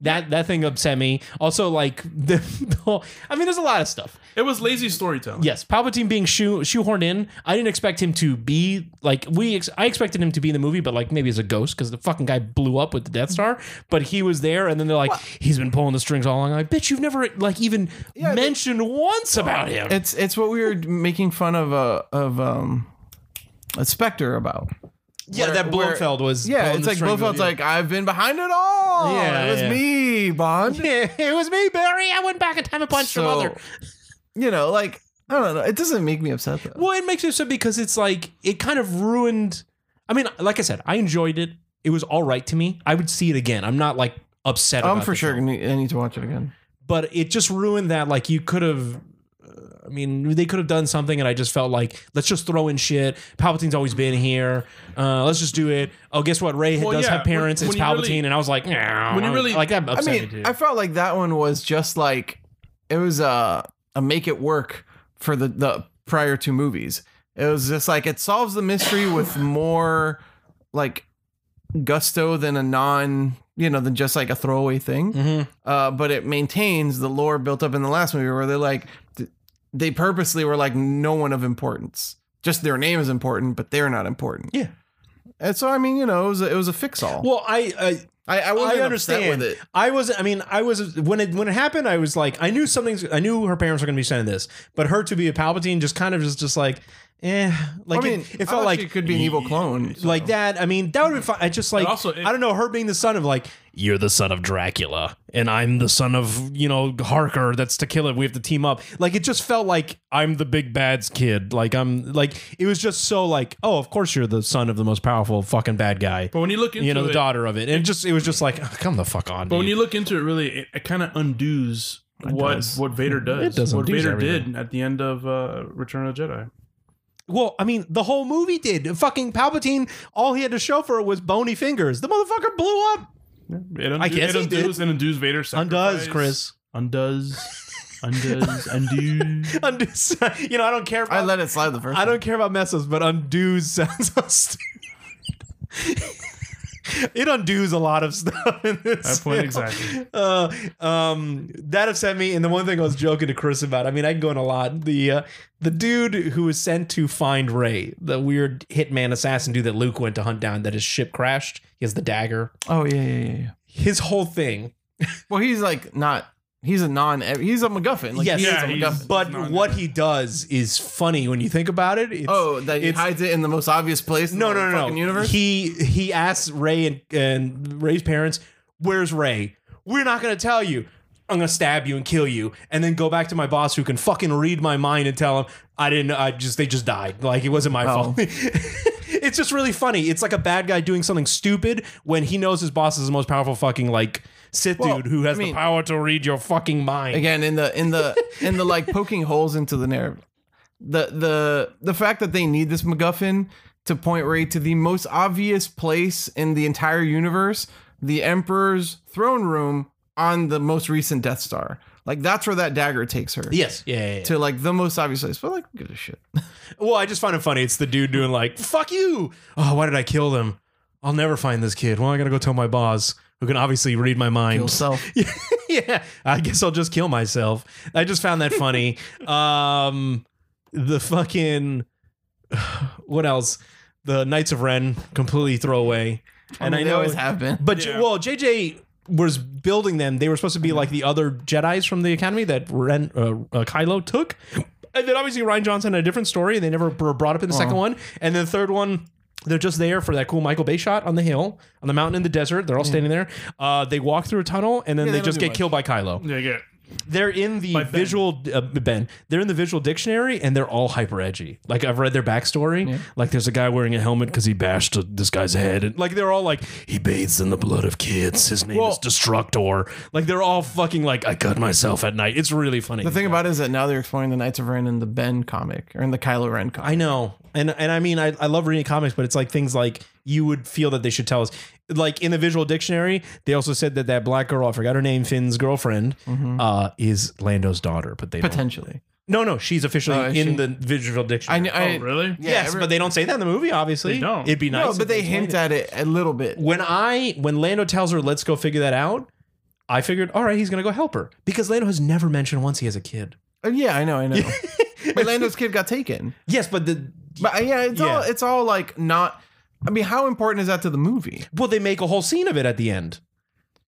[SPEAKER 4] That that thing upset me. Also, like the, the whole, I mean, there's a lot of stuff.
[SPEAKER 3] It was lazy storytelling.
[SPEAKER 4] Yes, Palpatine being shoe, shoehorned in. I didn't expect him to be like we. Ex- I expected him to be in the movie, but like maybe as a ghost because the fucking guy blew up with the Death Star. But he was there, and then they're like, he's been pulling the strings all along. I'm Like, bitch, you've never like even
[SPEAKER 2] Yeah, they-
[SPEAKER 4] mentioned once about him.
[SPEAKER 2] It's it's what we were making fun of uh, of um, a Spectre about.
[SPEAKER 4] yeah,
[SPEAKER 2] where-
[SPEAKER 4] that
[SPEAKER 2] where-
[SPEAKER 4] Blofeld was.
[SPEAKER 2] Yeah,
[SPEAKER 4] pulling
[SPEAKER 2] it's
[SPEAKER 4] the
[SPEAKER 2] like
[SPEAKER 4] strings
[SPEAKER 2] Blofeld's
[SPEAKER 4] with-
[SPEAKER 2] like, I've been behind it all.
[SPEAKER 4] Yeah,
[SPEAKER 2] it was
[SPEAKER 4] yeah.
[SPEAKER 2] me, Bond.
[SPEAKER 4] Yeah, it was me, Barry. I went back in time and punched your mother.
[SPEAKER 2] You know, like I don't know. It doesn't make me upset though.
[SPEAKER 4] Well, it makes me upset because it's like it kind of ruined. I mean, like I said, I enjoyed it. It was all right to me. I would see it again. I'm not like upset.
[SPEAKER 2] I'm
[SPEAKER 4] about
[SPEAKER 2] for
[SPEAKER 4] the
[SPEAKER 2] sure
[SPEAKER 4] film.
[SPEAKER 2] gonna I need to watch it again.
[SPEAKER 4] but it just ruined that. Like you could have, I mean, they could have done something, and I just felt like let's just throw in shit. Palpatine's always been here. Uh, let's just do it. Oh, guess what? Ray
[SPEAKER 3] Well,
[SPEAKER 4] does
[SPEAKER 3] yeah,
[SPEAKER 4] have parents.
[SPEAKER 3] when-
[SPEAKER 4] it's
[SPEAKER 3] when you
[SPEAKER 4] Palpatine,
[SPEAKER 3] really-
[SPEAKER 4] and I was like, nah,
[SPEAKER 3] when you really-
[SPEAKER 4] like that upset
[SPEAKER 2] I
[SPEAKER 4] me
[SPEAKER 2] mean,
[SPEAKER 4] too.
[SPEAKER 2] I felt like that one was just like it was a a make it work for the the prior two movies. It was just like it solves the mystery with more like gusto than a non you know than just like a throwaway thing.
[SPEAKER 4] Mhm.
[SPEAKER 2] uh, but it maintains the lore built up in the last movie where they're like th- they purposely were like no one of importance just their name is important but they're not important
[SPEAKER 4] Yeah.
[SPEAKER 2] and so i mean you know it was a, it was a fix all
[SPEAKER 4] Well, I, I
[SPEAKER 2] i i, wasn't
[SPEAKER 4] I
[SPEAKER 2] understand
[SPEAKER 4] understand.
[SPEAKER 2] with it
[SPEAKER 4] I was. I mean, I was when it when it happened. I was like, I knew something's. I knew her parents were going to be saying this, but her to be a Palpatine just kind of just just like, eh. Like
[SPEAKER 2] i mean
[SPEAKER 4] it, it
[SPEAKER 2] I
[SPEAKER 4] felt
[SPEAKER 2] thought
[SPEAKER 4] like
[SPEAKER 2] she could be an evil clone so.
[SPEAKER 4] like that. I mean, that would be fine. I just like
[SPEAKER 3] And also, it-
[SPEAKER 4] I don't know her being the son of like you're the son of Dracula and I'm the son of you know Harker. That's Tequila. We have to team up. Like it just felt like I'm the big bad's kid. Like I'm like it was just so like oh of course you're the son of the most powerful fucking bad guy.
[SPEAKER 3] But when you look into
[SPEAKER 4] You know the
[SPEAKER 3] it,
[SPEAKER 4] daughter of it. And it just it was just like "Oh, come the fuck on.
[SPEAKER 3] but when
[SPEAKER 4] dude."
[SPEAKER 3] you look into it, really, it, it kind of undoes what
[SPEAKER 4] does.
[SPEAKER 3] what Vader does.
[SPEAKER 4] It does
[SPEAKER 3] what
[SPEAKER 4] undoes
[SPEAKER 3] Vader
[SPEAKER 4] everything.
[SPEAKER 3] did at the end of uh, Return of the Jedi.
[SPEAKER 4] well I mean the whole movie did fucking Palpatine. All he had to show for it was bony fingers. The motherfucker blew up.
[SPEAKER 3] It, undo,
[SPEAKER 4] I guess
[SPEAKER 3] it
[SPEAKER 4] he did.
[SPEAKER 3] undoes and undoes Vader's sacrifice.
[SPEAKER 4] Undoes Chris.
[SPEAKER 3] Undoes. Undoes. undoes.
[SPEAKER 4] Undoes. you know I don't care. About
[SPEAKER 2] i let it slide the first
[SPEAKER 4] I
[SPEAKER 2] time.
[SPEAKER 4] don't care about messes, but undoes sounds so stupid. it undoes a lot of stuff in this.
[SPEAKER 3] That point
[SPEAKER 4] film.
[SPEAKER 3] exactly.
[SPEAKER 4] Uh, um, that upset me. And the one thing I was joking to Chris about, I mean, I can go on a lot. The uh, the dude who was sent to find Ray, the weird hitman assassin dude that Luke went to hunt down, that his ship crashed. He has the dagger.
[SPEAKER 2] oh yeah, yeah yeah yeah
[SPEAKER 4] His whole thing
[SPEAKER 2] well he's like not he's a non he's a MacGuffin. Like,
[SPEAKER 4] Yes.
[SPEAKER 2] he is
[SPEAKER 3] Yeah,
[SPEAKER 2] a
[SPEAKER 3] he's-
[SPEAKER 2] MacGuffin.
[SPEAKER 4] But
[SPEAKER 3] not
[SPEAKER 4] what
[SPEAKER 3] good.
[SPEAKER 4] he does is funny when you think about it. It's,
[SPEAKER 2] oh, that he
[SPEAKER 4] it's-
[SPEAKER 2] hides it in the most obvious place. in
[SPEAKER 4] no,
[SPEAKER 2] the
[SPEAKER 4] no, no,
[SPEAKER 2] fucking
[SPEAKER 4] no.
[SPEAKER 2] Universe.
[SPEAKER 4] He he asks Ray and, and Ray's parents, "Where's Ray? We're not gonna tell you. I'm gonna stab you and kill you, and then go back to my boss who can fucking read my mind and tell him I didn't. I just they just died. Like it wasn't my
[SPEAKER 2] Oh.
[SPEAKER 4] fault." it's just really funny. It's like a bad guy doing something stupid when he knows his boss is the most powerful fucking like Sith
[SPEAKER 2] Well,
[SPEAKER 4] dude who
[SPEAKER 2] I
[SPEAKER 4] has
[SPEAKER 2] mean-
[SPEAKER 4] the power to read your fucking mind.
[SPEAKER 2] again in the in the in the like poking holes into the narrative the the the fact that they need this macguffin to point ray to the most obvious place in the entire universe the emperor's throne room on the most recent death star like that's where that dagger takes her
[SPEAKER 4] Yes. Yeah. yeah, yeah.
[SPEAKER 2] to like the most obvious place but like who gives a shit
[SPEAKER 4] Well, I just find it funny. It's the dude doing like, fuck you. Oh, why did I kill them? I'll never find this kid. Well, I gotta go tell my boss, who can obviously read my mind.
[SPEAKER 2] yourself
[SPEAKER 4] yeah. I guess I'll just kill myself. I just found that funny. um the fucking what else? The Knights of Ren completely throw away.
[SPEAKER 2] and i, know always have been
[SPEAKER 4] But
[SPEAKER 3] Yeah.
[SPEAKER 4] well, JJ was building them. They were supposed to be like the other Jedi's from the Academy that Ren, uh, uh, Kylo took. And then obviously Ryan Johnson had a different story, and they never were brought up in the second one. And then the third one, they're just there for that cool Michael Bay shot on the hill, on the mountain in the desert. They're all standing there. Uh, they walk through a tunnel, and then
[SPEAKER 2] Yeah,
[SPEAKER 4] they,
[SPEAKER 2] they don't
[SPEAKER 4] just
[SPEAKER 2] do
[SPEAKER 4] get
[SPEAKER 2] much.
[SPEAKER 4] killed by Kylo.
[SPEAKER 3] Yeah, yeah.
[SPEAKER 4] They're in the
[SPEAKER 3] By Ben.
[SPEAKER 4] visual uh, Ben. They're in the visual dictionary, and they're all hyper edgy. Like I've read their backstory. Like there's a guy wearing a helmet because he bashed a- this guy's head, and like they're all like he bathes in the blood of kids. His name
[SPEAKER 2] Well-
[SPEAKER 4] is Destructor. Like they're all fucking like I cut myself at night. It's really funny.
[SPEAKER 2] the thing about it is that now they're exploring the knights of ren in the ben comic or in the kylo ren comic
[SPEAKER 4] I know, and and I mean, I, I love reading comics, but it's like things like you would feel that they should tell us. Like in the visual dictionary, they also said that that black girl, I forgot her name, Finn's girlfriend,
[SPEAKER 2] Mm-hmm.
[SPEAKER 4] uh, is Lando's daughter, but they don't
[SPEAKER 2] potentially
[SPEAKER 4] No, no, she's officially
[SPEAKER 2] Oh, is
[SPEAKER 4] in
[SPEAKER 2] she?
[SPEAKER 4] the visual
[SPEAKER 2] i,
[SPEAKER 4] dictionary.
[SPEAKER 2] kn- I
[SPEAKER 3] Oh, really?
[SPEAKER 2] yeah,
[SPEAKER 4] yes,
[SPEAKER 2] every-
[SPEAKER 4] but they don't say that in the movie. Obviously,
[SPEAKER 3] They don't.
[SPEAKER 4] It'd be nice.
[SPEAKER 2] no
[SPEAKER 4] if
[SPEAKER 2] but they
[SPEAKER 4] explained
[SPEAKER 2] hint
[SPEAKER 4] it.
[SPEAKER 2] at it a little bit
[SPEAKER 4] when I when Lando tells her, "Let's go figure that out," I figured, all right, he's gonna go help her because Lando has never mentioned once he has a kid.
[SPEAKER 2] Uh, yeah, I know, I know. but Lando's kid got taken.
[SPEAKER 4] Yes, but the
[SPEAKER 2] But uh, yeah, it's all
[SPEAKER 4] Yeah.
[SPEAKER 2] it's all like not. I mean, how important is that to the movie?
[SPEAKER 4] well, they make a whole scene of it at the end.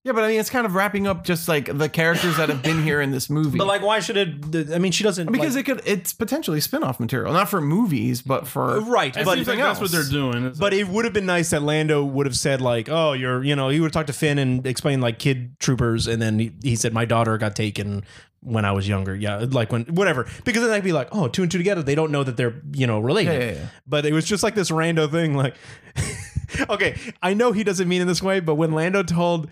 [SPEAKER 2] Yeah, but I mean, it's kind of wrapping up just like the characters that have been here in this movie.
[SPEAKER 4] But like, why should it? I mean, she doesn't
[SPEAKER 2] because
[SPEAKER 4] like-
[SPEAKER 2] it could, it's potentially spin-off material, not for movies, but for
[SPEAKER 4] right,
[SPEAKER 3] It
[SPEAKER 4] but
[SPEAKER 3] seems like that's what they're doing. It's
[SPEAKER 4] But it would have been nice that Lando would have said like, "Oh, you're," you know, he would have talked to Finn and explained like kid troopers, and then he, he said, "My daughter got taken when I was younger." Yeah, like when whatever, because then they'd be like, "Oh, two and two together." They don't know that they're you know related.
[SPEAKER 2] Yeah, yeah, yeah.
[SPEAKER 4] But it was just like this rando thing. Like, okay, I know he doesn't mean it this way, but when Lando told,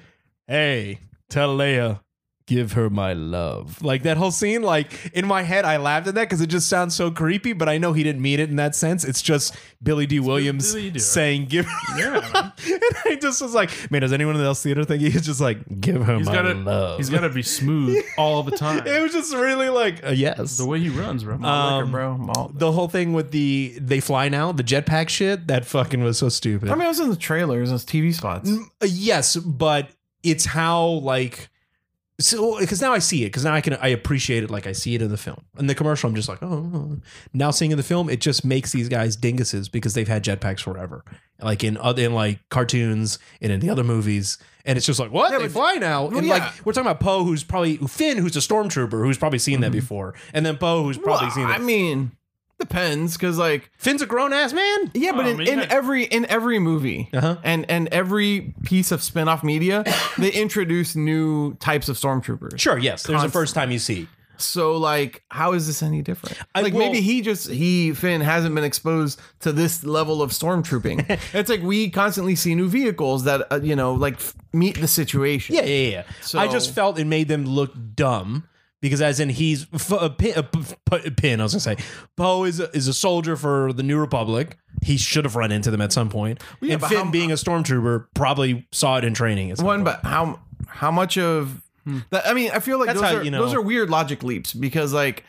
[SPEAKER 4] "Hey, tell Leia." Give her my love. Like that whole scene, like in my head, I laughed at that because it just sounds so creepy, but I know he didn't mean it in that sense. It's just Billy D. Williams
[SPEAKER 3] Billy D. Right?
[SPEAKER 4] saying give
[SPEAKER 3] Yeah, man.
[SPEAKER 4] and I just was like, man, does anyone in the else theater think he's just like give her
[SPEAKER 3] He's
[SPEAKER 4] my
[SPEAKER 3] gotta-
[SPEAKER 4] love?
[SPEAKER 3] he's got to be smooth all the time.
[SPEAKER 4] it was just really like uh, yes.
[SPEAKER 3] the way he runs, bro.
[SPEAKER 4] Um,
[SPEAKER 2] Liquor, bro. Malt.
[SPEAKER 4] The whole thing with the they fly now, the jetpack shit, that fucking was so stupid.
[SPEAKER 2] I mean, it was in the trailers, it was TV spots.
[SPEAKER 4] Uh, yes, but it's how like so because now I see it because now I can I appreciate it like I see it in the film in the commercial I'm just like oh oh. now seeing in the film it just makes these guys dinguses because they've had jetpacks forever like in other in like cartoons and in the other movies and it's just like what
[SPEAKER 2] Yeah,
[SPEAKER 4] they
[SPEAKER 2] but-
[SPEAKER 4] fly now and
[SPEAKER 2] yeah.
[SPEAKER 4] like we're talking about Poe who's probably Finn who's a stormtrooper who's probably seen that before and then Poe who's probably
[SPEAKER 2] Mm-hmm. Well,
[SPEAKER 4] seen
[SPEAKER 2] I
[SPEAKER 4] that
[SPEAKER 2] mean, depends, because like,
[SPEAKER 4] Finn's a grown ass man
[SPEAKER 2] yeah, but
[SPEAKER 3] Oh, I
[SPEAKER 2] in,
[SPEAKER 3] mean,
[SPEAKER 2] in
[SPEAKER 3] yeah.
[SPEAKER 2] every in every movie,
[SPEAKER 4] Uh-huh.
[SPEAKER 2] and and every piece of spin-off media, they introduce new types of stormtroopers.
[SPEAKER 4] sure yes there's the
[SPEAKER 2] Constant.
[SPEAKER 4] first time you see
[SPEAKER 2] So like, how is this any different?
[SPEAKER 4] I
[SPEAKER 2] like
[SPEAKER 4] will-
[SPEAKER 2] maybe he just he Finn hasn't been exposed to this level of stormtrooping. it's like we constantly see new vehicles that uh, you know like f- meet the situation.
[SPEAKER 4] Yeah, yeah, yeah. I just
[SPEAKER 2] So-
[SPEAKER 4] felt it made them look dumb because, as in, he's f- a pin, a p- p- a pin. I was gonna say Poe is a, is a soldier for the New Republic. He should have run into them at some point.
[SPEAKER 2] yeah,
[SPEAKER 4] and
[SPEAKER 2] but
[SPEAKER 4] Finn,
[SPEAKER 2] how-
[SPEAKER 4] being a stormtrooper, probably saw it in training. at some
[SPEAKER 2] One,
[SPEAKER 4] point.
[SPEAKER 2] but how how much of that? I mean, I feel like
[SPEAKER 4] Hmm. That's
[SPEAKER 2] those
[SPEAKER 4] how
[SPEAKER 2] are
[SPEAKER 4] you know.
[SPEAKER 2] those are weird logic leaps because like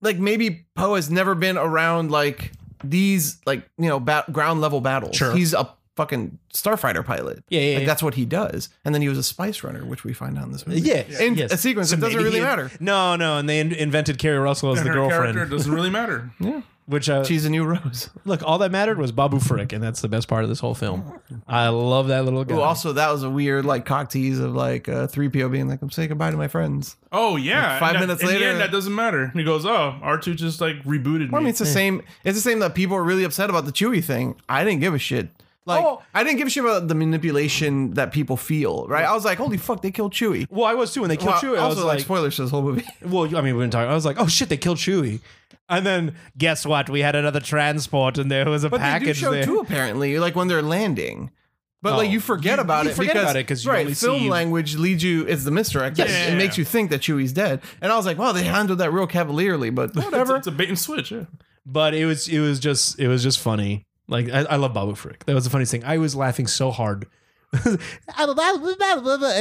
[SPEAKER 2] like maybe Poe has never been around like these like you know bat- ground level battles.
[SPEAKER 4] Sure.
[SPEAKER 2] he's a fucking starfighter pilot.
[SPEAKER 4] yeah, yeah,
[SPEAKER 2] Like
[SPEAKER 4] yeah.
[SPEAKER 2] that's what he does, and then he was a spice runner, which we find out in this movie.
[SPEAKER 4] yeah.
[SPEAKER 2] in
[SPEAKER 4] yes.
[SPEAKER 2] a sequence.
[SPEAKER 4] So
[SPEAKER 2] it doesn't
[SPEAKER 4] maybe
[SPEAKER 2] really
[SPEAKER 4] he-
[SPEAKER 2] matter.
[SPEAKER 4] No, no, and they in- invented Carrie Russell as
[SPEAKER 3] and
[SPEAKER 4] the
[SPEAKER 3] her
[SPEAKER 4] girlfriend.
[SPEAKER 3] character doesn't really matter.
[SPEAKER 2] Yeah.
[SPEAKER 4] Which uh,
[SPEAKER 2] She's a new rose.
[SPEAKER 4] look, all that mattered was Babu Frick, and that's the best part of this whole film. I love that little guy.
[SPEAKER 2] Ooh, also, that was a weird like cock tease of like uh, 3PO being like, I'm saying goodbye to my friends.
[SPEAKER 3] Oh yeah.
[SPEAKER 2] Like, five
[SPEAKER 3] And that-
[SPEAKER 2] minutes
[SPEAKER 3] in the
[SPEAKER 2] later-
[SPEAKER 3] end, that doesn't matter. And he goes, "Oh, R two just like rebooted
[SPEAKER 2] Well, I mean,
[SPEAKER 3] me."
[SPEAKER 2] it's the same. It's the same that people are really upset about the Chewy thing. I didn't give a shit. Like,
[SPEAKER 4] Oh.
[SPEAKER 2] I didn't give a shit about the manipulation that people feel. Right? I was like, holy fuck, they killed Chewy.
[SPEAKER 4] well, I was too when they killed
[SPEAKER 2] Well,
[SPEAKER 4] Chewie. I was
[SPEAKER 2] also, like,
[SPEAKER 4] like,
[SPEAKER 2] spoilers to this whole movie.
[SPEAKER 4] well, I mean, we didn't talk. I was like, oh shit, they killed Chewie. And then guess what? We had another transport, and there was a
[SPEAKER 2] But they do
[SPEAKER 4] package
[SPEAKER 2] show
[SPEAKER 4] there.
[SPEAKER 2] two apparently, like when they're landing. But like
[SPEAKER 4] Oh.
[SPEAKER 2] you forget
[SPEAKER 4] You-
[SPEAKER 2] about
[SPEAKER 4] you
[SPEAKER 2] it
[SPEAKER 4] forget
[SPEAKER 2] because
[SPEAKER 4] about it 'cause you
[SPEAKER 2] right,
[SPEAKER 4] only
[SPEAKER 2] film
[SPEAKER 4] see-
[SPEAKER 2] language leads you. It's the misdirect. that-
[SPEAKER 3] Yeah.
[SPEAKER 2] It makes you think that Chewie's dead. And I was like, wow, they handled that real cavalierly. But
[SPEAKER 3] It's,
[SPEAKER 2] whatever.
[SPEAKER 3] it's a bait and switch. Yeah.
[SPEAKER 4] but it was it was just it was just funny. Like I, I love Babu Frick. That was the funniest thing. I was laughing so hard. and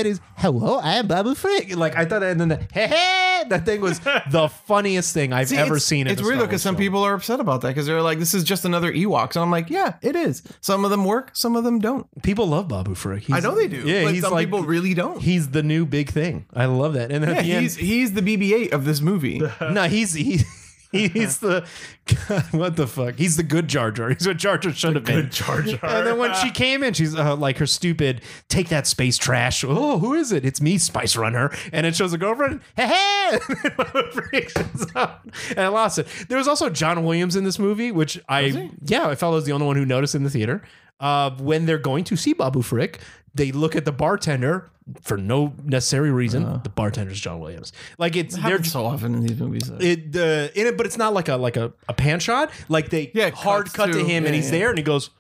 [SPEAKER 4] he's hello, I am Babu Frick. Like I thought, and then the, hey, hey, that thing was the funniest thing I've
[SPEAKER 2] See,
[SPEAKER 4] ever
[SPEAKER 2] it's,
[SPEAKER 4] seen. in
[SPEAKER 2] It's
[SPEAKER 4] a
[SPEAKER 2] weird though
[SPEAKER 4] Star
[SPEAKER 2] because
[SPEAKER 4] Wars
[SPEAKER 2] some
[SPEAKER 4] film.
[SPEAKER 2] people are upset about that because they're like, this is just another Ewoks, and I'm like, yeah, it is. Some of them work, some of them don't.
[SPEAKER 4] people love Babu Frick. He's-
[SPEAKER 2] I know they do.
[SPEAKER 4] Yeah,
[SPEAKER 2] but
[SPEAKER 4] he's
[SPEAKER 2] some
[SPEAKER 4] like
[SPEAKER 2] people really don't.
[SPEAKER 4] he's the new big thing. I love that. And then
[SPEAKER 2] yeah,
[SPEAKER 4] at the end,
[SPEAKER 2] he's he's the BB-8 of this movie.
[SPEAKER 4] no, he's he, he's the what the fuck? He's the good Jar Jar. He's what Jar Jar should have been.
[SPEAKER 3] Good Jar Jar.
[SPEAKER 4] And then when she came in, she's uh, like her stupid, take that space trash. Oh, who is it? It's me, Spice Runner. And it shows a girlfriend. Hey, hey! and I lost it. There was also John Williams in this movie, which I, yeah, I felt I was the only one who noticed in the theater. Uh, when they're going to see Babu Frick, they look at the bartender for no necessary reason.
[SPEAKER 3] Uh.
[SPEAKER 4] the bartender's John Williams. Like it's they're
[SPEAKER 2] They're so often in these movies. though.
[SPEAKER 4] it the in it, but it's not like a like a, a pan shot. Like they
[SPEAKER 2] Yeah, it
[SPEAKER 4] hard
[SPEAKER 2] cuts
[SPEAKER 4] cut to
[SPEAKER 2] to-
[SPEAKER 4] him and
[SPEAKER 2] yeah,
[SPEAKER 4] he's
[SPEAKER 2] yeah.
[SPEAKER 4] there and he goes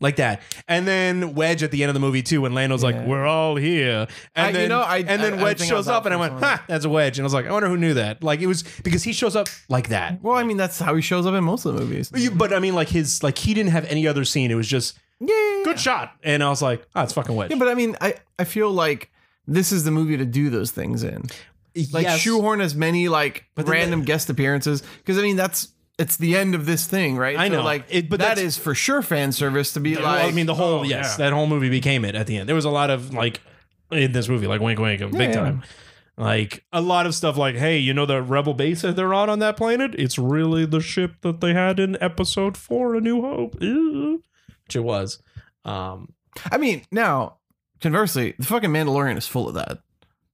[SPEAKER 4] like that. And then Wedge at the end of the movie too, when Lando's like, "We're all here," and
[SPEAKER 2] I- you
[SPEAKER 4] then
[SPEAKER 2] know, I-
[SPEAKER 4] and then
[SPEAKER 2] I- I
[SPEAKER 4] Wedge
[SPEAKER 2] think I
[SPEAKER 4] shows
[SPEAKER 2] was
[SPEAKER 4] up
[SPEAKER 2] out
[SPEAKER 4] and I
[SPEAKER 2] for
[SPEAKER 4] went,
[SPEAKER 2] some of
[SPEAKER 4] "Ha, that's Wedge," and I was like, "I wonder who knew that." Like it was because he shows up like that.
[SPEAKER 2] well, I mean, that's how he shows up in most of the movies.
[SPEAKER 4] But you- But I mean, like his like he didn't have any other scene. It was just
[SPEAKER 2] yeah.
[SPEAKER 4] good shot, and I was like, "Ah, it's fucking Wedge."
[SPEAKER 2] Yeah, but I mean, I, I feel like this is the movie to do those things in. Like
[SPEAKER 4] Yes.
[SPEAKER 2] shoehorn as many like
[SPEAKER 4] But then
[SPEAKER 2] random guest appearances because I mean that's it's the end of this thing, right?
[SPEAKER 4] I know.
[SPEAKER 2] like
[SPEAKER 4] It- but
[SPEAKER 2] but that is
[SPEAKER 4] that's-
[SPEAKER 2] for sure fan service to be
[SPEAKER 4] Well,
[SPEAKER 2] like.
[SPEAKER 4] I mean, the whole
[SPEAKER 3] oh,
[SPEAKER 4] yes,
[SPEAKER 3] yeah.
[SPEAKER 4] that whole movie became it at the end. There was a lot of like in this movie, like wink, wink, big
[SPEAKER 2] yeah.
[SPEAKER 4] time. Like a lot of stuff, like hey, you know the rebel base that they're on on that planet? It's really the ship that they had in Episode Four, A New Hope, Oh, Ew. which it was. Um,
[SPEAKER 2] I mean, now conversely, the fucking Mandalorian is full of that.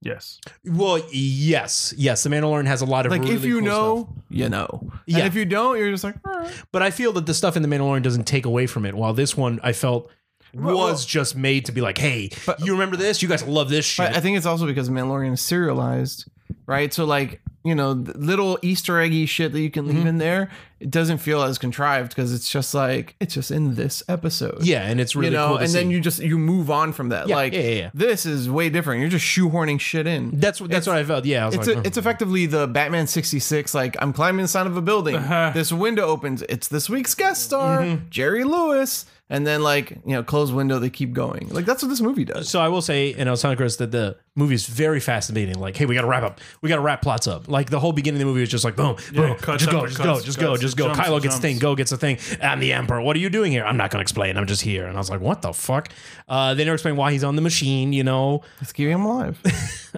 [SPEAKER 3] yes.
[SPEAKER 4] well, yes, yes, the Mandalorian has a lot of
[SPEAKER 2] Like, if
[SPEAKER 4] really
[SPEAKER 2] you
[SPEAKER 4] cool
[SPEAKER 2] know,
[SPEAKER 4] stuff.
[SPEAKER 2] you know.
[SPEAKER 4] Yeah.
[SPEAKER 2] And if you don't, you're just like, all right.
[SPEAKER 4] but I feel that the stuff in the Mandalorian doesn't take away from it. While this one, I felt.
[SPEAKER 2] Well, well-
[SPEAKER 4] was just made to be like, hey,
[SPEAKER 2] But-
[SPEAKER 4] you remember this? You guys love this shit.
[SPEAKER 2] But I think it's also because Mandalorian is serialized, right? So like you know, th- little Easter eggy shit that you can
[SPEAKER 4] Mm-hmm.
[SPEAKER 2] leave in there, it doesn't feel as contrived because it's just like it's just in this episode.
[SPEAKER 4] yeah, and it's
[SPEAKER 2] you
[SPEAKER 4] really
[SPEAKER 2] know,
[SPEAKER 4] cool. to
[SPEAKER 2] and
[SPEAKER 4] see.
[SPEAKER 2] then you just you move on from that.
[SPEAKER 4] Yeah,
[SPEAKER 2] like
[SPEAKER 4] yeah, yeah, yeah.
[SPEAKER 2] this is way different. You're just shoehorning shit in.
[SPEAKER 4] That's what that's what I felt. Yeah, I was
[SPEAKER 2] It's
[SPEAKER 4] like,
[SPEAKER 2] a,
[SPEAKER 4] "Oh."
[SPEAKER 2] it's effectively the Batman 66 like I'm climbing the side of a building.
[SPEAKER 3] Uh-huh.
[SPEAKER 2] This window opens. It's this week's guest star,
[SPEAKER 4] Mm-hmm.
[SPEAKER 2] Jerry Lewis, and then like, you know, closed window they keep going. Like that's what this movie does.
[SPEAKER 4] so I will say, and I was telling Chris that the movie is very fascinating. Like, hey, we got to wrap up. We got to wrap plots up. Like the whole beginning of the movie is just like boom, boom,
[SPEAKER 3] cuts
[SPEAKER 4] just go,
[SPEAKER 3] after
[SPEAKER 4] just
[SPEAKER 3] cuts,
[SPEAKER 4] go, just go,
[SPEAKER 3] cuts,
[SPEAKER 4] just go.
[SPEAKER 3] jumps,
[SPEAKER 4] Kylo gets a
[SPEAKER 3] jumps.
[SPEAKER 4] thing, Go gets a thing. I'm the Emperor. What are you doing here? I'm not gonna explain. I'm just here. And I was like, what the fuck? Uh, they never explain why he's on the machine. You know,
[SPEAKER 2] It's keeping him alive,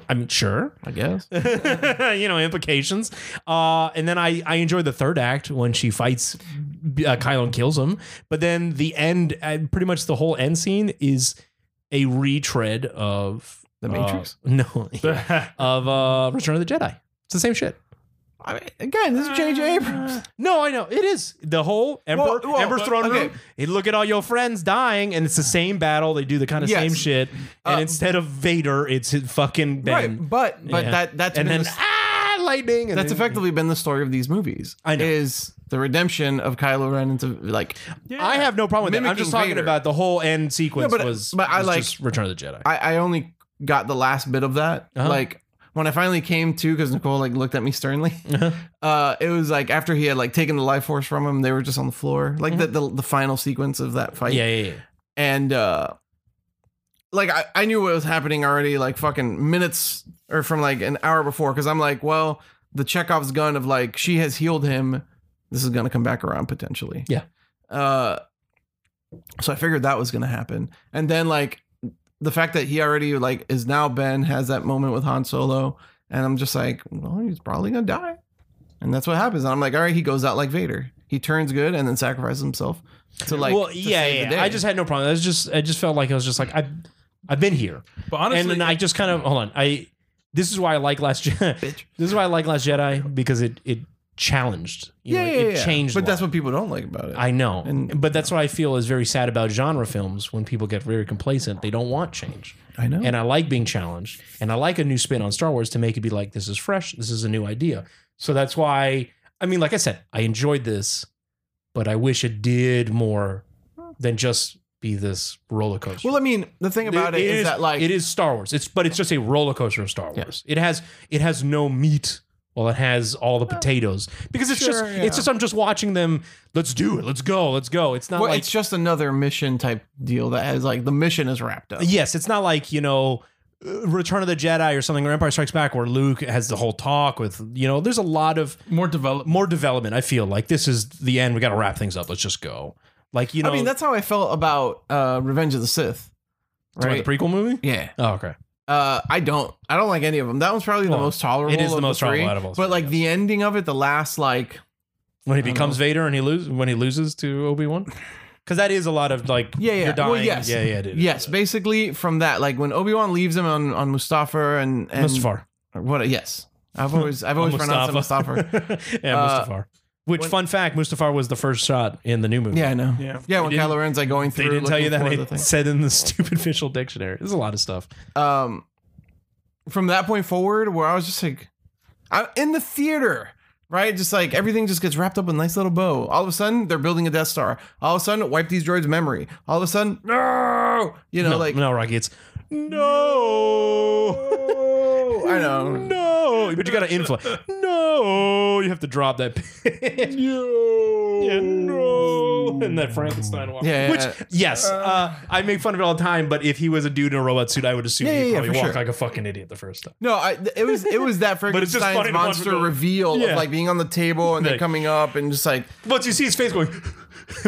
[SPEAKER 4] I'm sure.
[SPEAKER 2] I guess.
[SPEAKER 4] you know implications. Uh, and then I I enjoyed the third act when she fights uh, Kylo and kills him. But then the end, uh, pretty much the whole end scene is a retread of
[SPEAKER 2] The
[SPEAKER 4] uh,
[SPEAKER 2] Matrix?
[SPEAKER 4] no, of uh, Return of the Jedi. It's the same shit.
[SPEAKER 2] I mean, uh, again, this is J.J. Abrams.
[SPEAKER 4] No, I know it is the whole Emperor,
[SPEAKER 2] Well, well,
[SPEAKER 4] Emperor's
[SPEAKER 2] but-
[SPEAKER 4] throne
[SPEAKER 2] okay.
[SPEAKER 4] room. Hey, look at all your friends dying, and it's the same battle. They do the kind of
[SPEAKER 2] Yes.
[SPEAKER 4] same shit, and
[SPEAKER 2] Uh,
[SPEAKER 4] instead of Vader, it's his fucking Ben.
[SPEAKER 2] right, but but
[SPEAKER 4] Yeah.
[SPEAKER 2] that that's
[SPEAKER 4] and
[SPEAKER 2] been
[SPEAKER 4] then
[SPEAKER 2] the-
[SPEAKER 4] ah, lightning. And
[SPEAKER 2] that's
[SPEAKER 4] then-
[SPEAKER 2] effectively been the story of these movies.
[SPEAKER 4] I know.
[SPEAKER 2] is the redemption of Kylo Ren into like
[SPEAKER 4] I have no problem with that. I'm
[SPEAKER 2] Mimicking
[SPEAKER 4] just talking
[SPEAKER 2] Vader.
[SPEAKER 4] about the whole end sequence
[SPEAKER 2] No, but-
[SPEAKER 4] was,
[SPEAKER 2] but I
[SPEAKER 4] was
[SPEAKER 2] like-
[SPEAKER 4] just Return of the Jedi.
[SPEAKER 2] I, I only got the last bit of that.
[SPEAKER 4] Uh-huh.
[SPEAKER 2] Like when I finally came to, because Nicole like looked at me sternly.
[SPEAKER 4] Uh-huh.
[SPEAKER 2] Uh, it was like after he had like taken the life force from him, they were just on the floor. Like
[SPEAKER 4] Mm-hmm.
[SPEAKER 2] the, the the final sequence of that fight.
[SPEAKER 4] yeah, yeah, yeah.
[SPEAKER 2] and uh like I, I knew what was happening already like fucking minutes or from like an hour before because i'm like well the chekhov's gun of like she has healed him this is gonna come back around potentially
[SPEAKER 4] Yeah.
[SPEAKER 2] uh so i figured that was gonna happen and then like the fact that he already like is now ben has that moment with han solo and i'm just like well he's probably gonna die and that's what happens and i'm like all right he goes out like vader he turns good and then sacrifices himself to like.
[SPEAKER 4] well,
[SPEAKER 2] to
[SPEAKER 4] yeah,
[SPEAKER 2] save the
[SPEAKER 4] yeah.
[SPEAKER 2] day.
[SPEAKER 4] I just had no problem. I was just, I just felt like I was just like, I've, I've been here,
[SPEAKER 3] But honestly,
[SPEAKER 4] and then I just kind of hold on. I, this is why I like Last Jedi.
[SPEAKER 2] Bitch.
[SPEAKER 4] This is why I like Last Jedi because it, it challenged. You
[SPEAKER 2] yeah,
[SPEAKER 4] know,
[SPEAKER 2] yeah,
[SPEAKER 4] it, it
[SPEAKER 2] yeah.
[SPEAKER 4] changed.
[SPEAKER 2] But
[SPEAKER 4] a
[SPEAKER 2] that's
[SPEAKER 4] lot.
[SPEAKER 2] what people don't like about it.
[SPEAKER 4] I know,
[SPEAKER 2] And-
[SPEAKER 4] but that's what I feel is very sad about genre films. When people get very complacent, they don't want change.
[SPEAKER 2] I know.
[SPEAKER 4] and I like being challenged, and I like a new spin on Star Wars to make it be like this is fresh, this is a new idea. So that's why I mean, like I said, I enjoyed this, but I wish it did more than just be this roller coaster.
[SPEAKER 2] well, I mean, the thing about it is, that like
[SPEAKER 4] it is Star Wars. It's but it's just a roller coaster of Star
[SPEAKER 2] Yeah.
[SPEAKER 4] Wars. It has it has no meat. Well, it has all the potatoes because it's just
[SPEAKER 2] sure, yeah.
[SPEAKER 4] it's just I'm just watching them. Let's do it. Let's go. Let's go. It's not
[SPEAKER 2] well,
[SPEAKER 4] like
[SPEAKER 2] it's just another mission type deal that has like the mission is wrapped up.
[SPEAKER 4] Yes, it's not like you know, uh, Return of the Jedi or something, or Empire Strikes Back, where Luke has the whole talk with you know. There's a lot of
[SPEAKER 3] more developed.
[SPEAKER 4] more development. I feel like this is the end. We got to wrap things up. Let's just go. Like you know,
[SPEAKER 2] I mean, that's how I felt about uh, Revenge of the Sith.
[SPEAKER 4] talking
[SPEAKER 2] Right.
[SPEAKER 4] about the prequel movie.
[SPEAKER 2] yeah.
[SPEAKER 4] Oh, okay.
[SPEAKER 2] Uh, I don't. I don't like any of them. That one's probably
[SPEAKER 4] Well,
[SPEAKER 2] the most tolerable.
[SPEAKER 4] it is the
[SPEAKER 2] of
[SPEAKER 4] most
[SPEAKER 2] three,
[SPEAKER 4] tolerable out of all three,
[SPEAKER 2] But like
[SPEAKER 4] yes.
[SPEAKER 2] the ending of it, the last like
[SPEAKER 4] When he
[SPEAKER 2] I don't
[SPEAKER 4] becomes Vader and he loses when he loses to Obi Wan, because that is a lot of like
[SPEAKER 2] Yeah, yeah.
[SPEAKER 4] you're dying.
[SPEAKER 2] Well, yes.
[SPEAKER 4] yeah yeah it is.
[SPEAKER 2] yes, basically from that like when Obi Wan leaves him on on Mustafar and and
[SPEAKER 4] Mustafar.
[SPEAKER 2] What? Yes, I've always I've
[SPEAKER 4] Oh,
[SPEAKER 2] always pronounced him Mustafar.
[SPEAKER 4] Mustafar. yeah,
[SPEAKER 2] Uh,
[SPEAKER 4] Mustafar. Which
[SPEAKER 2] when-
[SPEAKER 4] fun fact? Mustafar was the first shot in the new movie.
[SPEAKER 2] Yeah, I know.
[SPEAKER 3] Yeah.
[SPEAKER 2] Yeah, when
[SPEAKER 4] They didn't-
[SPEAKER 2] Kylo Ren's like going
[SPEAKER 4] They
[SPEAKER 2] through.
[SPEAKER 4] didn't tell you
[SPEAKER 2] looking
[SPEAKER 4] that.
[SPEAKER 2] for
[SPEAKER 4] It said in the stupid official dictionary. There's a lot of stuff.
[SPEAKER 2] um, from that point forward, where I was just like, I'm in the theater, right? Just like everything just gets wrapped up in a nice little bow. All of a sudden, they're building a Death Star. All of a sudden, wipe these droids' memory. All of a sudden, no, you know,
[SPEAKER 4] no,
[SPEAKER 2] like
[SPEAKER 4] no, Rocky. It's no.
[SPEAKER 2] I know.
[SPEAKER 4] No, but you got to inflate. No, you have to drop that. pitch. Yeah, no. And that Frankenstein walk.
[SPEAKER 2] Yeah, yeah,
[SPEAKER 4] Which
[SPEAKER 2] yeah.
[SPEAKER 4] yes, uh, I make fun of it all the time. But if he was a dude in a robot suit, I would assume
[SPEAKER 2] Yeah, yeah,
[SPEAKER 4] he'd
[SPEAKER 2] yeah,
[SPEAKER 4] probably
[SPEAKER 2] for
[SPEAKER 4] walk
[SPEAKER 2] sure.
[SPEAKER 4] like a fucking idiot the first time.
[SPEAKER 2] no. I, it was it was that
[SPEAKER 4] it's just funny
[SPEAKER 2] Frankenstein's
[SPEAKER 4] to watch
[SPEAKER 2] monster
[SPEAKER 4] him go-
[SPEAKER 2] reveal
[SPEAKER 4] Yeah.
[SPEAKER 2] of like being on the table and then
[SPEAKER 4] Like-
[SPEAKER 2] coming up and just like
[SPEAKER 4] But you see his face going,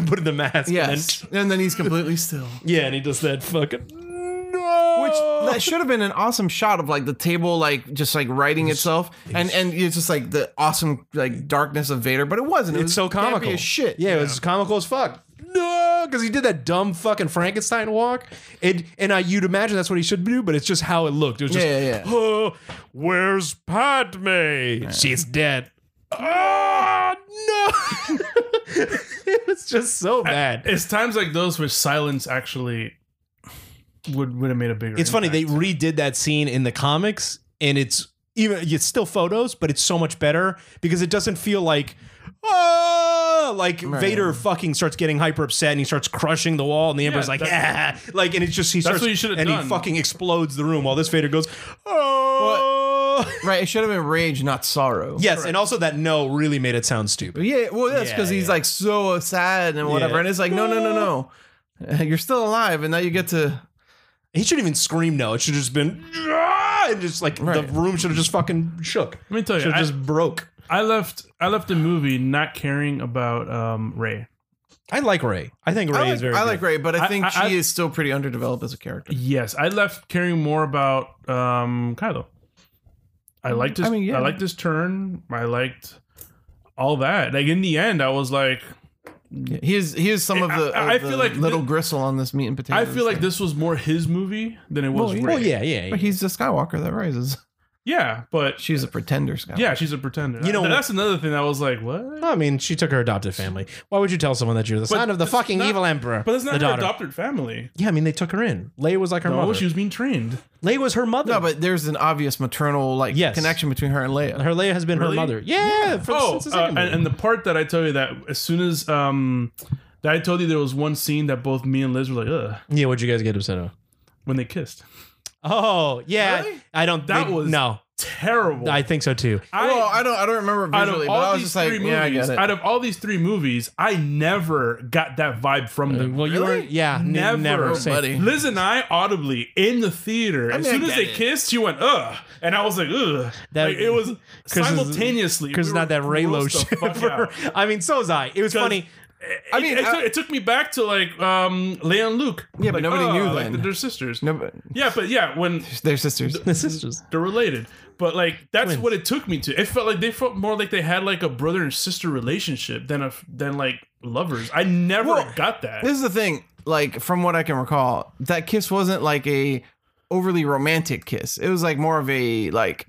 [SPEAKER 4] putting the mask.
[SPEAKER 2] yes,
[SPEAKER 4] And
[SPEAKER 2] and then he's completely still.
[SPEAKER 4] then, yeah, and he does that fucking no.
[SPEAKER 2] Which that should have been an awesome shot of like the table like just like writing itself and and it's just like the awesome like darkness of Vader, but it wasn't. It
[SPEAKER 4] it's
[SPEAKER 2] was
[SPEAKER 4] so
[SPEAKER 2] campy
[SPEAKER 4] comical
[SPEAKER 2] as shit.
[SPEAKER 4] Yeah, it was comical as fuck. No, because he did that dumb fucking Frankenstein walk, and and I you'd imagine that's what he should do, but it's just how it looked. It was just,
[SPEAKER 2] Yeah, yeah, yeah.
[SPEAKER 4] oh, where's Padme? She's dead. Ah, no! it was just so bad.
[SPEAKER 3] It's times like those which silence actually would would have made a bigger.
[SPEAKER 4] It's funny they
[SPEAKER 3] impact.
[SPEAKER 4] redid that scene in the comics, and it's even it's still photos, but it's so much better because it doesn't feel like oh, like
[SPEAKER 2] Right.
[SPEAKER 4] Vader fucking starts getting hyper upset and he starts crushing the wall, and the Emperor's like yeah,
[SPEAKER 3] that's-
[SPEAKER 4] like and it's just he
[SPEAKER 3] That's
[SPEAKER 4] starts
[SPEAKER 3] what you should have
[SPEAKER 4] and he
[SPEAKER 3] done.
[SPEAKER 4] fucking explodes the room while this Vader goes oh
[SPEAKER 2] Right. It should have been rage, not sorrow.
[SPEAKER 4] yes, and also that no really made it sound stupid.
[SPEAKER 2] Yeah, well, that's
[SPEAKER 4] Yeah,
[SPEAKER 2] because he's
[SPEAKER 4] yeah.
[SPEAKER 2] like so sad and whatever,
[SPEAKER 4] Yeah.
[SPEAKER 2] and it's like no, no, no, no, you're still alive, and now you get to
[SPEAKER 4] He shouldn't even scream no. It should have just been "Ah," and just like
[SPEAKER 2] Right.
[SPEAKER 4] the room should have just fucking shook.
[SPEAKER 3] Let me tell you,
[SPEAKER 4] Should
[SPEAKER 3] I,
[SPEAKER 4] have just broke.
[SPEAKER 3] I left. I left the movie not caring about um, Ray.
[SPEAKER 4] I like Ray. I think Ray
[SPEAKER 2] I like,
[SPEAKER 4] is very.
[SPEAKER 2] I
[SPEAKER 4] good.
[SPEAKER 2] like Ray, but I
[SPEAKER 3] I-
[SPEAKER 2] think
[SPEAKER 3] I-
[SPEAKER 2] she
[SPEAKER 3] I-
[SPEAKER 2] is still pretty underdeveloped as a character.
[SPEAKER 3] Yes, I left caring more about um, Kylo. I liked his.
[SPEAKER 2] I
[SPEAKER 3] I,
[SPEAKER 2] mean, yeah.
[SPEAKER 3] liked his turn. I liked all that. Like in the end, I was like,
[SPEAKER 2] Yeah, He is he is some of
[SPEAKER 3] I-
[SPEAKER 2] the,
[SPEAKER 3] I- I
[SPEAKER 2] of the
[SPEAKER 3] feel like
[SPEAKER 2] little
[SPEAKER 3] thi-
[SPEAKER 2] gristle on this meat and potato.
[SPEAKER 3] I feel like this was more his movie than it was.
[SPEAKER 2] Well,
[SPEAKER 3] Rey.
[SPEAKER 4] Well, yeah, yeah. yeah.
[SPEAKER 2] But he's a Skywalker that rises.
[SPEAKER 3] yeah, but
[SPEAKER 2] She's a pretender Skywalker.
[SPEAKER 3] yeah, she's a pretender.
[SPEAKER 4] You
[SPEAKER 3] You
[SPEAKER 4] know-
[SPEAKER 3] know, that's another thing. that I was like, what?
[SPEAKER 4] I mean, she took her adopted family. Why would you tell someone that you're the
[SPEAKER 3] But
[SPEAKER 4] son of the
[SPEAKER 3] that's
[SPEAKER 4] fucking
[SPEAKER 3] not-
[SPEAKER 4] evil emperor?
[SPEAKER 3] But that's
[SPEAKER 4] the
[SPEAKER 3] not her
[SPEAKER 4] daughter.
[SPEAKER 3] adopted family.
[SPEAKER 4] yeah, I mean, they took her in. Leia was like her
[SPEAKER 3] No,
[SPEAKER 4] mother.
[SPEAKER 3] she was being trained.
[SPEAKER 4] Leia was her mother.
[SPEAKER 2] No, but there's an obvious maternal like
[SPEAKER 4] Yes.
[SPEAKER 2] connection between her and Leia.
[SPEAKER 4] her Leia has been
[SPEAKER 3] Really?
[SPEAKER 4] her mother. Yeah. for-
[SPEAKER 3] Oh,
[SPEAKER 4] since the
[SPEAKER 3] uh,
[SPEAKER 4] second
[SPEAKER 3] and,
[SPEAKER 4] movie.
[SPEAKER 3] and the part that I tell you that as soon as um, that I told you there was one scene that both me and Liz were like, ugh,
[SPEAKER 4] yeah, what'd you guys get upset about?
[SPEAKER 3] when they kissed.
[SPEAKER 4] Oh, yeah.
[SPEAKER 3] Really?
[SPEAKER 4] I don't.
[SPEAKER 3] That
[SPEAKER 4] think-
[SPEAKER 3] was-
[SPEAKER 4] no.
[SPEAKER 3] Terrible.
[SPEAKER 4] I think so too.
[SPEAKER 3] I-
[SPEAKER 2] well, I don't I don't remember
[SPEAKER 3] out of
[SPEAKER 2] visually, but I
[SPEAKER 3] all
[SPEAKER 2] was
[SPEAKER 3] these
[SPEAKER 2] just
[SPEAKER 3] three
[SPEAKER 2] like, yeah, I
[SPEAKER 3] movies,
[SPEAKER 2] get it.
[SPEAKER 3] out of all these three movies, I never got that vibe from them.
[SPEAKER 4] Well, you
[SPEAKER 2] Really?
[SPEAKER 4] were. Yeah. n-
[SPEAKER 3] Never.
[SPEAKER 4] Uh, Never.
[SPEAKER 3] Oh,
[SPEAKER 4] Same.
[SPEAKER 2] buddy.
[SPEAKER 3] Liz and I audibly in the theater.
[SPEAKER 2] I
[SPEAKER 3] as
[SPEAKER 2] mean, I
[SPEAKER 3] soon
[SPEAKER 2] get
[SPEAKER 3] as they
[SPEAKER 2] it.
[SPEAKER 3] kissed, she went ugh, and I was like ugh.
[SPEAKER 4] That-
[SPEAKER 3] like, it was
[SPEAKER 4] is-
[SPEAKER 3] simultaneously
[SPEAKER 4] Because
[SPEAKER 3] we
[SPEAKER 4] not
[SPEAKER 3] were
[SPEAKER 4] that Raylo
[SPEAKER 3] grossed the fuck
[SPEAKER 4] shiver.
[SPEAKER 3] out.
[SPEAKER 4] I mean, so was I. It was funny.
[SPEAKER 2] I mean,
[SPEAKER 3] it, it
[SPEAKER 2] I-
[SPEAKER 3] took, it took me back to like um, Leia and Luke.
[SPEAKER 2] Yeah, but
[SPEAKER 3] Like,
[SPEAKER 2] nobody
[SPEAKER 3] oh,
[SPEAKER 2] knew
[SPEAKER 3] like,
[SPEAKER 2] then.
[SPEAKER 3] they're sisters.
[SPEAKER 2] No, but
[SPEAKER 3] Yeah, but yeah, when
[SPEAKER 2] they're sisters.
[SPEAKER 4] This is just
[SPEAKER 3] they're related, but like that's
[SPEAKER 4] Twins.
[SPEAKER 3] what it took me to. It felt like they felt more like they had like a brother and sister relationship than a than like lovers. I never
[SPEAKER 2] Well,
[SPEAKER 3] got that.
[SPEAKER 2] This is the thing. Like from what I can recall, that kiss wasn't like a overly romantic kiss. It was like more of a like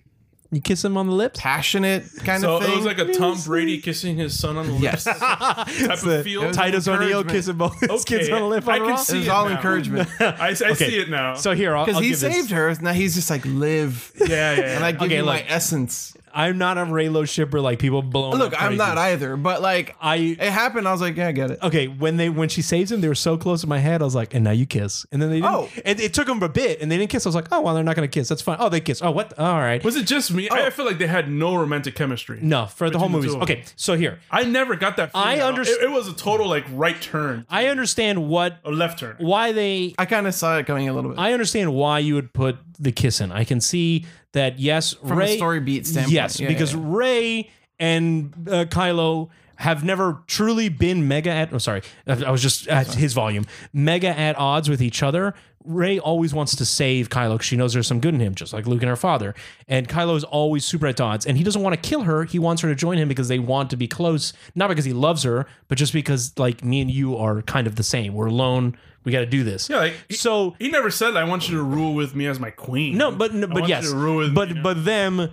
[SPEAKER 4] you kiss him on the lips.
[SPEAKER 2] passionate kind
[SPEAKER 3] so
[SPEAKER 2] of thing.
[SPEAKER 3] it was like a Tom Brady kissing his son on the lips.
[SPEAKER 2] Yes.
[SPEAKER 4] Type
[SPEAKER 3] of feel.
[SPEAKER 4] Titus O'Neil
[SPEAKER 2] Encouragement.
[SPEAKER 4] kissing both his
[SPEAKER 3] Okay,
[SPEAKER 4] kids on the lip. On
[SPEAKER 3] I can
[SPEAKER 4] Raw.
[SPEAKER 3] see
[SPEAKER 2] it was
[SPEAKER 3] it
[SPEAKER 2] all
[SPEAKER 3] now.
[SPEAKER 2] encouragement
[SPEAKER 3] I, I see it now.
[SPEAKER 4] So here, I'll,
[SPEAKER 2] because
[SPEAKER 4] I'll
[SPEAKER 2] he
[SPEAKER 4] give this.
[SPEAKER 2] saved her. Now he's just like live,
[SPEAKER 3] yeah, yeah.
[SPEAKER 2] and I give
[SPEAKER 4] Okay,
[SPEAKER 2] you my
[SPEAKER 4] look.
[SPEAKER 2] essence.
[SPEAKER 4] I'm not a Raylo shipper like people blowing.
[SPEAKER 2] Look,
[SPEAKER 4] up
[SPEAKER 2] I'm
[SPEAKER 4] crazy.
[SPEAKER 2] not either, but like
[SPEAKER 4] I
[SPEAKER 2] it happened. I was like, yeah, I get it.
[SPEAKER 4] okay when they when she saves him, they were so close to my head. I was like, and now you kiss. And then they didn't.
[SPEAKER 2] Oh.
[SPEAKER 4] And it took them a bit, and they didn't kiss. I was like, oh well, they're not gonna kiss. That's fine. Oh, they kiss. Oh, what? All right.
[SPEAKER 3] was it just me? I, I feel like they had no romantic chemistry.
[SPEAKER 4] Oh. No, for the whole
[SPEAKER 3] Between the
[SPEAKER 4] movie.
[SPEAKER 3] two of them.
[SPEAKER 4] Okay, so here
[SPEAKER 3] I never got that. Feeling
[SPEAKER 4] I
[SPEAKER 3] at all.
[SPEAKER 4] underst-
[SPEAKER 3] It, it was a total like right turn
[SPEAKER 4] I understand what
[SPEAKER 3] or left turn.
[SPEAKER 4] why they
[SPEAKER 2] I kind of saw it coming a little bit
[SPEAKER 4] I understand why you would put the kiss in. I can see that. Yes,
[SPEAKER 2] from
[SPEAKER 4] Ray.
[SPEAKER 2] a story beat standpoint.
[SPEAKER 4] Yes,
[SPEAKER 2] Yeah,
[SPEAKER 4] because
[SPEAKER 2] yeah, yeah.
[SPEAKER 4] Ray and uh, Kylo have never truly been mega at. I'm sorry, I I was just at his volume. Mega at odds with each other. Ray always wants to save Kylo because she knows there's some good in him, just like Luke and her father. And Kylo is always super at odds, and he doesn't want to kill her. He wants her to join him because they want to be close, not because he loves her, but just because like me and you are kind of the same. We're alone. We got to do this.
[SPEAKER 3] Yeah, like he,
[SPEAKER 4] So
[SPEAKER 3] he never said I want you to rule with me as my queen.
[SPEAKER 4] no, but no,
[SPEAKER 3] I
[SPEAKER 4] but
[SPEAKER 3] want
[SPEAKER 4] yes,
[SPEAKER 3] you to rule with
[SPEAKER 4] but
[SPEAKER 3] me, you know?
[SPEAKER 4] but them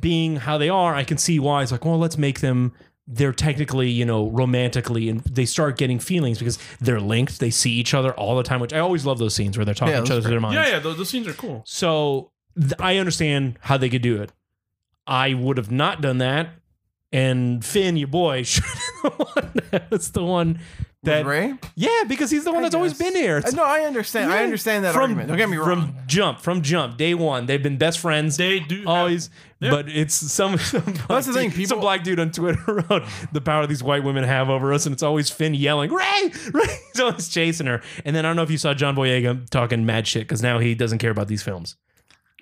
[SPEAKER 4] being how they are, I can see why it's like, well, let's make them. They're technically, you know, romantically, and they start getting feelings because they're linked. They see each other all the time, which I always love those scenes where they're talking
[SPEAKER 2] Yeah,
[SPEAKER 4] to each
[SPEAKER 2] those
[SPEAKER 4] other through their minds.
[SPEAKER 3] yeah, yeah, those, those scenes are cool.
[SPEAKER 4] So th- I understand how they could do it. I would have not done that, and Finn, your boy, should have been the one that was the one that,
[SPEAKER 2] With Ray.
[SPEAKER 4] yeah, because he's the one
[SPEAKER 2] I
[SPEAKER 4] that's always
[SPEAKER 2] guess.
[SPEAKER 4] been here.
[SPEAKER 2] Uh, No, I understand. I
[SPEAKER 4] Yeah.
[SPEAKER 2] understand that argument. Don't get me wrong.
[SPEAKER 4] From jump, from jump, day one, they've been best friends.
[SPEAKER 3] They do have-
[SPEAKER 4] always,
[SPEAKER 3] Yeah.
[SPEAKER 4] but it's some. some black
[SPEAKER 2] That's the thing,
[SPEAKER 4] dude-
[SPEAKER 2] people-
[SPEAKER 4] some black dude on Twitter wrote the power these white women have over us, and it's always Finn yelling, "Ray, Ray!" He's always chasing her. And then I don't know if you saw John Boyega talking mad shit because now he doesn't care about these films.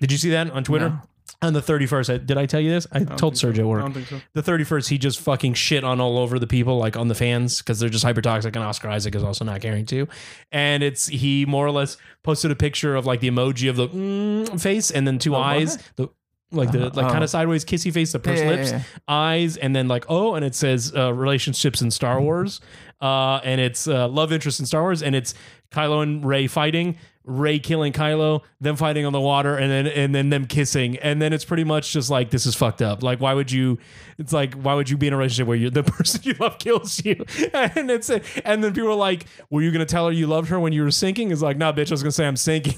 [SPEAKER 4] Did you see that on Twitter? On the 31st, I, did I tell you this? I, told Sergio at
[SPEAKER 3] I
[SPEAKER 4] work
[SPEAKER 3] don't think so.
[SPEAKER 4] the 31st he just fucking shit on all over the people like on the fans because they're just hypertoxic and oscar isaac is also not caring too and it's he more or less posted a picture of like the emoji of the mm, face and then two
[SPEAKER 2] what?
[SPEAKER 4] eyes the like the like
[SPEAKER 2] Uh-huh.
[SPEAKER 4] kind of sideways kissy face the
[SPEAKER 2] Yeah,
[SPEAKER 4] pursed
[SPEAKER 2] yeah,
[SPEAKER 4] lips
[SPEAKER 2] yeah.
[SPEAKER 4] eyes and then like oh and it says uh, relationships in star wars uh and it's uh, love interest in star wars and it's kylo and ray fighting ray killing kylo them fighting on the water and then and then them kissing and then it's pretty much just like this is fucked up like why would you it's like why would you be in a relationship where you the person you love kills you and it's and then people are like were you gonna tell her you loved her when you were sinking it's like nah bitch i was gonna say i'm sinking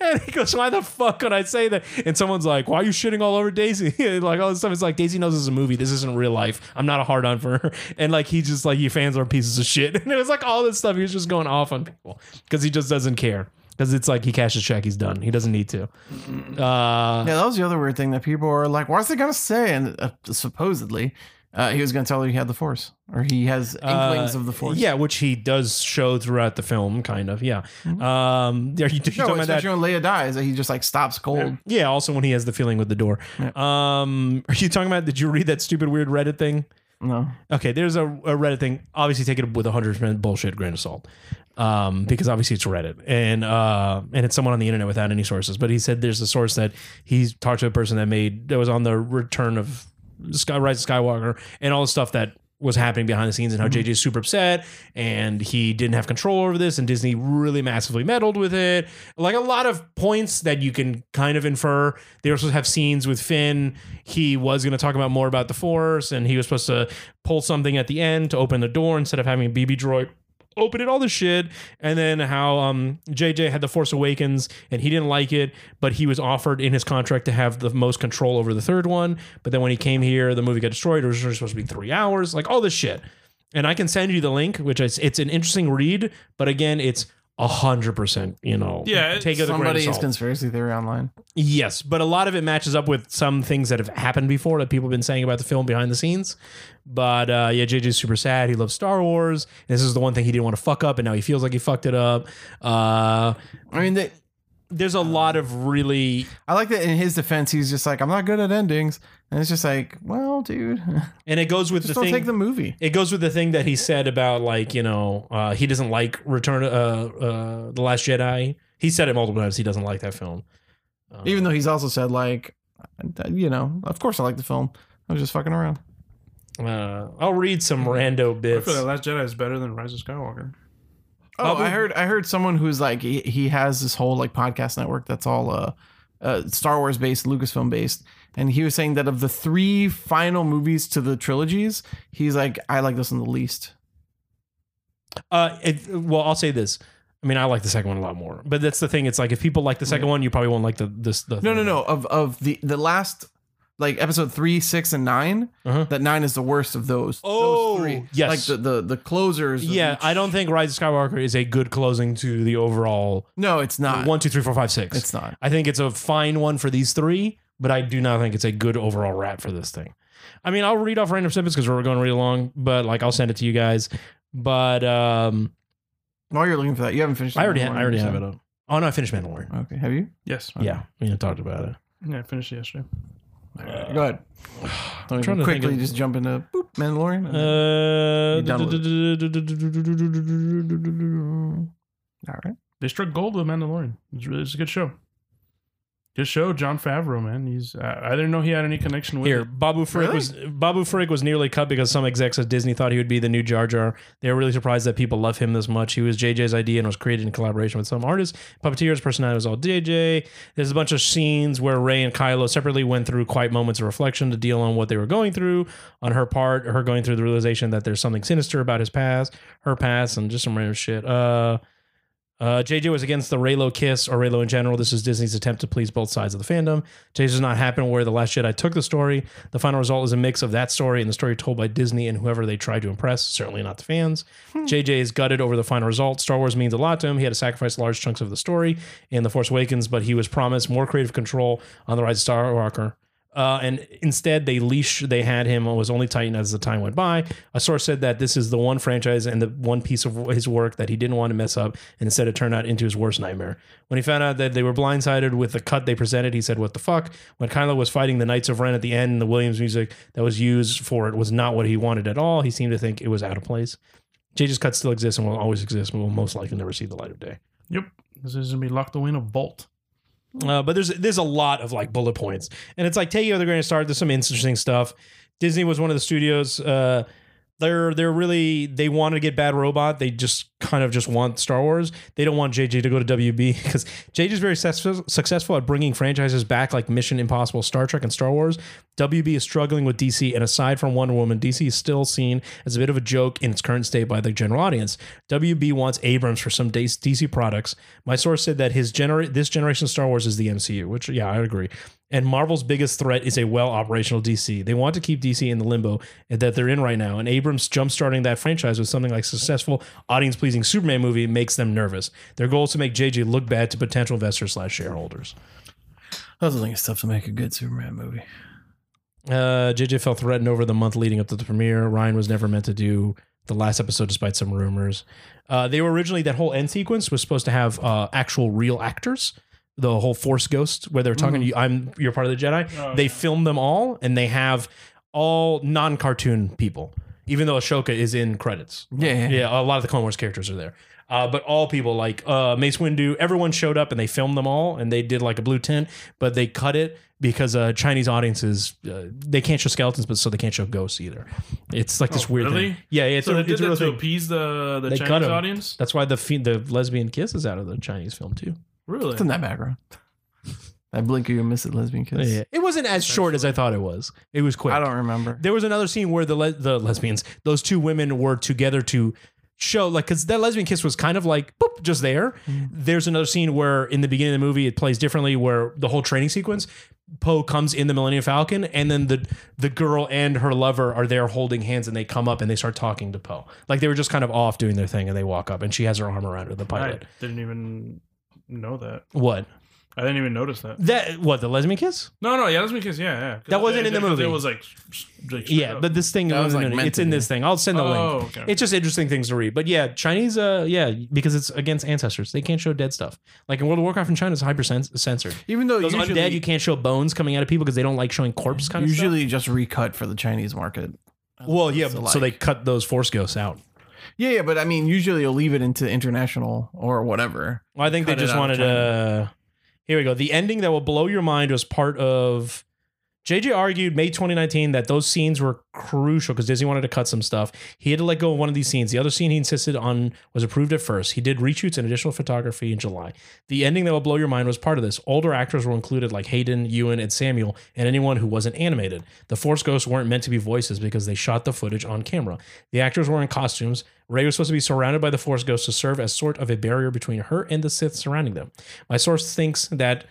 [SPEAKER 4] and he goes, "Why the fuck would I say that?" And someone's like, "Why are you shitting all over Daisy?" And, like all this stuff. It's like Daisy knows this is a movie. This isn't real life. I'm not a hard on for her. And like he just like you fans are pieces of shit. And it was like all this stuff. He was just going off on people because he just doesn't care. Because it's like he cashes check, he's done. He doesn't need to. Uh,
[SPEAKER 2] Yeah, that was the other weird thing that people were like, "What's he gonna say?" And uh, supposedly, uh, he was gonna tell her he had the force, or he has inklings
[SPEAKER 4] uh,
[SPEAKER 2] of the force.
[SPEAKER 4] Yeah, which he does show throughout the film, kind of. Yeah. Um, are you, are
[SPEAKER 2] no,
[SPEAKER 4] you talking about that?
[SPEAKER 2] especially when Leia dies, that he just like stops cold.
[SPEAKER 4] Yeah, also when he has the feeling with the door. Um, are you talking about? Did you read that stupid weird Reddit thing?
[SPEAKER 2] No,
[SPEAKER 4] Okay, there's a, a Reddit thing. Obviously, take it with a hundred percent bullshit grain of salt, um, because obviously it's Reddit and uh, and it's someone on the internet without any sources. But he said there's a source that he talked to a person that made that was on the Return of Sky Rise of Skywalker and all the stuff that was happening behind the scenes and how JJ is super upset and he didn't have control over this and Disney really massively meddled with it. Like a lot of points that you can kind of infer. They were supposed to have scenes with Finn. He was going to talk about more about the Force and he was supposed to pull something at the end to open the door instead of having a BB droid open it all this shit and then how um JJ had the Force Awakens and he didn't like it but he was offered in his contract to have the most control over the third one but then when he came here the movie got destroyed it was originally supposed to be 3 hours like all this shit and I can send you the link which is it's an interesting read but again it's 100% you know
[SPEAKER 3] Yeah, it's
[SPEAKER 4] take it with a grain of
[SPEAKER 2] somebody's
[SPEAKER 4] salt.
[SPEAKER 2] conspiracy theory online.
[SPEAKER 4] Yes, but a lot of it matches up with some things that have happened before that people have been saying about the film behind the scenes. But uh, yeah, JJ's super sad. He loves Star Wars. This is the one thing he didn't want to fuck up, and now he feels like he fucked it up. Uh,
[SPEAKER 2] I mean, they,
[SPEAKER 4] there's a lot of really
[SPEAKER 2] I like that in his defense, he's just like, "I'm not good at endings," And it's just like, well, dude,
[SPEAKER 4] And it goes with
[SPEAKER 2] just
[SPEAKER 4] the
[SPEAKER 2] don't
[SPEAKER 4] thing.
[SPEAKER 2] take the movie.
[SPEAKER 4] it goes with the thing that he said about like you know uh, he doesn't like Return uh, uh, the Last Jedi. He said it multiple times. He doesn't like that film. Um,
[SPEAKER 2] Even though he's also said like, you know, of course I like the film. I was just fucking around.
[SPEAKER 4] uh, I'll read some rando
[SPEAKER 3] I
[SPEAKER 4] bits.
[SPEAKER 3] feel like Last Jedi is better than Rise of Skywalker.
[SPEAKER 2] Oh, I heard I heard someone who's like he, he has this whole like podcast network that's all uh, uh Star Wars based, Lucasfilm based, and he was saying that of the three final movies to the trilogies, he's like I like this one the least.
[SPEAKER 4] Uh, it, well, I'll say this. I mean, I like the second one a lot more, but that's the thing. It's like if people like the second one, you probably won't like the this. The
[SPEAKER 2] No, no, no. Of of the the last like episode three, six, and 9
[SPEAKER 4] Uh-huh.
[SPEAKER 2] that nine is the worst of those.
[SPEAKER 4] Oh,
[SPEAKER 2] those three.
[SPEAKER 4] yes.
[SPEAKER 2] like the the the closers. of
[SPEAKER 4] Yeah,
[SPEAKER 2] each-
[SPEAKER 4] I don't think Rise of Skywalker is a good closing to the overall
[SPEAKER 2] No, it's not.
[SPEAKER 4] one, two, three, four, five, six.
[SPEAKER 2] It's not.
[SPEAKER 4] I think it's a fine one for these three, but I do not think it's a good overall wrap for this thing. I mean, I'll read off random snippets because we're going really long, but like I'll send it to you guys. But um,
[SPEAKER 2] While you're looking for that, you haven't finished.
[SPEAKER 4] I already, ha-
[SPEAKER 2] Mandalorian,
[SPEAKER 4] I already have
[SPEAKER 2] so-
[SPEAKER 4] it up. Oh no, I finished Mandalorian.
[SPEAKER 2] Okay, have you?
[SPEAKER 3] Yes.
[SPEAKER 4] Yeah, we talked about it.
[SPEAKER 3] Yeah, I finished it yesterday.
[SPEAKER 2] Go ahead. Don't even
[SPEAKER 4] trying to think
[SPEAKER 2] quickly
[SPEAKER 4] of-
[SPEAKER 2] just jump into boop, Mandalorian.
[SPEAKER 4] Uh,
[SPEAKER 2] You downloaded All right.
[SPEAKER 3] They struck gold with Mandalorian. It's really it's a good show. Good show, John Favreau, man. He's I, I didn't know he had any connection with
[SPEAKER 4] Here,
[SPEAKER 3] it.
[SPEAKER 4] Babu Frick
[SPEAKER 2] Really?
[SPEAKER 4] was Babu Frick was nearly cut because some execs at Disney thought he would be the new Jar Jar. They were really surprised that people love him this much. He was JJ's idea and was created in collaboration with some artists. Puppeteer's personality was all JJ. There's a bunch of scenes where Ray and Kylo separately went through quiet moments of reflection to deal on what they were going through. On her part, her going through the realization that there's something sinister about his past, her past, and just some random shit. Uh, uh, JJ was against the Raylo kiss or Raylo in general. This was Disney's attempt to please both sides of the fandom. JJ does not happen where the Last Jedi took the story. The final result is a mix of that story and the story told by Disney and whoever they tried to impress. Certainly not the fans. JJ is gutted over the final result. Star Wars means a lot to him. He had to sacrifice large chunks of the story in The Force Awakens, but he was promised more creative control on the Rise of Skywalker. Uh, and instead, they leash they had him was only tightened as the time went by. A source said that this is the one franchise and the one piece of his work that he didn't want to mess up, and instead it turned out into his worst nightmare. When he found out that they were blindsided with the cut they presented, he said, "What the fuck?" When Kylo was fighting the Knights of Ren at the end, and the Williams music that was used for it was not what he wanted at all. He seemed to think it was out of place. JJ's cut still exists and will always exist, and will most likely never see the light of day.
[SPEAKER 3] Yep. This is gonna be locked away in a vault.
[SPEAKER 4] Uh, but there's there's a lot of like bullet points, and it's like take you with a grain of salt. There's some interesting stuff. Disney was one of the studios. Uh, they're they're really they want to get Bad Robot. They just kind of just want Star Wars. They don't want JJ to go to WB because JJ's very successful, successful at bringing franchises back like Mission Impossible, Star Trek, and Star Wars. WB is struggling with DC, and aside from Wonder Woman, DC is still seen as a bit of a joke in its current state by the general audience. WB wants Abrams for some days- DC products. My source said that his genera- this generation of Star Wars is the MCU, which yeah, I agree. And Marvel's biggest threat is a well operational DC. They want to keep DC in the limbo that they're in right now, and Abrams jumpstarting that franchise with something like successful audience pleasing Superman movie makes them nervous. Their goal is to make JJ look bad to potential investors slash shareholders.
[SPEAKER 2] I also think it's tough to make a good Superman movie.
[SPEAKER 4] Uh, JJ felt threatened over the month leading up to the premiere. Ryan was never meant to do the last episode, despite some rumors. Uh, they were originally that whole end sequence was supposed to have uh, actual real actors. The whole Force Ghost, where they're talking, to you, "I'm you're part of the Jedi." they filmed them all, and they have all non-cartoon people, even though Ashoka is in credits.
[SPEAKER 2] Yeah, yeah.
[SPEAKER 4] Yeah, a lot of the Clone Wars characters are there. Uh, but all people like uh, Mace Windu, everyone showed up and they filmed them all and they did like a blue tint, but they cut it because uh, Chinese audiences uh, they can't show skeletons, but so they can't show ghosts either. It's like this
[SPEAKER 3] Oh,
[SPEAKER 4] weird
[SPEAKER 3] really?
[SPEAKER 4] thing. Yeah, it's
[SPEAKER 3] so
[SPEAKER 4] a,
[SPEAKER 3] they did
[SPEAKER 4] it's a
[SPEAKER 3] that
[SPEAKER 4] real
[SPEAKER 3] to
[SPEAKER 4] thing.
[SPEAKER 3] appease the, the
[SPEAKER 4] They cut
[SPEAKER 3] Chinese
[SPEAKER 4] 'em.
[SPEAKER 3] audience?
[SPEAKER 4] That's why the fe- the lesbian kiss is out of the Chinese film too.
[SPEAKER 3] Really?
[SPEAKER 2] It's in that background. that blink or you miss it, lesbian kiss.
[SPEAKER 4] Yeah. It wasn't as short as I thought it was. It was quick.
[SPEAKER 2] I don't remember.
[SPEAKER 4] There was another scene where the le- the lesbians, those two women, were together to show like because that lesbian kiss was kind of like boop just there.
[SPEAKER 2] Mm-hmm.
[SPEAKER 4] There's another scene where in the beginning of the movie it plays differently, where the whole training sequence, Poe comes in the Millennium Falcon, and then the the girl and her lover are there holding hands, and they come up and they start talking to Poe. Like they were just kind of off doing their thing, and they walk up, and she has her arm around her, the
[SPEAKER 3] I
[SPEAKER 4] pilot.
[SPEAKER 3] didn't even know that.
[SPEAKER 4] What?
[SPEAKER 3] I didn't even notice that.
[SPEAKER 4] That what the lesbian kiss?
[SPEAKER 3] No, no, yeah, that's because yeah, yeah. 'Cause
[SPEAKER 4] That wasn't
[SPEAKER 3] it-
[SPEAKER 4] in the
[SPEAKER 3] it- 'cause
[SPEAKER 4] movie.
[SPEAKER 3] It was like, sh- like straight
[SPEAKER 4] Yeah,
[SPEAKER 3] up.
[SPEAKER 4] but this thing
[SPEAKER 2] That was,
[SPEAKER 4] no, no,
[SPEAKER 2] like,
[SPEAKER 4] no,
[SPEAKER 2] meant
[SPEAKER 4] it's
[SPEAKER 2] to
[SPEAKER 4] in
[SPEAKER 2] be.
[SPEAKER 4] this thing. I'll send the link.
[SPEAKER 3] oh, okay.
[SPEAKER 4] It's just interesting things to read. But yeah, Chinese, uh, yeah, because it's against ancestors. They can't show dead stuff. Like in World of Warcraft in China, it's hyper censored.
[SPEAKER 2] Even though
[SPEAKER 4] Those
[SPEAKER 2] usually,
[SPEAKER 4] undead, you can't show bones coming out of people because they don't like showing corpse kind
[SPEAKER 2] usually just recut for the Chinese market.
[SPEAKER 4] of stuff. Well, yeah,
[SPEAKER 2] So,
[SPEAKER 4] so they
[SPEAKER 2] like-
[SPEAKER 4] cut those force ghosts out.
[SPEAKER 2] Yeah, yeah, but I mean, usually you'll leave it into international or whatever.
[SPEAKER 4] Well, I think
[SPEAKER 2] Cut
[SPEAKER 4] they
[SPEAKER 2] it
[SPEAKER 4] just
[SPEAKER 2] out
[SPEAKER 4] wanted
[SPEAKER 2] of
[SPEAKER 4] to. Here we go. The ending that will blow your mind was part of. JJ argued May 2019 that those scenes were crucial because Disney wanted to cut some stuff. He had to let go of one of these scenes. The other scene he insisted on was approved at first. He did reshoots and additional photography in July. The ending that will blow your mind was part of this. Older actors were included, like Hayden, Ewan, and Samuel, and anyone who wasn't animated. The Force Ghosts weren't meant to be voices because they shot the footage on camera. The actors were in costumes. Ray was supposed to be surrounded by the Force Ghosts to serve as sort of a barrier between her and the Sith surrounding them. My source thinks that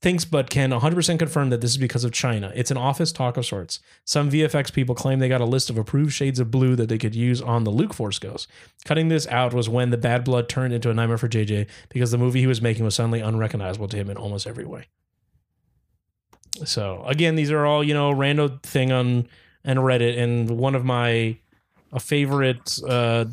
[SPEAKER 4] thinks but can 100% confirm that this is because of China. It's an office talk of sorts. Some VFX people claim they got a list of approved shades of blue that they could use on the Luke Force Ghost. Cutting this out was when the bad blood turned into a nightmare for JJ because the movie he was making was suddenly unrecognizable to him in almost every way. So again, these are all, you know, rando thing on and Reddit and one of my a favorite uh,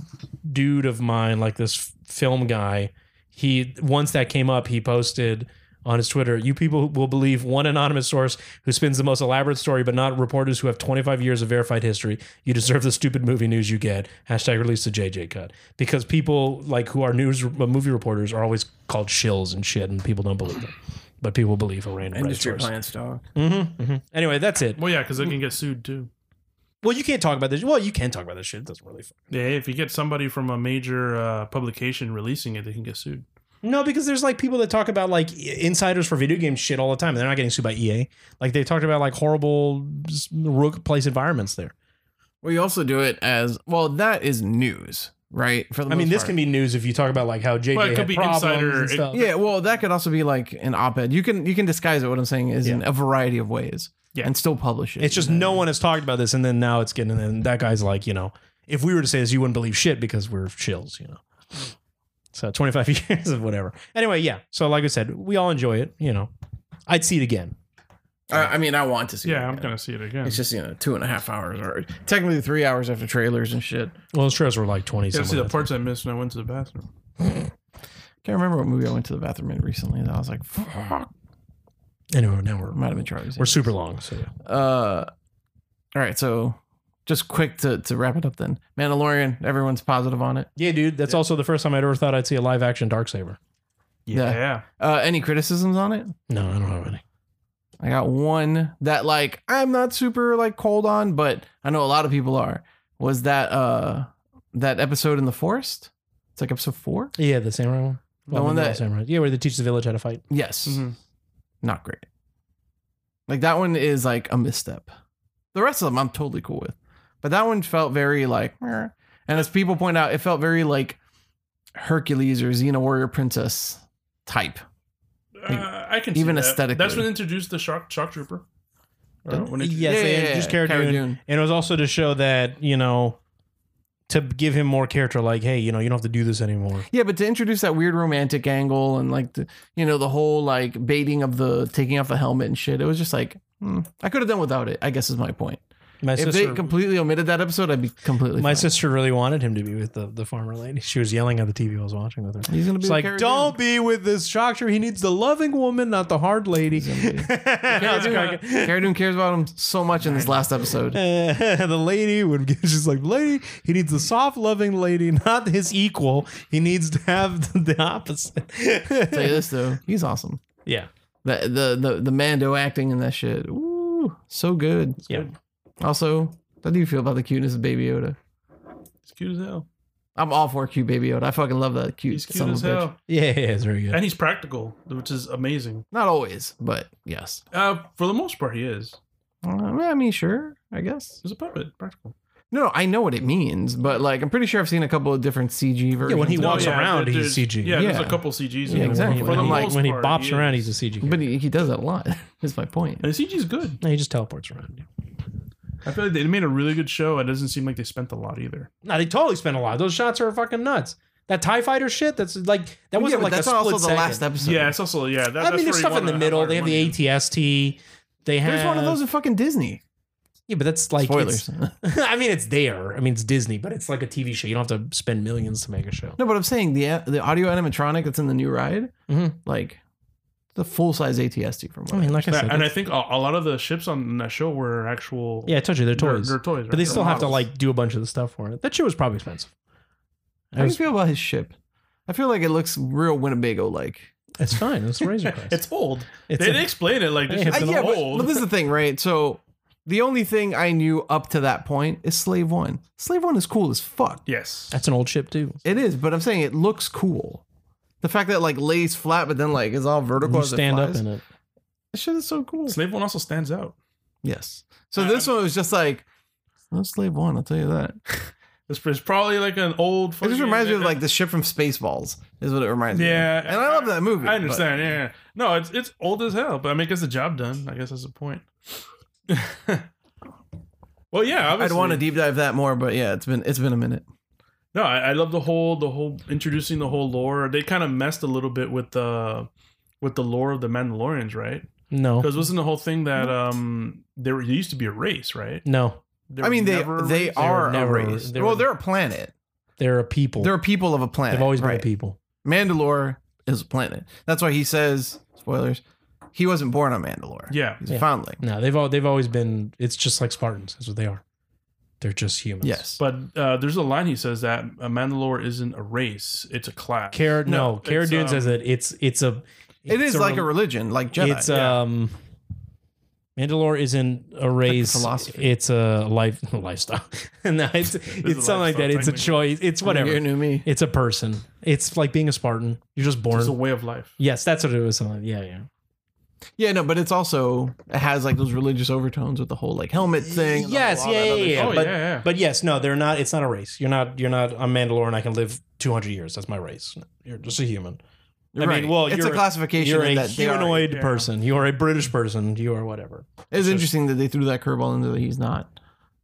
[SPEAKER 4] dude of mine, like this film guy, he once that came up, he posted on his Twitter, "You people will believe one anonymous source who spins the most elaborate story, but not reporters who have 25 years of verified history. You deserve the stupid movie news you get." Hashtag release the JJ cut because people like who are news uh, movie reporters are always called shills and shit, and people don't believe them, but people believe a random Reddit
[SPEAKER 2] Industry
[SPEAKER 4] source.
[SPEAKER 2] plants, dog.
[SPEAKER 4] Mm-hmm, Anyway, that's it.
[SPEAKER 3] well, yeah, because they can get sued too.
[SPEAKER 4] Well, you can't talk about this. Well, you can talk about this shit. It doesn't really.
[SPEAKER 3] Yeah, if you get somebody from a major uh, publication releasing it, they can get sued.
[SPEAKER 4] No, because there's like people that talk about like i- insiders for video game shit all the time. and They're not getting sued by EA. Like they talked about like horrible s- workplace environments there.
[SPEAKER 2] Well, you also do it as well. That is news, right? For the
[SPEAKER 4] I mean,
[SPEAKER 2] most
[SPEAKER 4] this
[SPEAKER 2] part.
[SPEAKER 4] can be news if you talk about like how JJ
[SPEAKER 3] Well, it
[SPEAKER 4] had
[SPEAKER 3] could be
[SPEAKER 4] problems
[SPEAKER 3] insider-
[SPEAKER 4] and stuff.
[SPEAKER 2] Yeah, well, that could also be like an op-ed. You can you can disguise it. What I'm saying is in a variety of ways,
[SPEAKER 3] Yeah.
[SPEAKER 2] and still publish it.
[SPEAKER 4] It's just
[SPEAKER 2] And
[SPEAKER 4] no one has talked about this, and then now it's getting. And then that guy's like, you know, if we were to say this, you wouldn't believe shit because we're chills, you know. So 25 years of whatever. Anyway, yeah. So like I said, we all enjoy it. You know, I'd see it again.
[SPEAKER 2] then- I, I mean, I want to see.
[SPEAKER 3] Yeah,
[SPEAKER 2] it
[SPEAKER 3] I'm
[SPEAKER 2] again.
[SPEAKER 3] gonna see it again.
[SPEAKER 2] It's just you know two and a half hours or technically three hours after trailers and shit.
[SPEAKER 4] Well, those trailers were like 20.
[SPEAKER 3] yeah,
[SPEAKER 4] something
[SPEAKER 3] see the
[SPEAKER 4] like that.
[SPEAKER 3] parts I missed when I went to the bathroom.
[SPEAKER 2] Can't remember what movie I went to the bathroom in recently. That I was like, fuck,
[SPEAKER 4] Anyway, now we're
[SPEAKER 2] might have been Charlie's.
[SPEAKER 4] we're super long. So yeah.
[SPEAKER 2] Uh, all right, so just quick to to wrap it up then. Mandalorian, everyone's positive on it.
[SPEAKER 4] Yeah, dude. That's also the first time I'd ever thought I'd see a live action Dark Saber.
[SPEAKER 2] Yeah.
[SPEAKER 3] yeah.
[SPEAKER 2] Uh, any criticisms on it?
[SPEAKER 4] No, I don't have any.
[SPEAKER 2] I got one that like I'm not super like cold on, but I know a lot of people are. Was that uh that episode in the forest? It's like episode four.
[SPEAKER 4] Yeah, the samurai one.
[SPEAKER 2] The one
[SPEAKER 4] not
[SPEAKER 2] that-
[SPEAKER 4] samurai. Yeah, where they teach the village how to fight.
[SPEAKER 2] Yes,
[SPEAKER 4] Mm-hmm.
[SPEAKER 3] Mhm.
[SPEAKER 2] not great. Like that one is like a misstep. The rest of them I'm totally cool with, but that one felt very like. meh. And as people point out, it felt very like Hercules or Xena Warrior Princess type.
[SPEAKER 3] Uh, I can
[SPEAKER 2] Even
[SPEAKER 3] see that.
[SPEAKER 2] aesthetically.
[SPEAKER 3] That's when they introduced the shock shock trooper. Or
[SPEAKER 2] Didn't-
[SPEAKER 3] when they introduced-
[SPEAKER 4] Yes, they introduced Cara
[SPEAKER 2] Cara
[SPEAKER 4] Dune.
[SPEAKER 2] Dune.
[SPEAKER 4] And it was also to show that, you know, to give him more character, like, hey, you know, you don't have to do this anymore.
[SPEAKER 2] Yeah, but to introduce that weird romantic angle and like the you know the whole like baiting of the taking off the helmet and shit, it was just like hmm, I could have done without it. I guess is my point.
[SPEAKER 4] My
[SPEAKER 2] if
[SPEAKER 4] sister
[SPEAKER 2] they completely omitted that episode, I'd be completely.
[SPEAKER 4] my
[SPEAKER 2] fine.
[SPEAKER 4] sister really wanted him to be with the, the farmer lady. She was yelling at the TV I was watching with her.
[SPEAKER 2] He's gonna be
[SPEAKER 4] It's
[SPEAKER 2] with
[SPEAKER 4] like,
[SPEAKER 2] Cara
[SPEAKER 4] don't
[SPEAKER 2] Dune.
[SPEAKER 4] be with this shocker. He needs the loving woman, not the hard lady.
[SPEAKER 2] He's gonna be-
[SPEAKER 4] No, it's
[SPEAKER 2] Cara
[SPEAKER 4] cracking.
[SPEAKER 2] Dune- Cara Dune cares about him so much in this last episode.
[SPEAKER 4] Uh, the lady would give, she's like, lady, he needs a soft, loving lady, not his equal. He needs to have the, the
[SPEAKER 2] Tell you
[SPEAKER 4] opposite.
[SPEAKER 2] this though, he's awesome.
[SPEAKER 4] yeah,
[SPEAKER 2] The the the, the Mando acting in that shit, ooh, so good.
[SPEAKER 4] yeah.
[SPEAKER 2] Also, how do you feel about the cuteness of Baby Yoda?
[SPEAKER 3] He's cute as hell.
[SPEAKER 2] I'm all for cute Baby Yoda. I fucking love that cute
[SPEAKER 3] He's cute
[SPEAKER 2] son of
[SPEAKER 3] as
[SPEAKER 2] a bitch.
[SPEAKER 3] hell,
[SPEAKER 4] yeah, yeah, it's very good.
[SPEAKER 3] and he's practical, which is amazing.
[SPEAKER 2] Not always, but yes.
[SPEAKER 3] Uh, for the most part, he is.
[SPEAKER 2] Uh, I mean, sure, I guess.
[SPEAKER 3] He's a puppet, practical.
[SPEAKER 2] No, no, I know what it means, but like, I'm pretty sure I've seen a couple of different CG versions.
[SPEAKER 4] when he
[SPEAKER 2] of
[SPEAKER 3] No,
[SPEAKER 4] walks
[SPEAKER 2] it.
[SPEAKER 4] around,
[SPEAKER 3] there-
[SPEAKER 4] he's
[SPEAKER 3] there's-
[SPEAKER 4] CG.
[SPEAKER 3] Yeah, there's
[SPEAKER 2] Yeah.
[SPEAKER 3] a couple CGs.
[SPEAKER 2] Yeah,
[SPEAKER 3] in it.
[SPEAKER 2] exactly.
[SPEAKER 3] For the
[SPEAKER 4] When he,
[SPEAKER 3] most
[SPEAKER 4] when he
[SPEAKER 3] part,
[SPEAKER 4] bops
[SPEAKER 3] is.
[SPEAKER 4] around, he's a CG.
[SPEAKER 2] but
[SPEAKER 4] But
[SPEAKER 2] he, he does that a lot. Is my point.
[SPEAKER 3] and the CG's good.
[SPEAKER 4] he just teleports around. yeah.
[SPEAKER 3] I feel like they made a really good show. It doesn't seem like they spent a lot either.
[SPEAKER 4] No, they totally spent a lot. Those shots are fucking nuts. That Tie Fighter shit. That's like that wasn't
[SPEAKER 2] Yeah, but
[SPEAKER 4] like
[SPEAKER 2] that's
[SPEAKER 4] a split
[SPEAKER 2] also the
[SPEAKER 4] second.
[SPEAKER 2] last episode.
[SPEAKER 3] Yeah, it's also yeah. That,
[SPEAKER 4] I mean, there's stuff in the middle. They have the ATST. They have
[SPEAKER 2] There's one of those in fucking Disney.
[SPEAKER 4] Yeah, but that's like it's-
[SPEAKER 2] Spoilers.
[SPEAKER 4] I mean, it's there. I mean, it's Disney, but it's like a TV show. You don't have to spend millions to make a show.
[SPEAKER 2] No, but I'm saying the the audio animatronic that's in the new ride,
[SPEAKER 4] Mhm.
[SPEAKER 2] like the full size ATST from what
[SPEAKER 4] I mean,
[SPEAKER 2] I-
[SPEAKER 4] like I said,
[SPEAKER 3] and I think a, a lot of the ships on that show were actual.
[SPEAKER 4] yeah, I told you they're toys,
[SPEAKER 3] They're, toys, right?
[SPEAKER 4] but they
[SPEAKER 3] They're
[SPEAKER 4] still have to
[SPEAKER 3] models.
[SPEAKER 4] like do a bunch of the stuff for it. That shit was probably expensive.
[SPEAKER 2] how do you
[SPEAKER 4] It's,
[SPEAKER 2] feel about his ship? I feel like it looks real Winnebago like.
[SPEAKER 4] it's fine. It's Razor Crest.
[SPEAKER 3] It's old.
[SPEAKER 4] It's
[SPEAKER 3] they
[SPEAKER 4] a-
[SPEAKER 3] didn't explain it like this.
[SPEAKER 4] It's an
[SPEAKER 3] shit's
[SPEAKER 2] yeah, but,
[SPEAKER 3] old.
[SPEAKER 2] but this is the thing, right? So the only thing I knew up to that point is Slave One. Slave One is cool as fuck.
[SPEAKER 3] yes.
[SPEAKER 4] that's an old ship too.
[SPEAKER 2] It is, but I'm saying it looks cool. The fact that it, like lays flat, but then like is all vertical.
[SPEAKER 4] You
[SPEAKER 2] as it
[SPEAKER 4] stand up
[SPEAKER 2] flies,
[SPEAKER 4] in it.
[SPEAKER 2] That shit is so cool.
[SPEAKER 3] Slave one also stands out.
[SPEAKER 2] Yes. So this one was just like no Slave One. I'll tell you that.
[SPEAKER 3] It's, it's probably like an
[SPEAKER 2] It
[SPEAKER 3] old.
[SPEAKER 2] just
[SPEAKER 3] fucking-
[SPEAKER 2] reminds me of like the ship from Spaceballs, is what it reminds me.
[SPEAKER 3] Yeah,
[SPEAKER 2] of. and I love that movie.
[SPEAKER 3] I understand. Yeah, yeah. No, it's it's old as hell, but I mean, it gets the job done. I guess that's the point. well, yeah,
[SPEAKER 2] but I'd
[SPEAKER 3] obviously.
[SPEAKER 2] want to deep dive that more, but yeah, it's been it's been a minute.
[SPEAKER 3] No, I, I love the whole the whole introducing the whole lore. They kind of messed a little bit with the with the lore of the Mandalorians, right?
[SPEAKER 4] No,
[SPEAKER 3] Because wasn't the whole thing that um there, were- there used to be a race, right?
[SPEAKER 4] no,
[SPEAKER 3] There
[SPEAKER 2] I mean,
[SPEAKER 3] were
[SPEAKER 2] they
[SPEAKER 3] never a
[SPEAKER 2] they
[SPEAKER 3] race?
[SPEAKER 2] are
[SPEAKER 4] never-
[SPEAKER 2] a race.
[SPEAKER 4] they
[SPEAKER 2] well,
[SPEAKER 4] were-
[SPEAKER 2] they're a planet.
[SPEAKER 4] they're a people.
[SPEAKER 2] They're a people of a planet.
[SPEAKER 4] They've always been
[SPEAKER 2] right?
[SPEAKER 4] a people.
[SPEAKER 2] Mandalore is a planet. That's why he says spoilers. He wasn't born on Mandalore.
[SPEAKER 3] Yeah.
[SPEAKER 2] he's
[SPEAKER 4] Yeah.
[SPEAKER 2] a foundling.
[SPEAKER 4] No, they've all, they've always been. It's just like Spartans. That's what they are. They're just humans.
[SPEAKER 2] Yes,
[SPEAKER 3] But uh, there's a line he says that a Mandalore isn't a race; it's a class.
[SPEAKER 4] Cara, no,
[SPEAKER 3] No,
[SPEAKER 4] Cara
[SPEAKER 3] it's,
[SPEAKER 4] Dune says
[SPEAKER 3] um,
[SPEAKER 4] it. It's it's a.
[SPEAKER 2] it is
[SPEAKER 4] a
[SPEAKER 2] like
[SPEAKER 4] rel-
[SPEAKER 2] a religion, like Jedi.
[SPEAKER 4] It's um, Mandalore isn't a race.
[SPEAKER 2] philosophy.
[SPEAKER 4] it's a life lifestyle. no, it's it's something like
[SPEAKER 3] lifestyle,
[SPEAKER 4] that. It's a
[SPEAKER 3] technically.
[SPEAKER 4] choice. It's
[SPEAKER 2] You
[SPEAKER 4] whatever.
[SPEAKER 2] knew me.
[SPEAKER 4] It's a person. It's like being a Spartan. You're just
[SPEAKER 3] It's
[SPEAKER 4] born.
[SPEAKER 3] a way of life.
[SPEAKER 4] yes, that's what it was. Something. Yeah, yeah.
[SPEAKER 2] Yeah, no, but it's also it has like those religious overtones with the whole like helmet thing. and the
[SPEAKER 4] Yes,
[SPEAKER 2] whole- all that
[SPEAKER 4] yeah,
[SPEAKER 2] other
[SPEAKER 4] yeah,
[SPEAKER 2] shit.
[SPEAKER 3] oh
[SPEAKER 4] but-
[SPEAKER 3] yeah, yeah.
[SPEAKER 4] But yes, no, they're not. It's not a race. You're not. You're not. I'm Mandalore, and I can live 200 years. That's my race. You're just a human. I mean, well,
[SPEAKER 2] it's
[SPEAKER 4] you're-
[SPEAKER 2] a classification.
[SPEAKER 4] You're
[SPEAKER 2] in
[SPEAKER 4] a
[SPEAKER 2] that they are-
[SPEAKER 4] humanoid
[SPEAKER 3] yeah.
[SPEAKER 4] person. You are a British person. You are whatever.
[SPEAKER 2] It's interesting that they threw that curveball into that he's not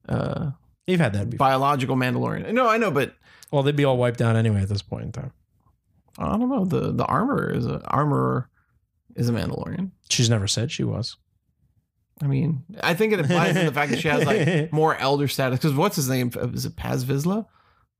[SPEAKER 2] uh,
[SPEAKER 4] They've had that before.
[SPEAKER 2] biological Mandalorian. No, I know, but
[SPEAKER 4] Well, they'd be all wiped out anyway at this point in time.
[SPEAKER 2] I don't know. The the armorer is a armorer is a Mandalorian.
[SPEAKER 4] She's never said she was.
[SPEAKER 2] I mean, I think it implies in the fact that she has like more elder status. Because what's his name? Is it Paz Vizsla?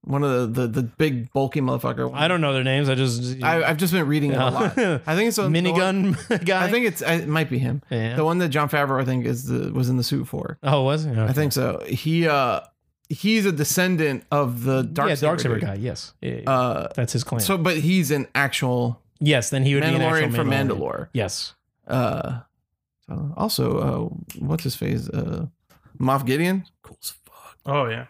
[SPEAKER 2] One of the the, the big bulky motherfucker.
[SPEAKER 4] I don't know their names. I just
[SPEAKER 2] I, I've just been reading it a lot. I think it's on the one-
[SPEAKER 4] minigun guy.
[SPEAKER 2] I think it's it might be him.
[SPEAKER 4] Yeah.
[SPEAKER 2] The one that John Favreau I think is the was in the suit for.
[SPEAKER 4] oh, was it?
[SPEAKER 2] I think so. He uh he's a descendant of the dark
[SPEAKER 4] yeah, dark saber guy. Yes, Yeah, yeah.
[SPEAKER 2] Uh
[SPEAKER 4] that's his clan.
[SPEAKER 2] so but he's an actual
[SPEAKER 4] yes, then he would be an
[SPEAKER 2] Mandalorian
[SPEAKER 4] actual
[SPEAKER 2] from
[SPEAKER 4] Mandalorian.
[SPEAKER 2] Mandalore.
[SPEAKER 4] Yes,
[SPEAKER 2] Uh so- also uh what's his face? Uh Moff Gideon? Cool as fuck.
[SPEAKER 3] Oh yeah.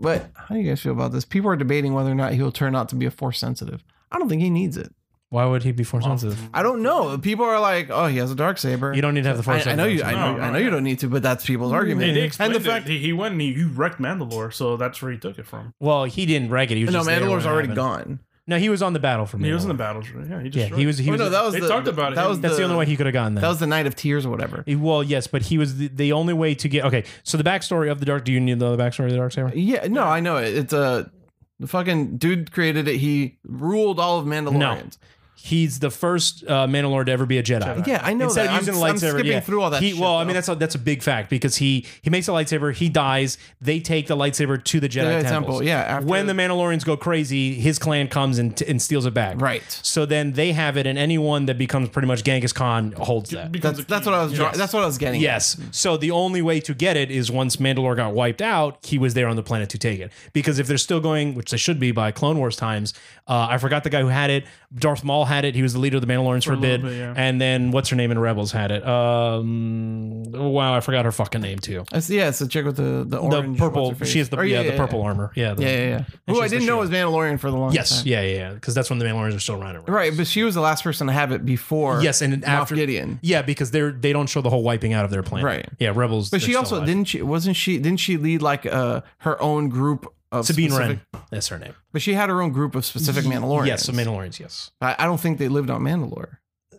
[SPEAKER 2] But how do you guys feel about this? People are debating whether or not he'll turn out to be a force sensitive. I don't think he needs it.
[SPEAKER 4] why would he be force sensitive?
[SPEAKER 2] I don't know. People are like, "Oh, he has a dark saber."
[SPEAKER 4] You don't need to have the force.
[SPEAKER 2] I, I know you. I know.
[SPEAKER 3] No,
[SPEAKER 2] I
[SPEAKER 3] no,
[SPEAKER 2] know you
[SPEAKER 3] no.
[SPEAKER 2] don't need to, but that's people's argument.
[SPEAKER 3] They, they
[SPEAKER 2] and
[SPEAKER 3] explained
[SPEAKER 2] the fact
[SPEAKER 3] it. He, he went and he, he wrecked Mandalore, so that's where he took it from.
[SPEAKER 4] well, he didn't wreck it. He was
[SPEAKER 2] no,
[SPEAKER 4] just there when
[SPEAKER 2] Mandalore's
[SPEAKER 4] it
[SPEAKER 2] already
[SPEAKER 4] happened.
[SPEAKER 2] gone.
[SPEAKER 4] No, he was on the battle for me.
[SPEAKER 3] He was in the battles, right? Yeah, he
[SPEAKER 4] Yeah,
[SPEAKER 3] just
[SPEAKER 4] he was. He
[SPEAKER 2] Oh,
[SPEAKER 4] was.
[SPEAKER 2] no, that was
[SPEAKER 3] they
[SPEAKER 2] the,
[SPEAKER 3] talked about it.
[SPEAKER 2] That was
[SPEAKER 4] that's the, only way he could have gotten there.
[SPEAKER 2] That was the night of tears or whatever.
[SPEAKER 4] well, yes, but he was. The, the only way to get okay. So the backstory of the dark. Do you need the other backstory of the dark saber?
[SPEAKER 2] Yeah, no, I know it. It's a the fucking dude created it. He ruled all of Mandalorians.
[SPEAKER 4] He's the first uh, Mandalore to ever be a Jedi.
[SPEAKER 3] Jedi.
[SPEAKER 2] Yeah, I know
[SPEAKER 4] Instead
[SPEAKER 2] that.
[SPEAKER 4] of using
[SPEAKER 2] I'm,
[SPEAKER 4] a lightsaber,
[SPEAKER 2] I'm skipping
[SPEAKER 4] yeah.
[SPEAKER 2] through all that.
[SPEAKER 4] He,
[SPEAKER 2] shit,
[SPEAKER 4] well, I
[SPEAKER 2] though.
[SPEAKER 4] mean that's a that's a big fact because he he makes a lightsaber, he dies, they take the lightsaber to the
[SPEAKER 2] The
[SPEAKER 4] Jedi
[SPEAKER 2] Temple.
[SPEAKER 4] temple.
[SPEAKER 2] Yeah, after,
[SPEAKER 4] When the Mandalorians go crazy, his clan comes and, and steals it back.
[SPEAKER 2] right.
[SPEAKER 4] So then they have it, and anyone that becomes pretty much Genghis Khan holds that.
[SPEAKER 2] That's that's what I was. dra- That's what I was getting. at.
[SPEAKER 4] Yes. So the only way to get it is once Mandalore got wiped out, he was there on the planet to take it. Because if they're still going, which they should be by Clone Wars times, uh, I forgot the guy who had it. Darth Maul had it. He was the leader of the Mandalorians for,
[SPEAKER 3] For a
[SPEAKER 4] a
[SPEAKER 3] little
[SPEAKER 4] bit.
[SPEAKER 3] bit, yeah.
[SPEAKER 4] And then what's her name in Rebels had it? Um, wow, I forgot her fucking name too.
[SPEAKER 2] It's, yeah, it's the chick with the the orange.
[SPEAKER 4] the purple.
[SPEAKER 2] what's her
[SPEAKER 4] She has the
[SPEAKER 2] face? Or,
[SPEAKER 4] yeah, the purple armor. Yeah. the-
[SPEAKER 2] Yeah, yeah, yeah.
[SPEAKER 4] And
[SPEAKER 2] Who
[SPEAKER 4] she
[SPEAKER 2] I
[SPEAKER 4] has the
[SPEAKER 2] didn't know was Mandalorian for the longest
[SPEAKER 4] Yes.
[SPEAKER 2] time.
[SPEAKER 4] Yeah. Yeah. Because that's when the Mandalorians are still around. around.
[SPEAKER 2] Right, but she was the last person to have it before.
[SPEAKER 4] Yes, and
[SPEAKER 2] Moff
[SPEAKER 4] after-
[SPEAKER 2] Gideon.
[SPEAKER 4] Yeah, because they're they don't show the whole wiping out of their planet.
[SPEAKER 2] Right.
[SPEAKER 4] Yeah. Rebels.
[SPEAKER 2] But
[SPEAKER 4] they're
[SPEAKER 2] she
[SPEAKER 4] still
[SPEAKER 2] also
[SPEAKER 4] alive.
[SPEAKER 2] didn't she wasn't she didn't she lead like uh her own group of
[SPEAKER 4] Sabine
[SPEAKER 2] specific,
[SPEAKER 4] Wren. That's her name.
[SPEAKER 2] But she had her own group of specific Mandalorians.
[SPEAKER 4] Yes. So Mandalorians. Yes.
[SPEAKER 2] I, I don't think they lived on Mandalore.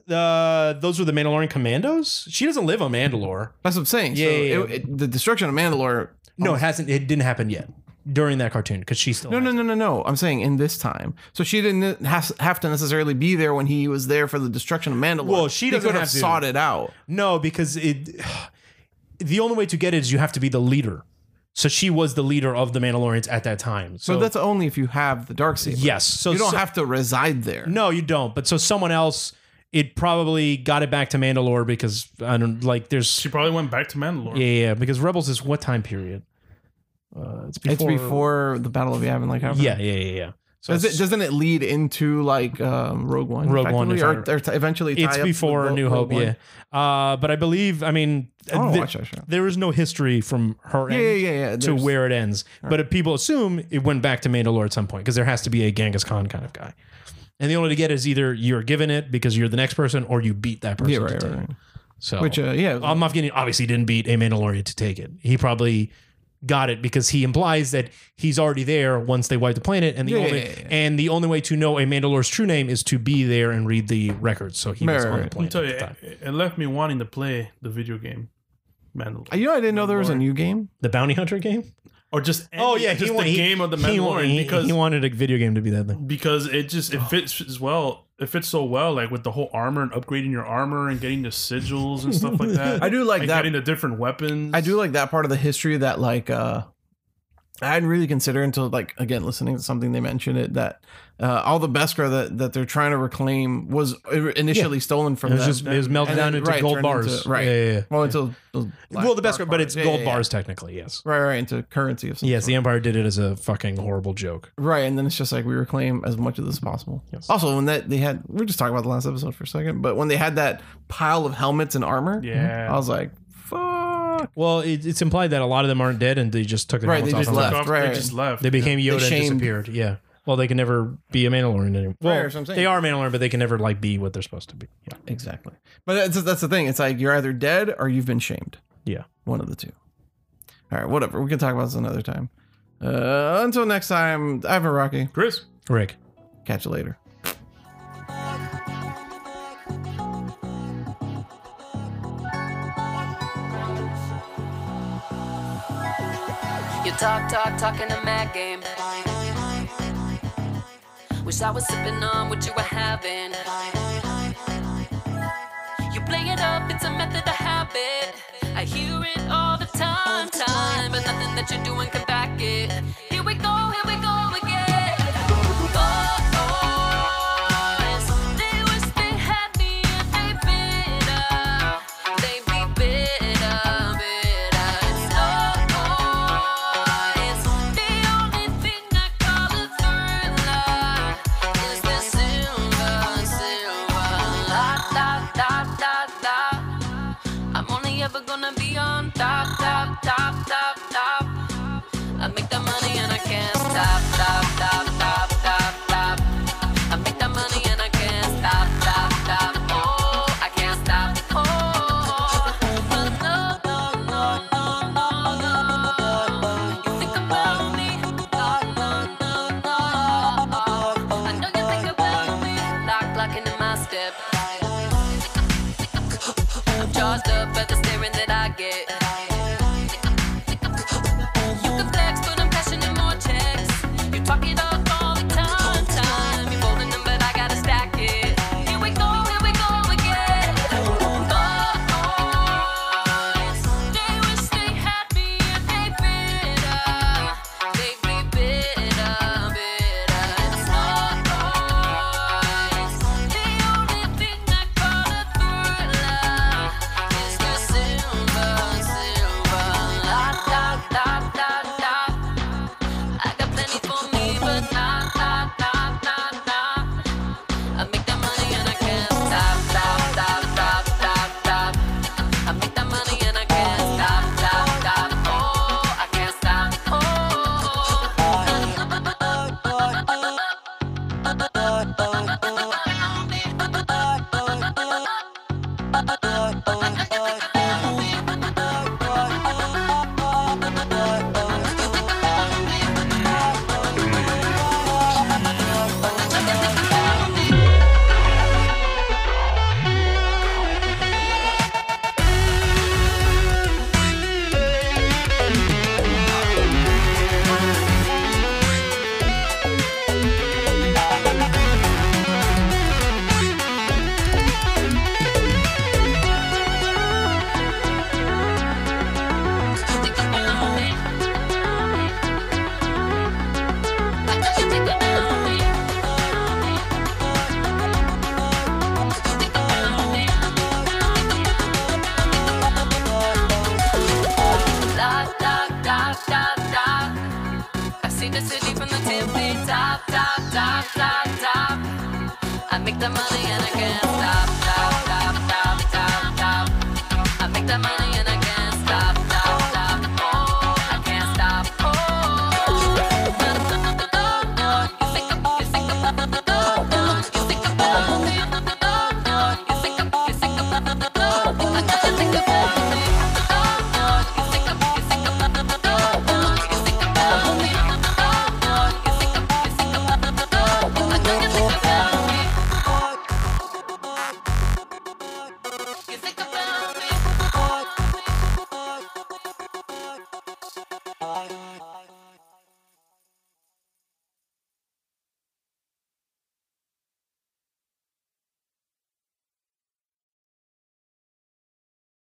[SPEAKER 4] uh, those were the Mandalorian commandos. She doesn't live on Mandalore.
[SPEAKER 2] That's what I'm saying.
[SPEAKER 4] Yeah,
[SPEAKER 2] so
[SPEAKER 4] yeah, yeah.
[SPEAKER 2] It, it- the destruction of Mandalore.
[SPEAKER 4] No, it hasn't. It didn't happen yet. during that cartoon because she's still
[SPEAKER 2] No, no, no, no, no. I'm saying in this time. So she didn't has- have to necessarily be there when he was there for the destruction of Mandalore.
[SPEAKER 4] Well, she
[SPEAKER 2] He
[SPEAKER 4] doesn't
[SPEAKER 2] could have
[SPEAKER 4] have to.
[SPEAKER 2] sought it out.
[SPEAKER 4] No, because it the only way to get it is you have to be the leader. So she was the leader of the Mandalorians at that time. So,
[SPEAKER 2] So that's only if you have the dark saber.
[SPEAKER 4] yes. So
[SPEAKER 2] you don't
[SPEAKER 4] so-
[SPEAKER 2] have to reside there.
[SPEAKER 4] No, you don't. But so someone else it probably got it back to Mandalore because I don't like there's
[SPEAKER 3] She probably went back to Mandalore.
[SPEAKER 4] yeah, yeah, because Rebels is what time period? Uh, it's
[SPEAKER 2] it's
[SPEAKER 4] before
[SPEAKER 2] before the Battle of Yavin. Like, happened.
[SPEAKER 4] Yeah, yeah, yeah, yeah. So
[SPEAKER 2] Does
[SPEAKER 4] it's,
[SPEAKER 2] it, doesn't it lead into like um, Rogue One?
[SPEAKER 4] Rogue One,
[SPEAKER 2] effectively?
[SPEAKER 4] if I
[SPEAKER 2] or,
[SPEAKER 4] remember.
[SPEAKER 2] or t- eventually tie
[SPEAKER 4] it's
[SPEAKER 2] up
[SPEAKER 4] before
[SPEAKER 2] with
[SPEAKER 4] A
[SPEAKER 2] Ro-
[SPEAKER 4] New
[SPEAKER 2] Rogue
[SPEAKER 4] Hope,
[SPEAKER 2] One?
[SPEAKER 4] yeah. Uh, but I believe I mean
[SPEAKER 2] I want
[SPEAKER 4] uh,
[SPEAKER 2] to
[SPEAKER 4] the-
[SPEAKER 2] watch that show.
[SPEAKER 4] there is no history from her
[SPEAKER 2] Yeah,
[SPEAKER 4] end
[SPEAKER 2] yeah, yeah. yeah.
[SPEAKER 4] to
[SPEAKER 2] There's-
[SPEAKER 4] where it ends. But if people assume it went back to Mandalore at some point because there has to be a Genghis Khan kind of guy. And the only way to get is either you're given it because you're the next person or you beat that person.
[SPEAKER 2] Yeah, right,
[SPEAKER 4] to
[SPEAKER 2] right,
[SPEAKER 4] take it.
[SPEAKER 2] right.
[SPEAKER 4] So
[SPEAKER 2] Which, uh, yeah,
[SPEAKER 4] I'm not getting obviously didn't beat a Mandalorian to take it. He probably got it because he implies that he's already there once they wipe the planet and the
[SPEAKER 2] Yeah,
[SPEAKER 4] only
[SPEAKER 2] yeah, yeah, yeah.
[SPEAKER 4] and the only way to know a Mandalore's true name is to be there and read the records. So he was
[SPEAKER 2] Right,
[SPEAKER 4] on
[SPEAKER 2] right.
[SPEAKER 4] the
[SPEAKER 3] Let me
[SPEAKER 4] planet.
[SPEAKER 3] tell you,
[SPEAKER 4] at the, time.
[SPEAKER 3] it, it left me wanting to play the video game Mandalorian.
[SPEAKER 2] you know, I didn't know there was a new game.
[SPEAKER 4] The bounty hunter game?
[SPEAKER 3] or just any,
[SPEAKER 4] Oh yeah,
[SPEAKER 3] just
[SPEAKER 4] he
[SPEAKER 3] the
[SPEAKER 4] wa- he-
[SPEAKER 3] game of the
[SPEAKER 4] he wa- Oh.
[SPEAKER 3] Mandalorian
[SPEAKER 4] he-
[SPEAKER 3] because
[SPEAKER 4] he wanted a video game to be that thing.
[SPEAKER 3] because it just it fits as well. It fits so well, like with the whole armor and upgrading your armor and getting the sigils and stuff like that.
[SPEAKER 2] I do like
[SPEAKER 3] and
[SPEAKER 2] that.
[SPEAKER 3] getting the different weapons.
[SPEAKER 2] I do like that part of the history that like uh I didn't really consider until like again listening to something they mentioned it that uh, all the Beskar that that they're trying to reclaim was initially stolen from
[SPEAKER 4] It was
[SPEAKER 2] them.
[SPEAKER 4] just it was melted
[SPEAKER 2] And
[SPEAKER 4] down
[SPEAKER 2] then-
[SPEAKER 4] into
[SPEAKER 2] right,
[SPEAKER 4] gold
[SPEAKER 2] turned into-
[SPEAKER 4] bars.
[SPEAKER 2] right.
[SPEAKER 4] Yeah, yeah, yeah.
[SPEAKER 2] well until the black
[SPEAKER 4] well, the best,
[SPEAKER 2] dark
[SPEAKER 4] but
[SPEAKER 2] bars.
[SPEAKER 4] it's
[SPEAKER 2] Yeah,
[SPEAKER 4] gold
[SPEAKER 2] yeah, yeah.
[SPEAKER 4] bars technically. Yes.
[SPEAKER 2] Right, right into currency of some
[SPEAKER 4] Yes,
[SPEAKER 2] sort.
[SPEAKER 4] the Empire did it as a fucking horrible joke.
[SPEAKER 2] Right, and then it's just like we reclaim as much of this as possible.
[SPEAKER 4] Yes.
[SPEAKER 2] Also, when that they had, we are just talking about the last episode for a second, but when they had that pile of helmets and armor,
[SPEAKER 3] Yeah.
[SPEAKER 2] I was like, fuck.
[SPEAKER 4] Well, it, it's implied that a lot of them aren't dead, and they just took their
[SPEAKER 2] Right,
[SPEAKER 4] helmets
[SPEAKER 2] they
[SPEAKER 4] off.
[SPEAKER 2] just
[SPEAKER 4] and
[SPEAKER 2] left,
[SPEAKER 3] Off-
[SPEAKER 2] right.
[SPEAKER 3] They just left.
[SPEAKER 4] They became Yoda and
[SPEAKER 2] shamed-
[SPEAKER 4] disappeared. Yeah. Well, they can never be a Mandalorian anymore. Well,
[SPEAKER 2] that's what I'm saying.
[SPEAKER 4] they are Mandalorian, but they can never like be what they're supposed to be. Yeah.
[SPEAKER 2] Exactly. But that's, that's the thing. It's like you're either dead or you've been shamed.
[SPEAKER 4] Yeah.
[SPEAKER 2] One of the two. All right, whatever. We can talk about this another time. Uh, until next time, I've been Rocky.
[SPEAKER 3] Chris.
[SPEAKER 4] Rick.
[SPEAKER 2] Catch you later.
[SPEAKER 6] You talk, talk, talking a mad game. Wish I was sipping on what you were having. You play it up, it's a method of habit. I hear it all the time, time, but nothing that you're doing can back it. Here we go, here we go again. Boys, oh. they wish they had me and they bitter. They be bitter, bitter. It's love, boys. The only thing I call a thriller is the silver, silver. La, la, la, la, la. I'm only ever gonna be on top, top, top, top, top. I make that money. Oh, Oh, make the money and I can't stop, stop, stop, stop, stop, stop. I make the money. Oh, oh,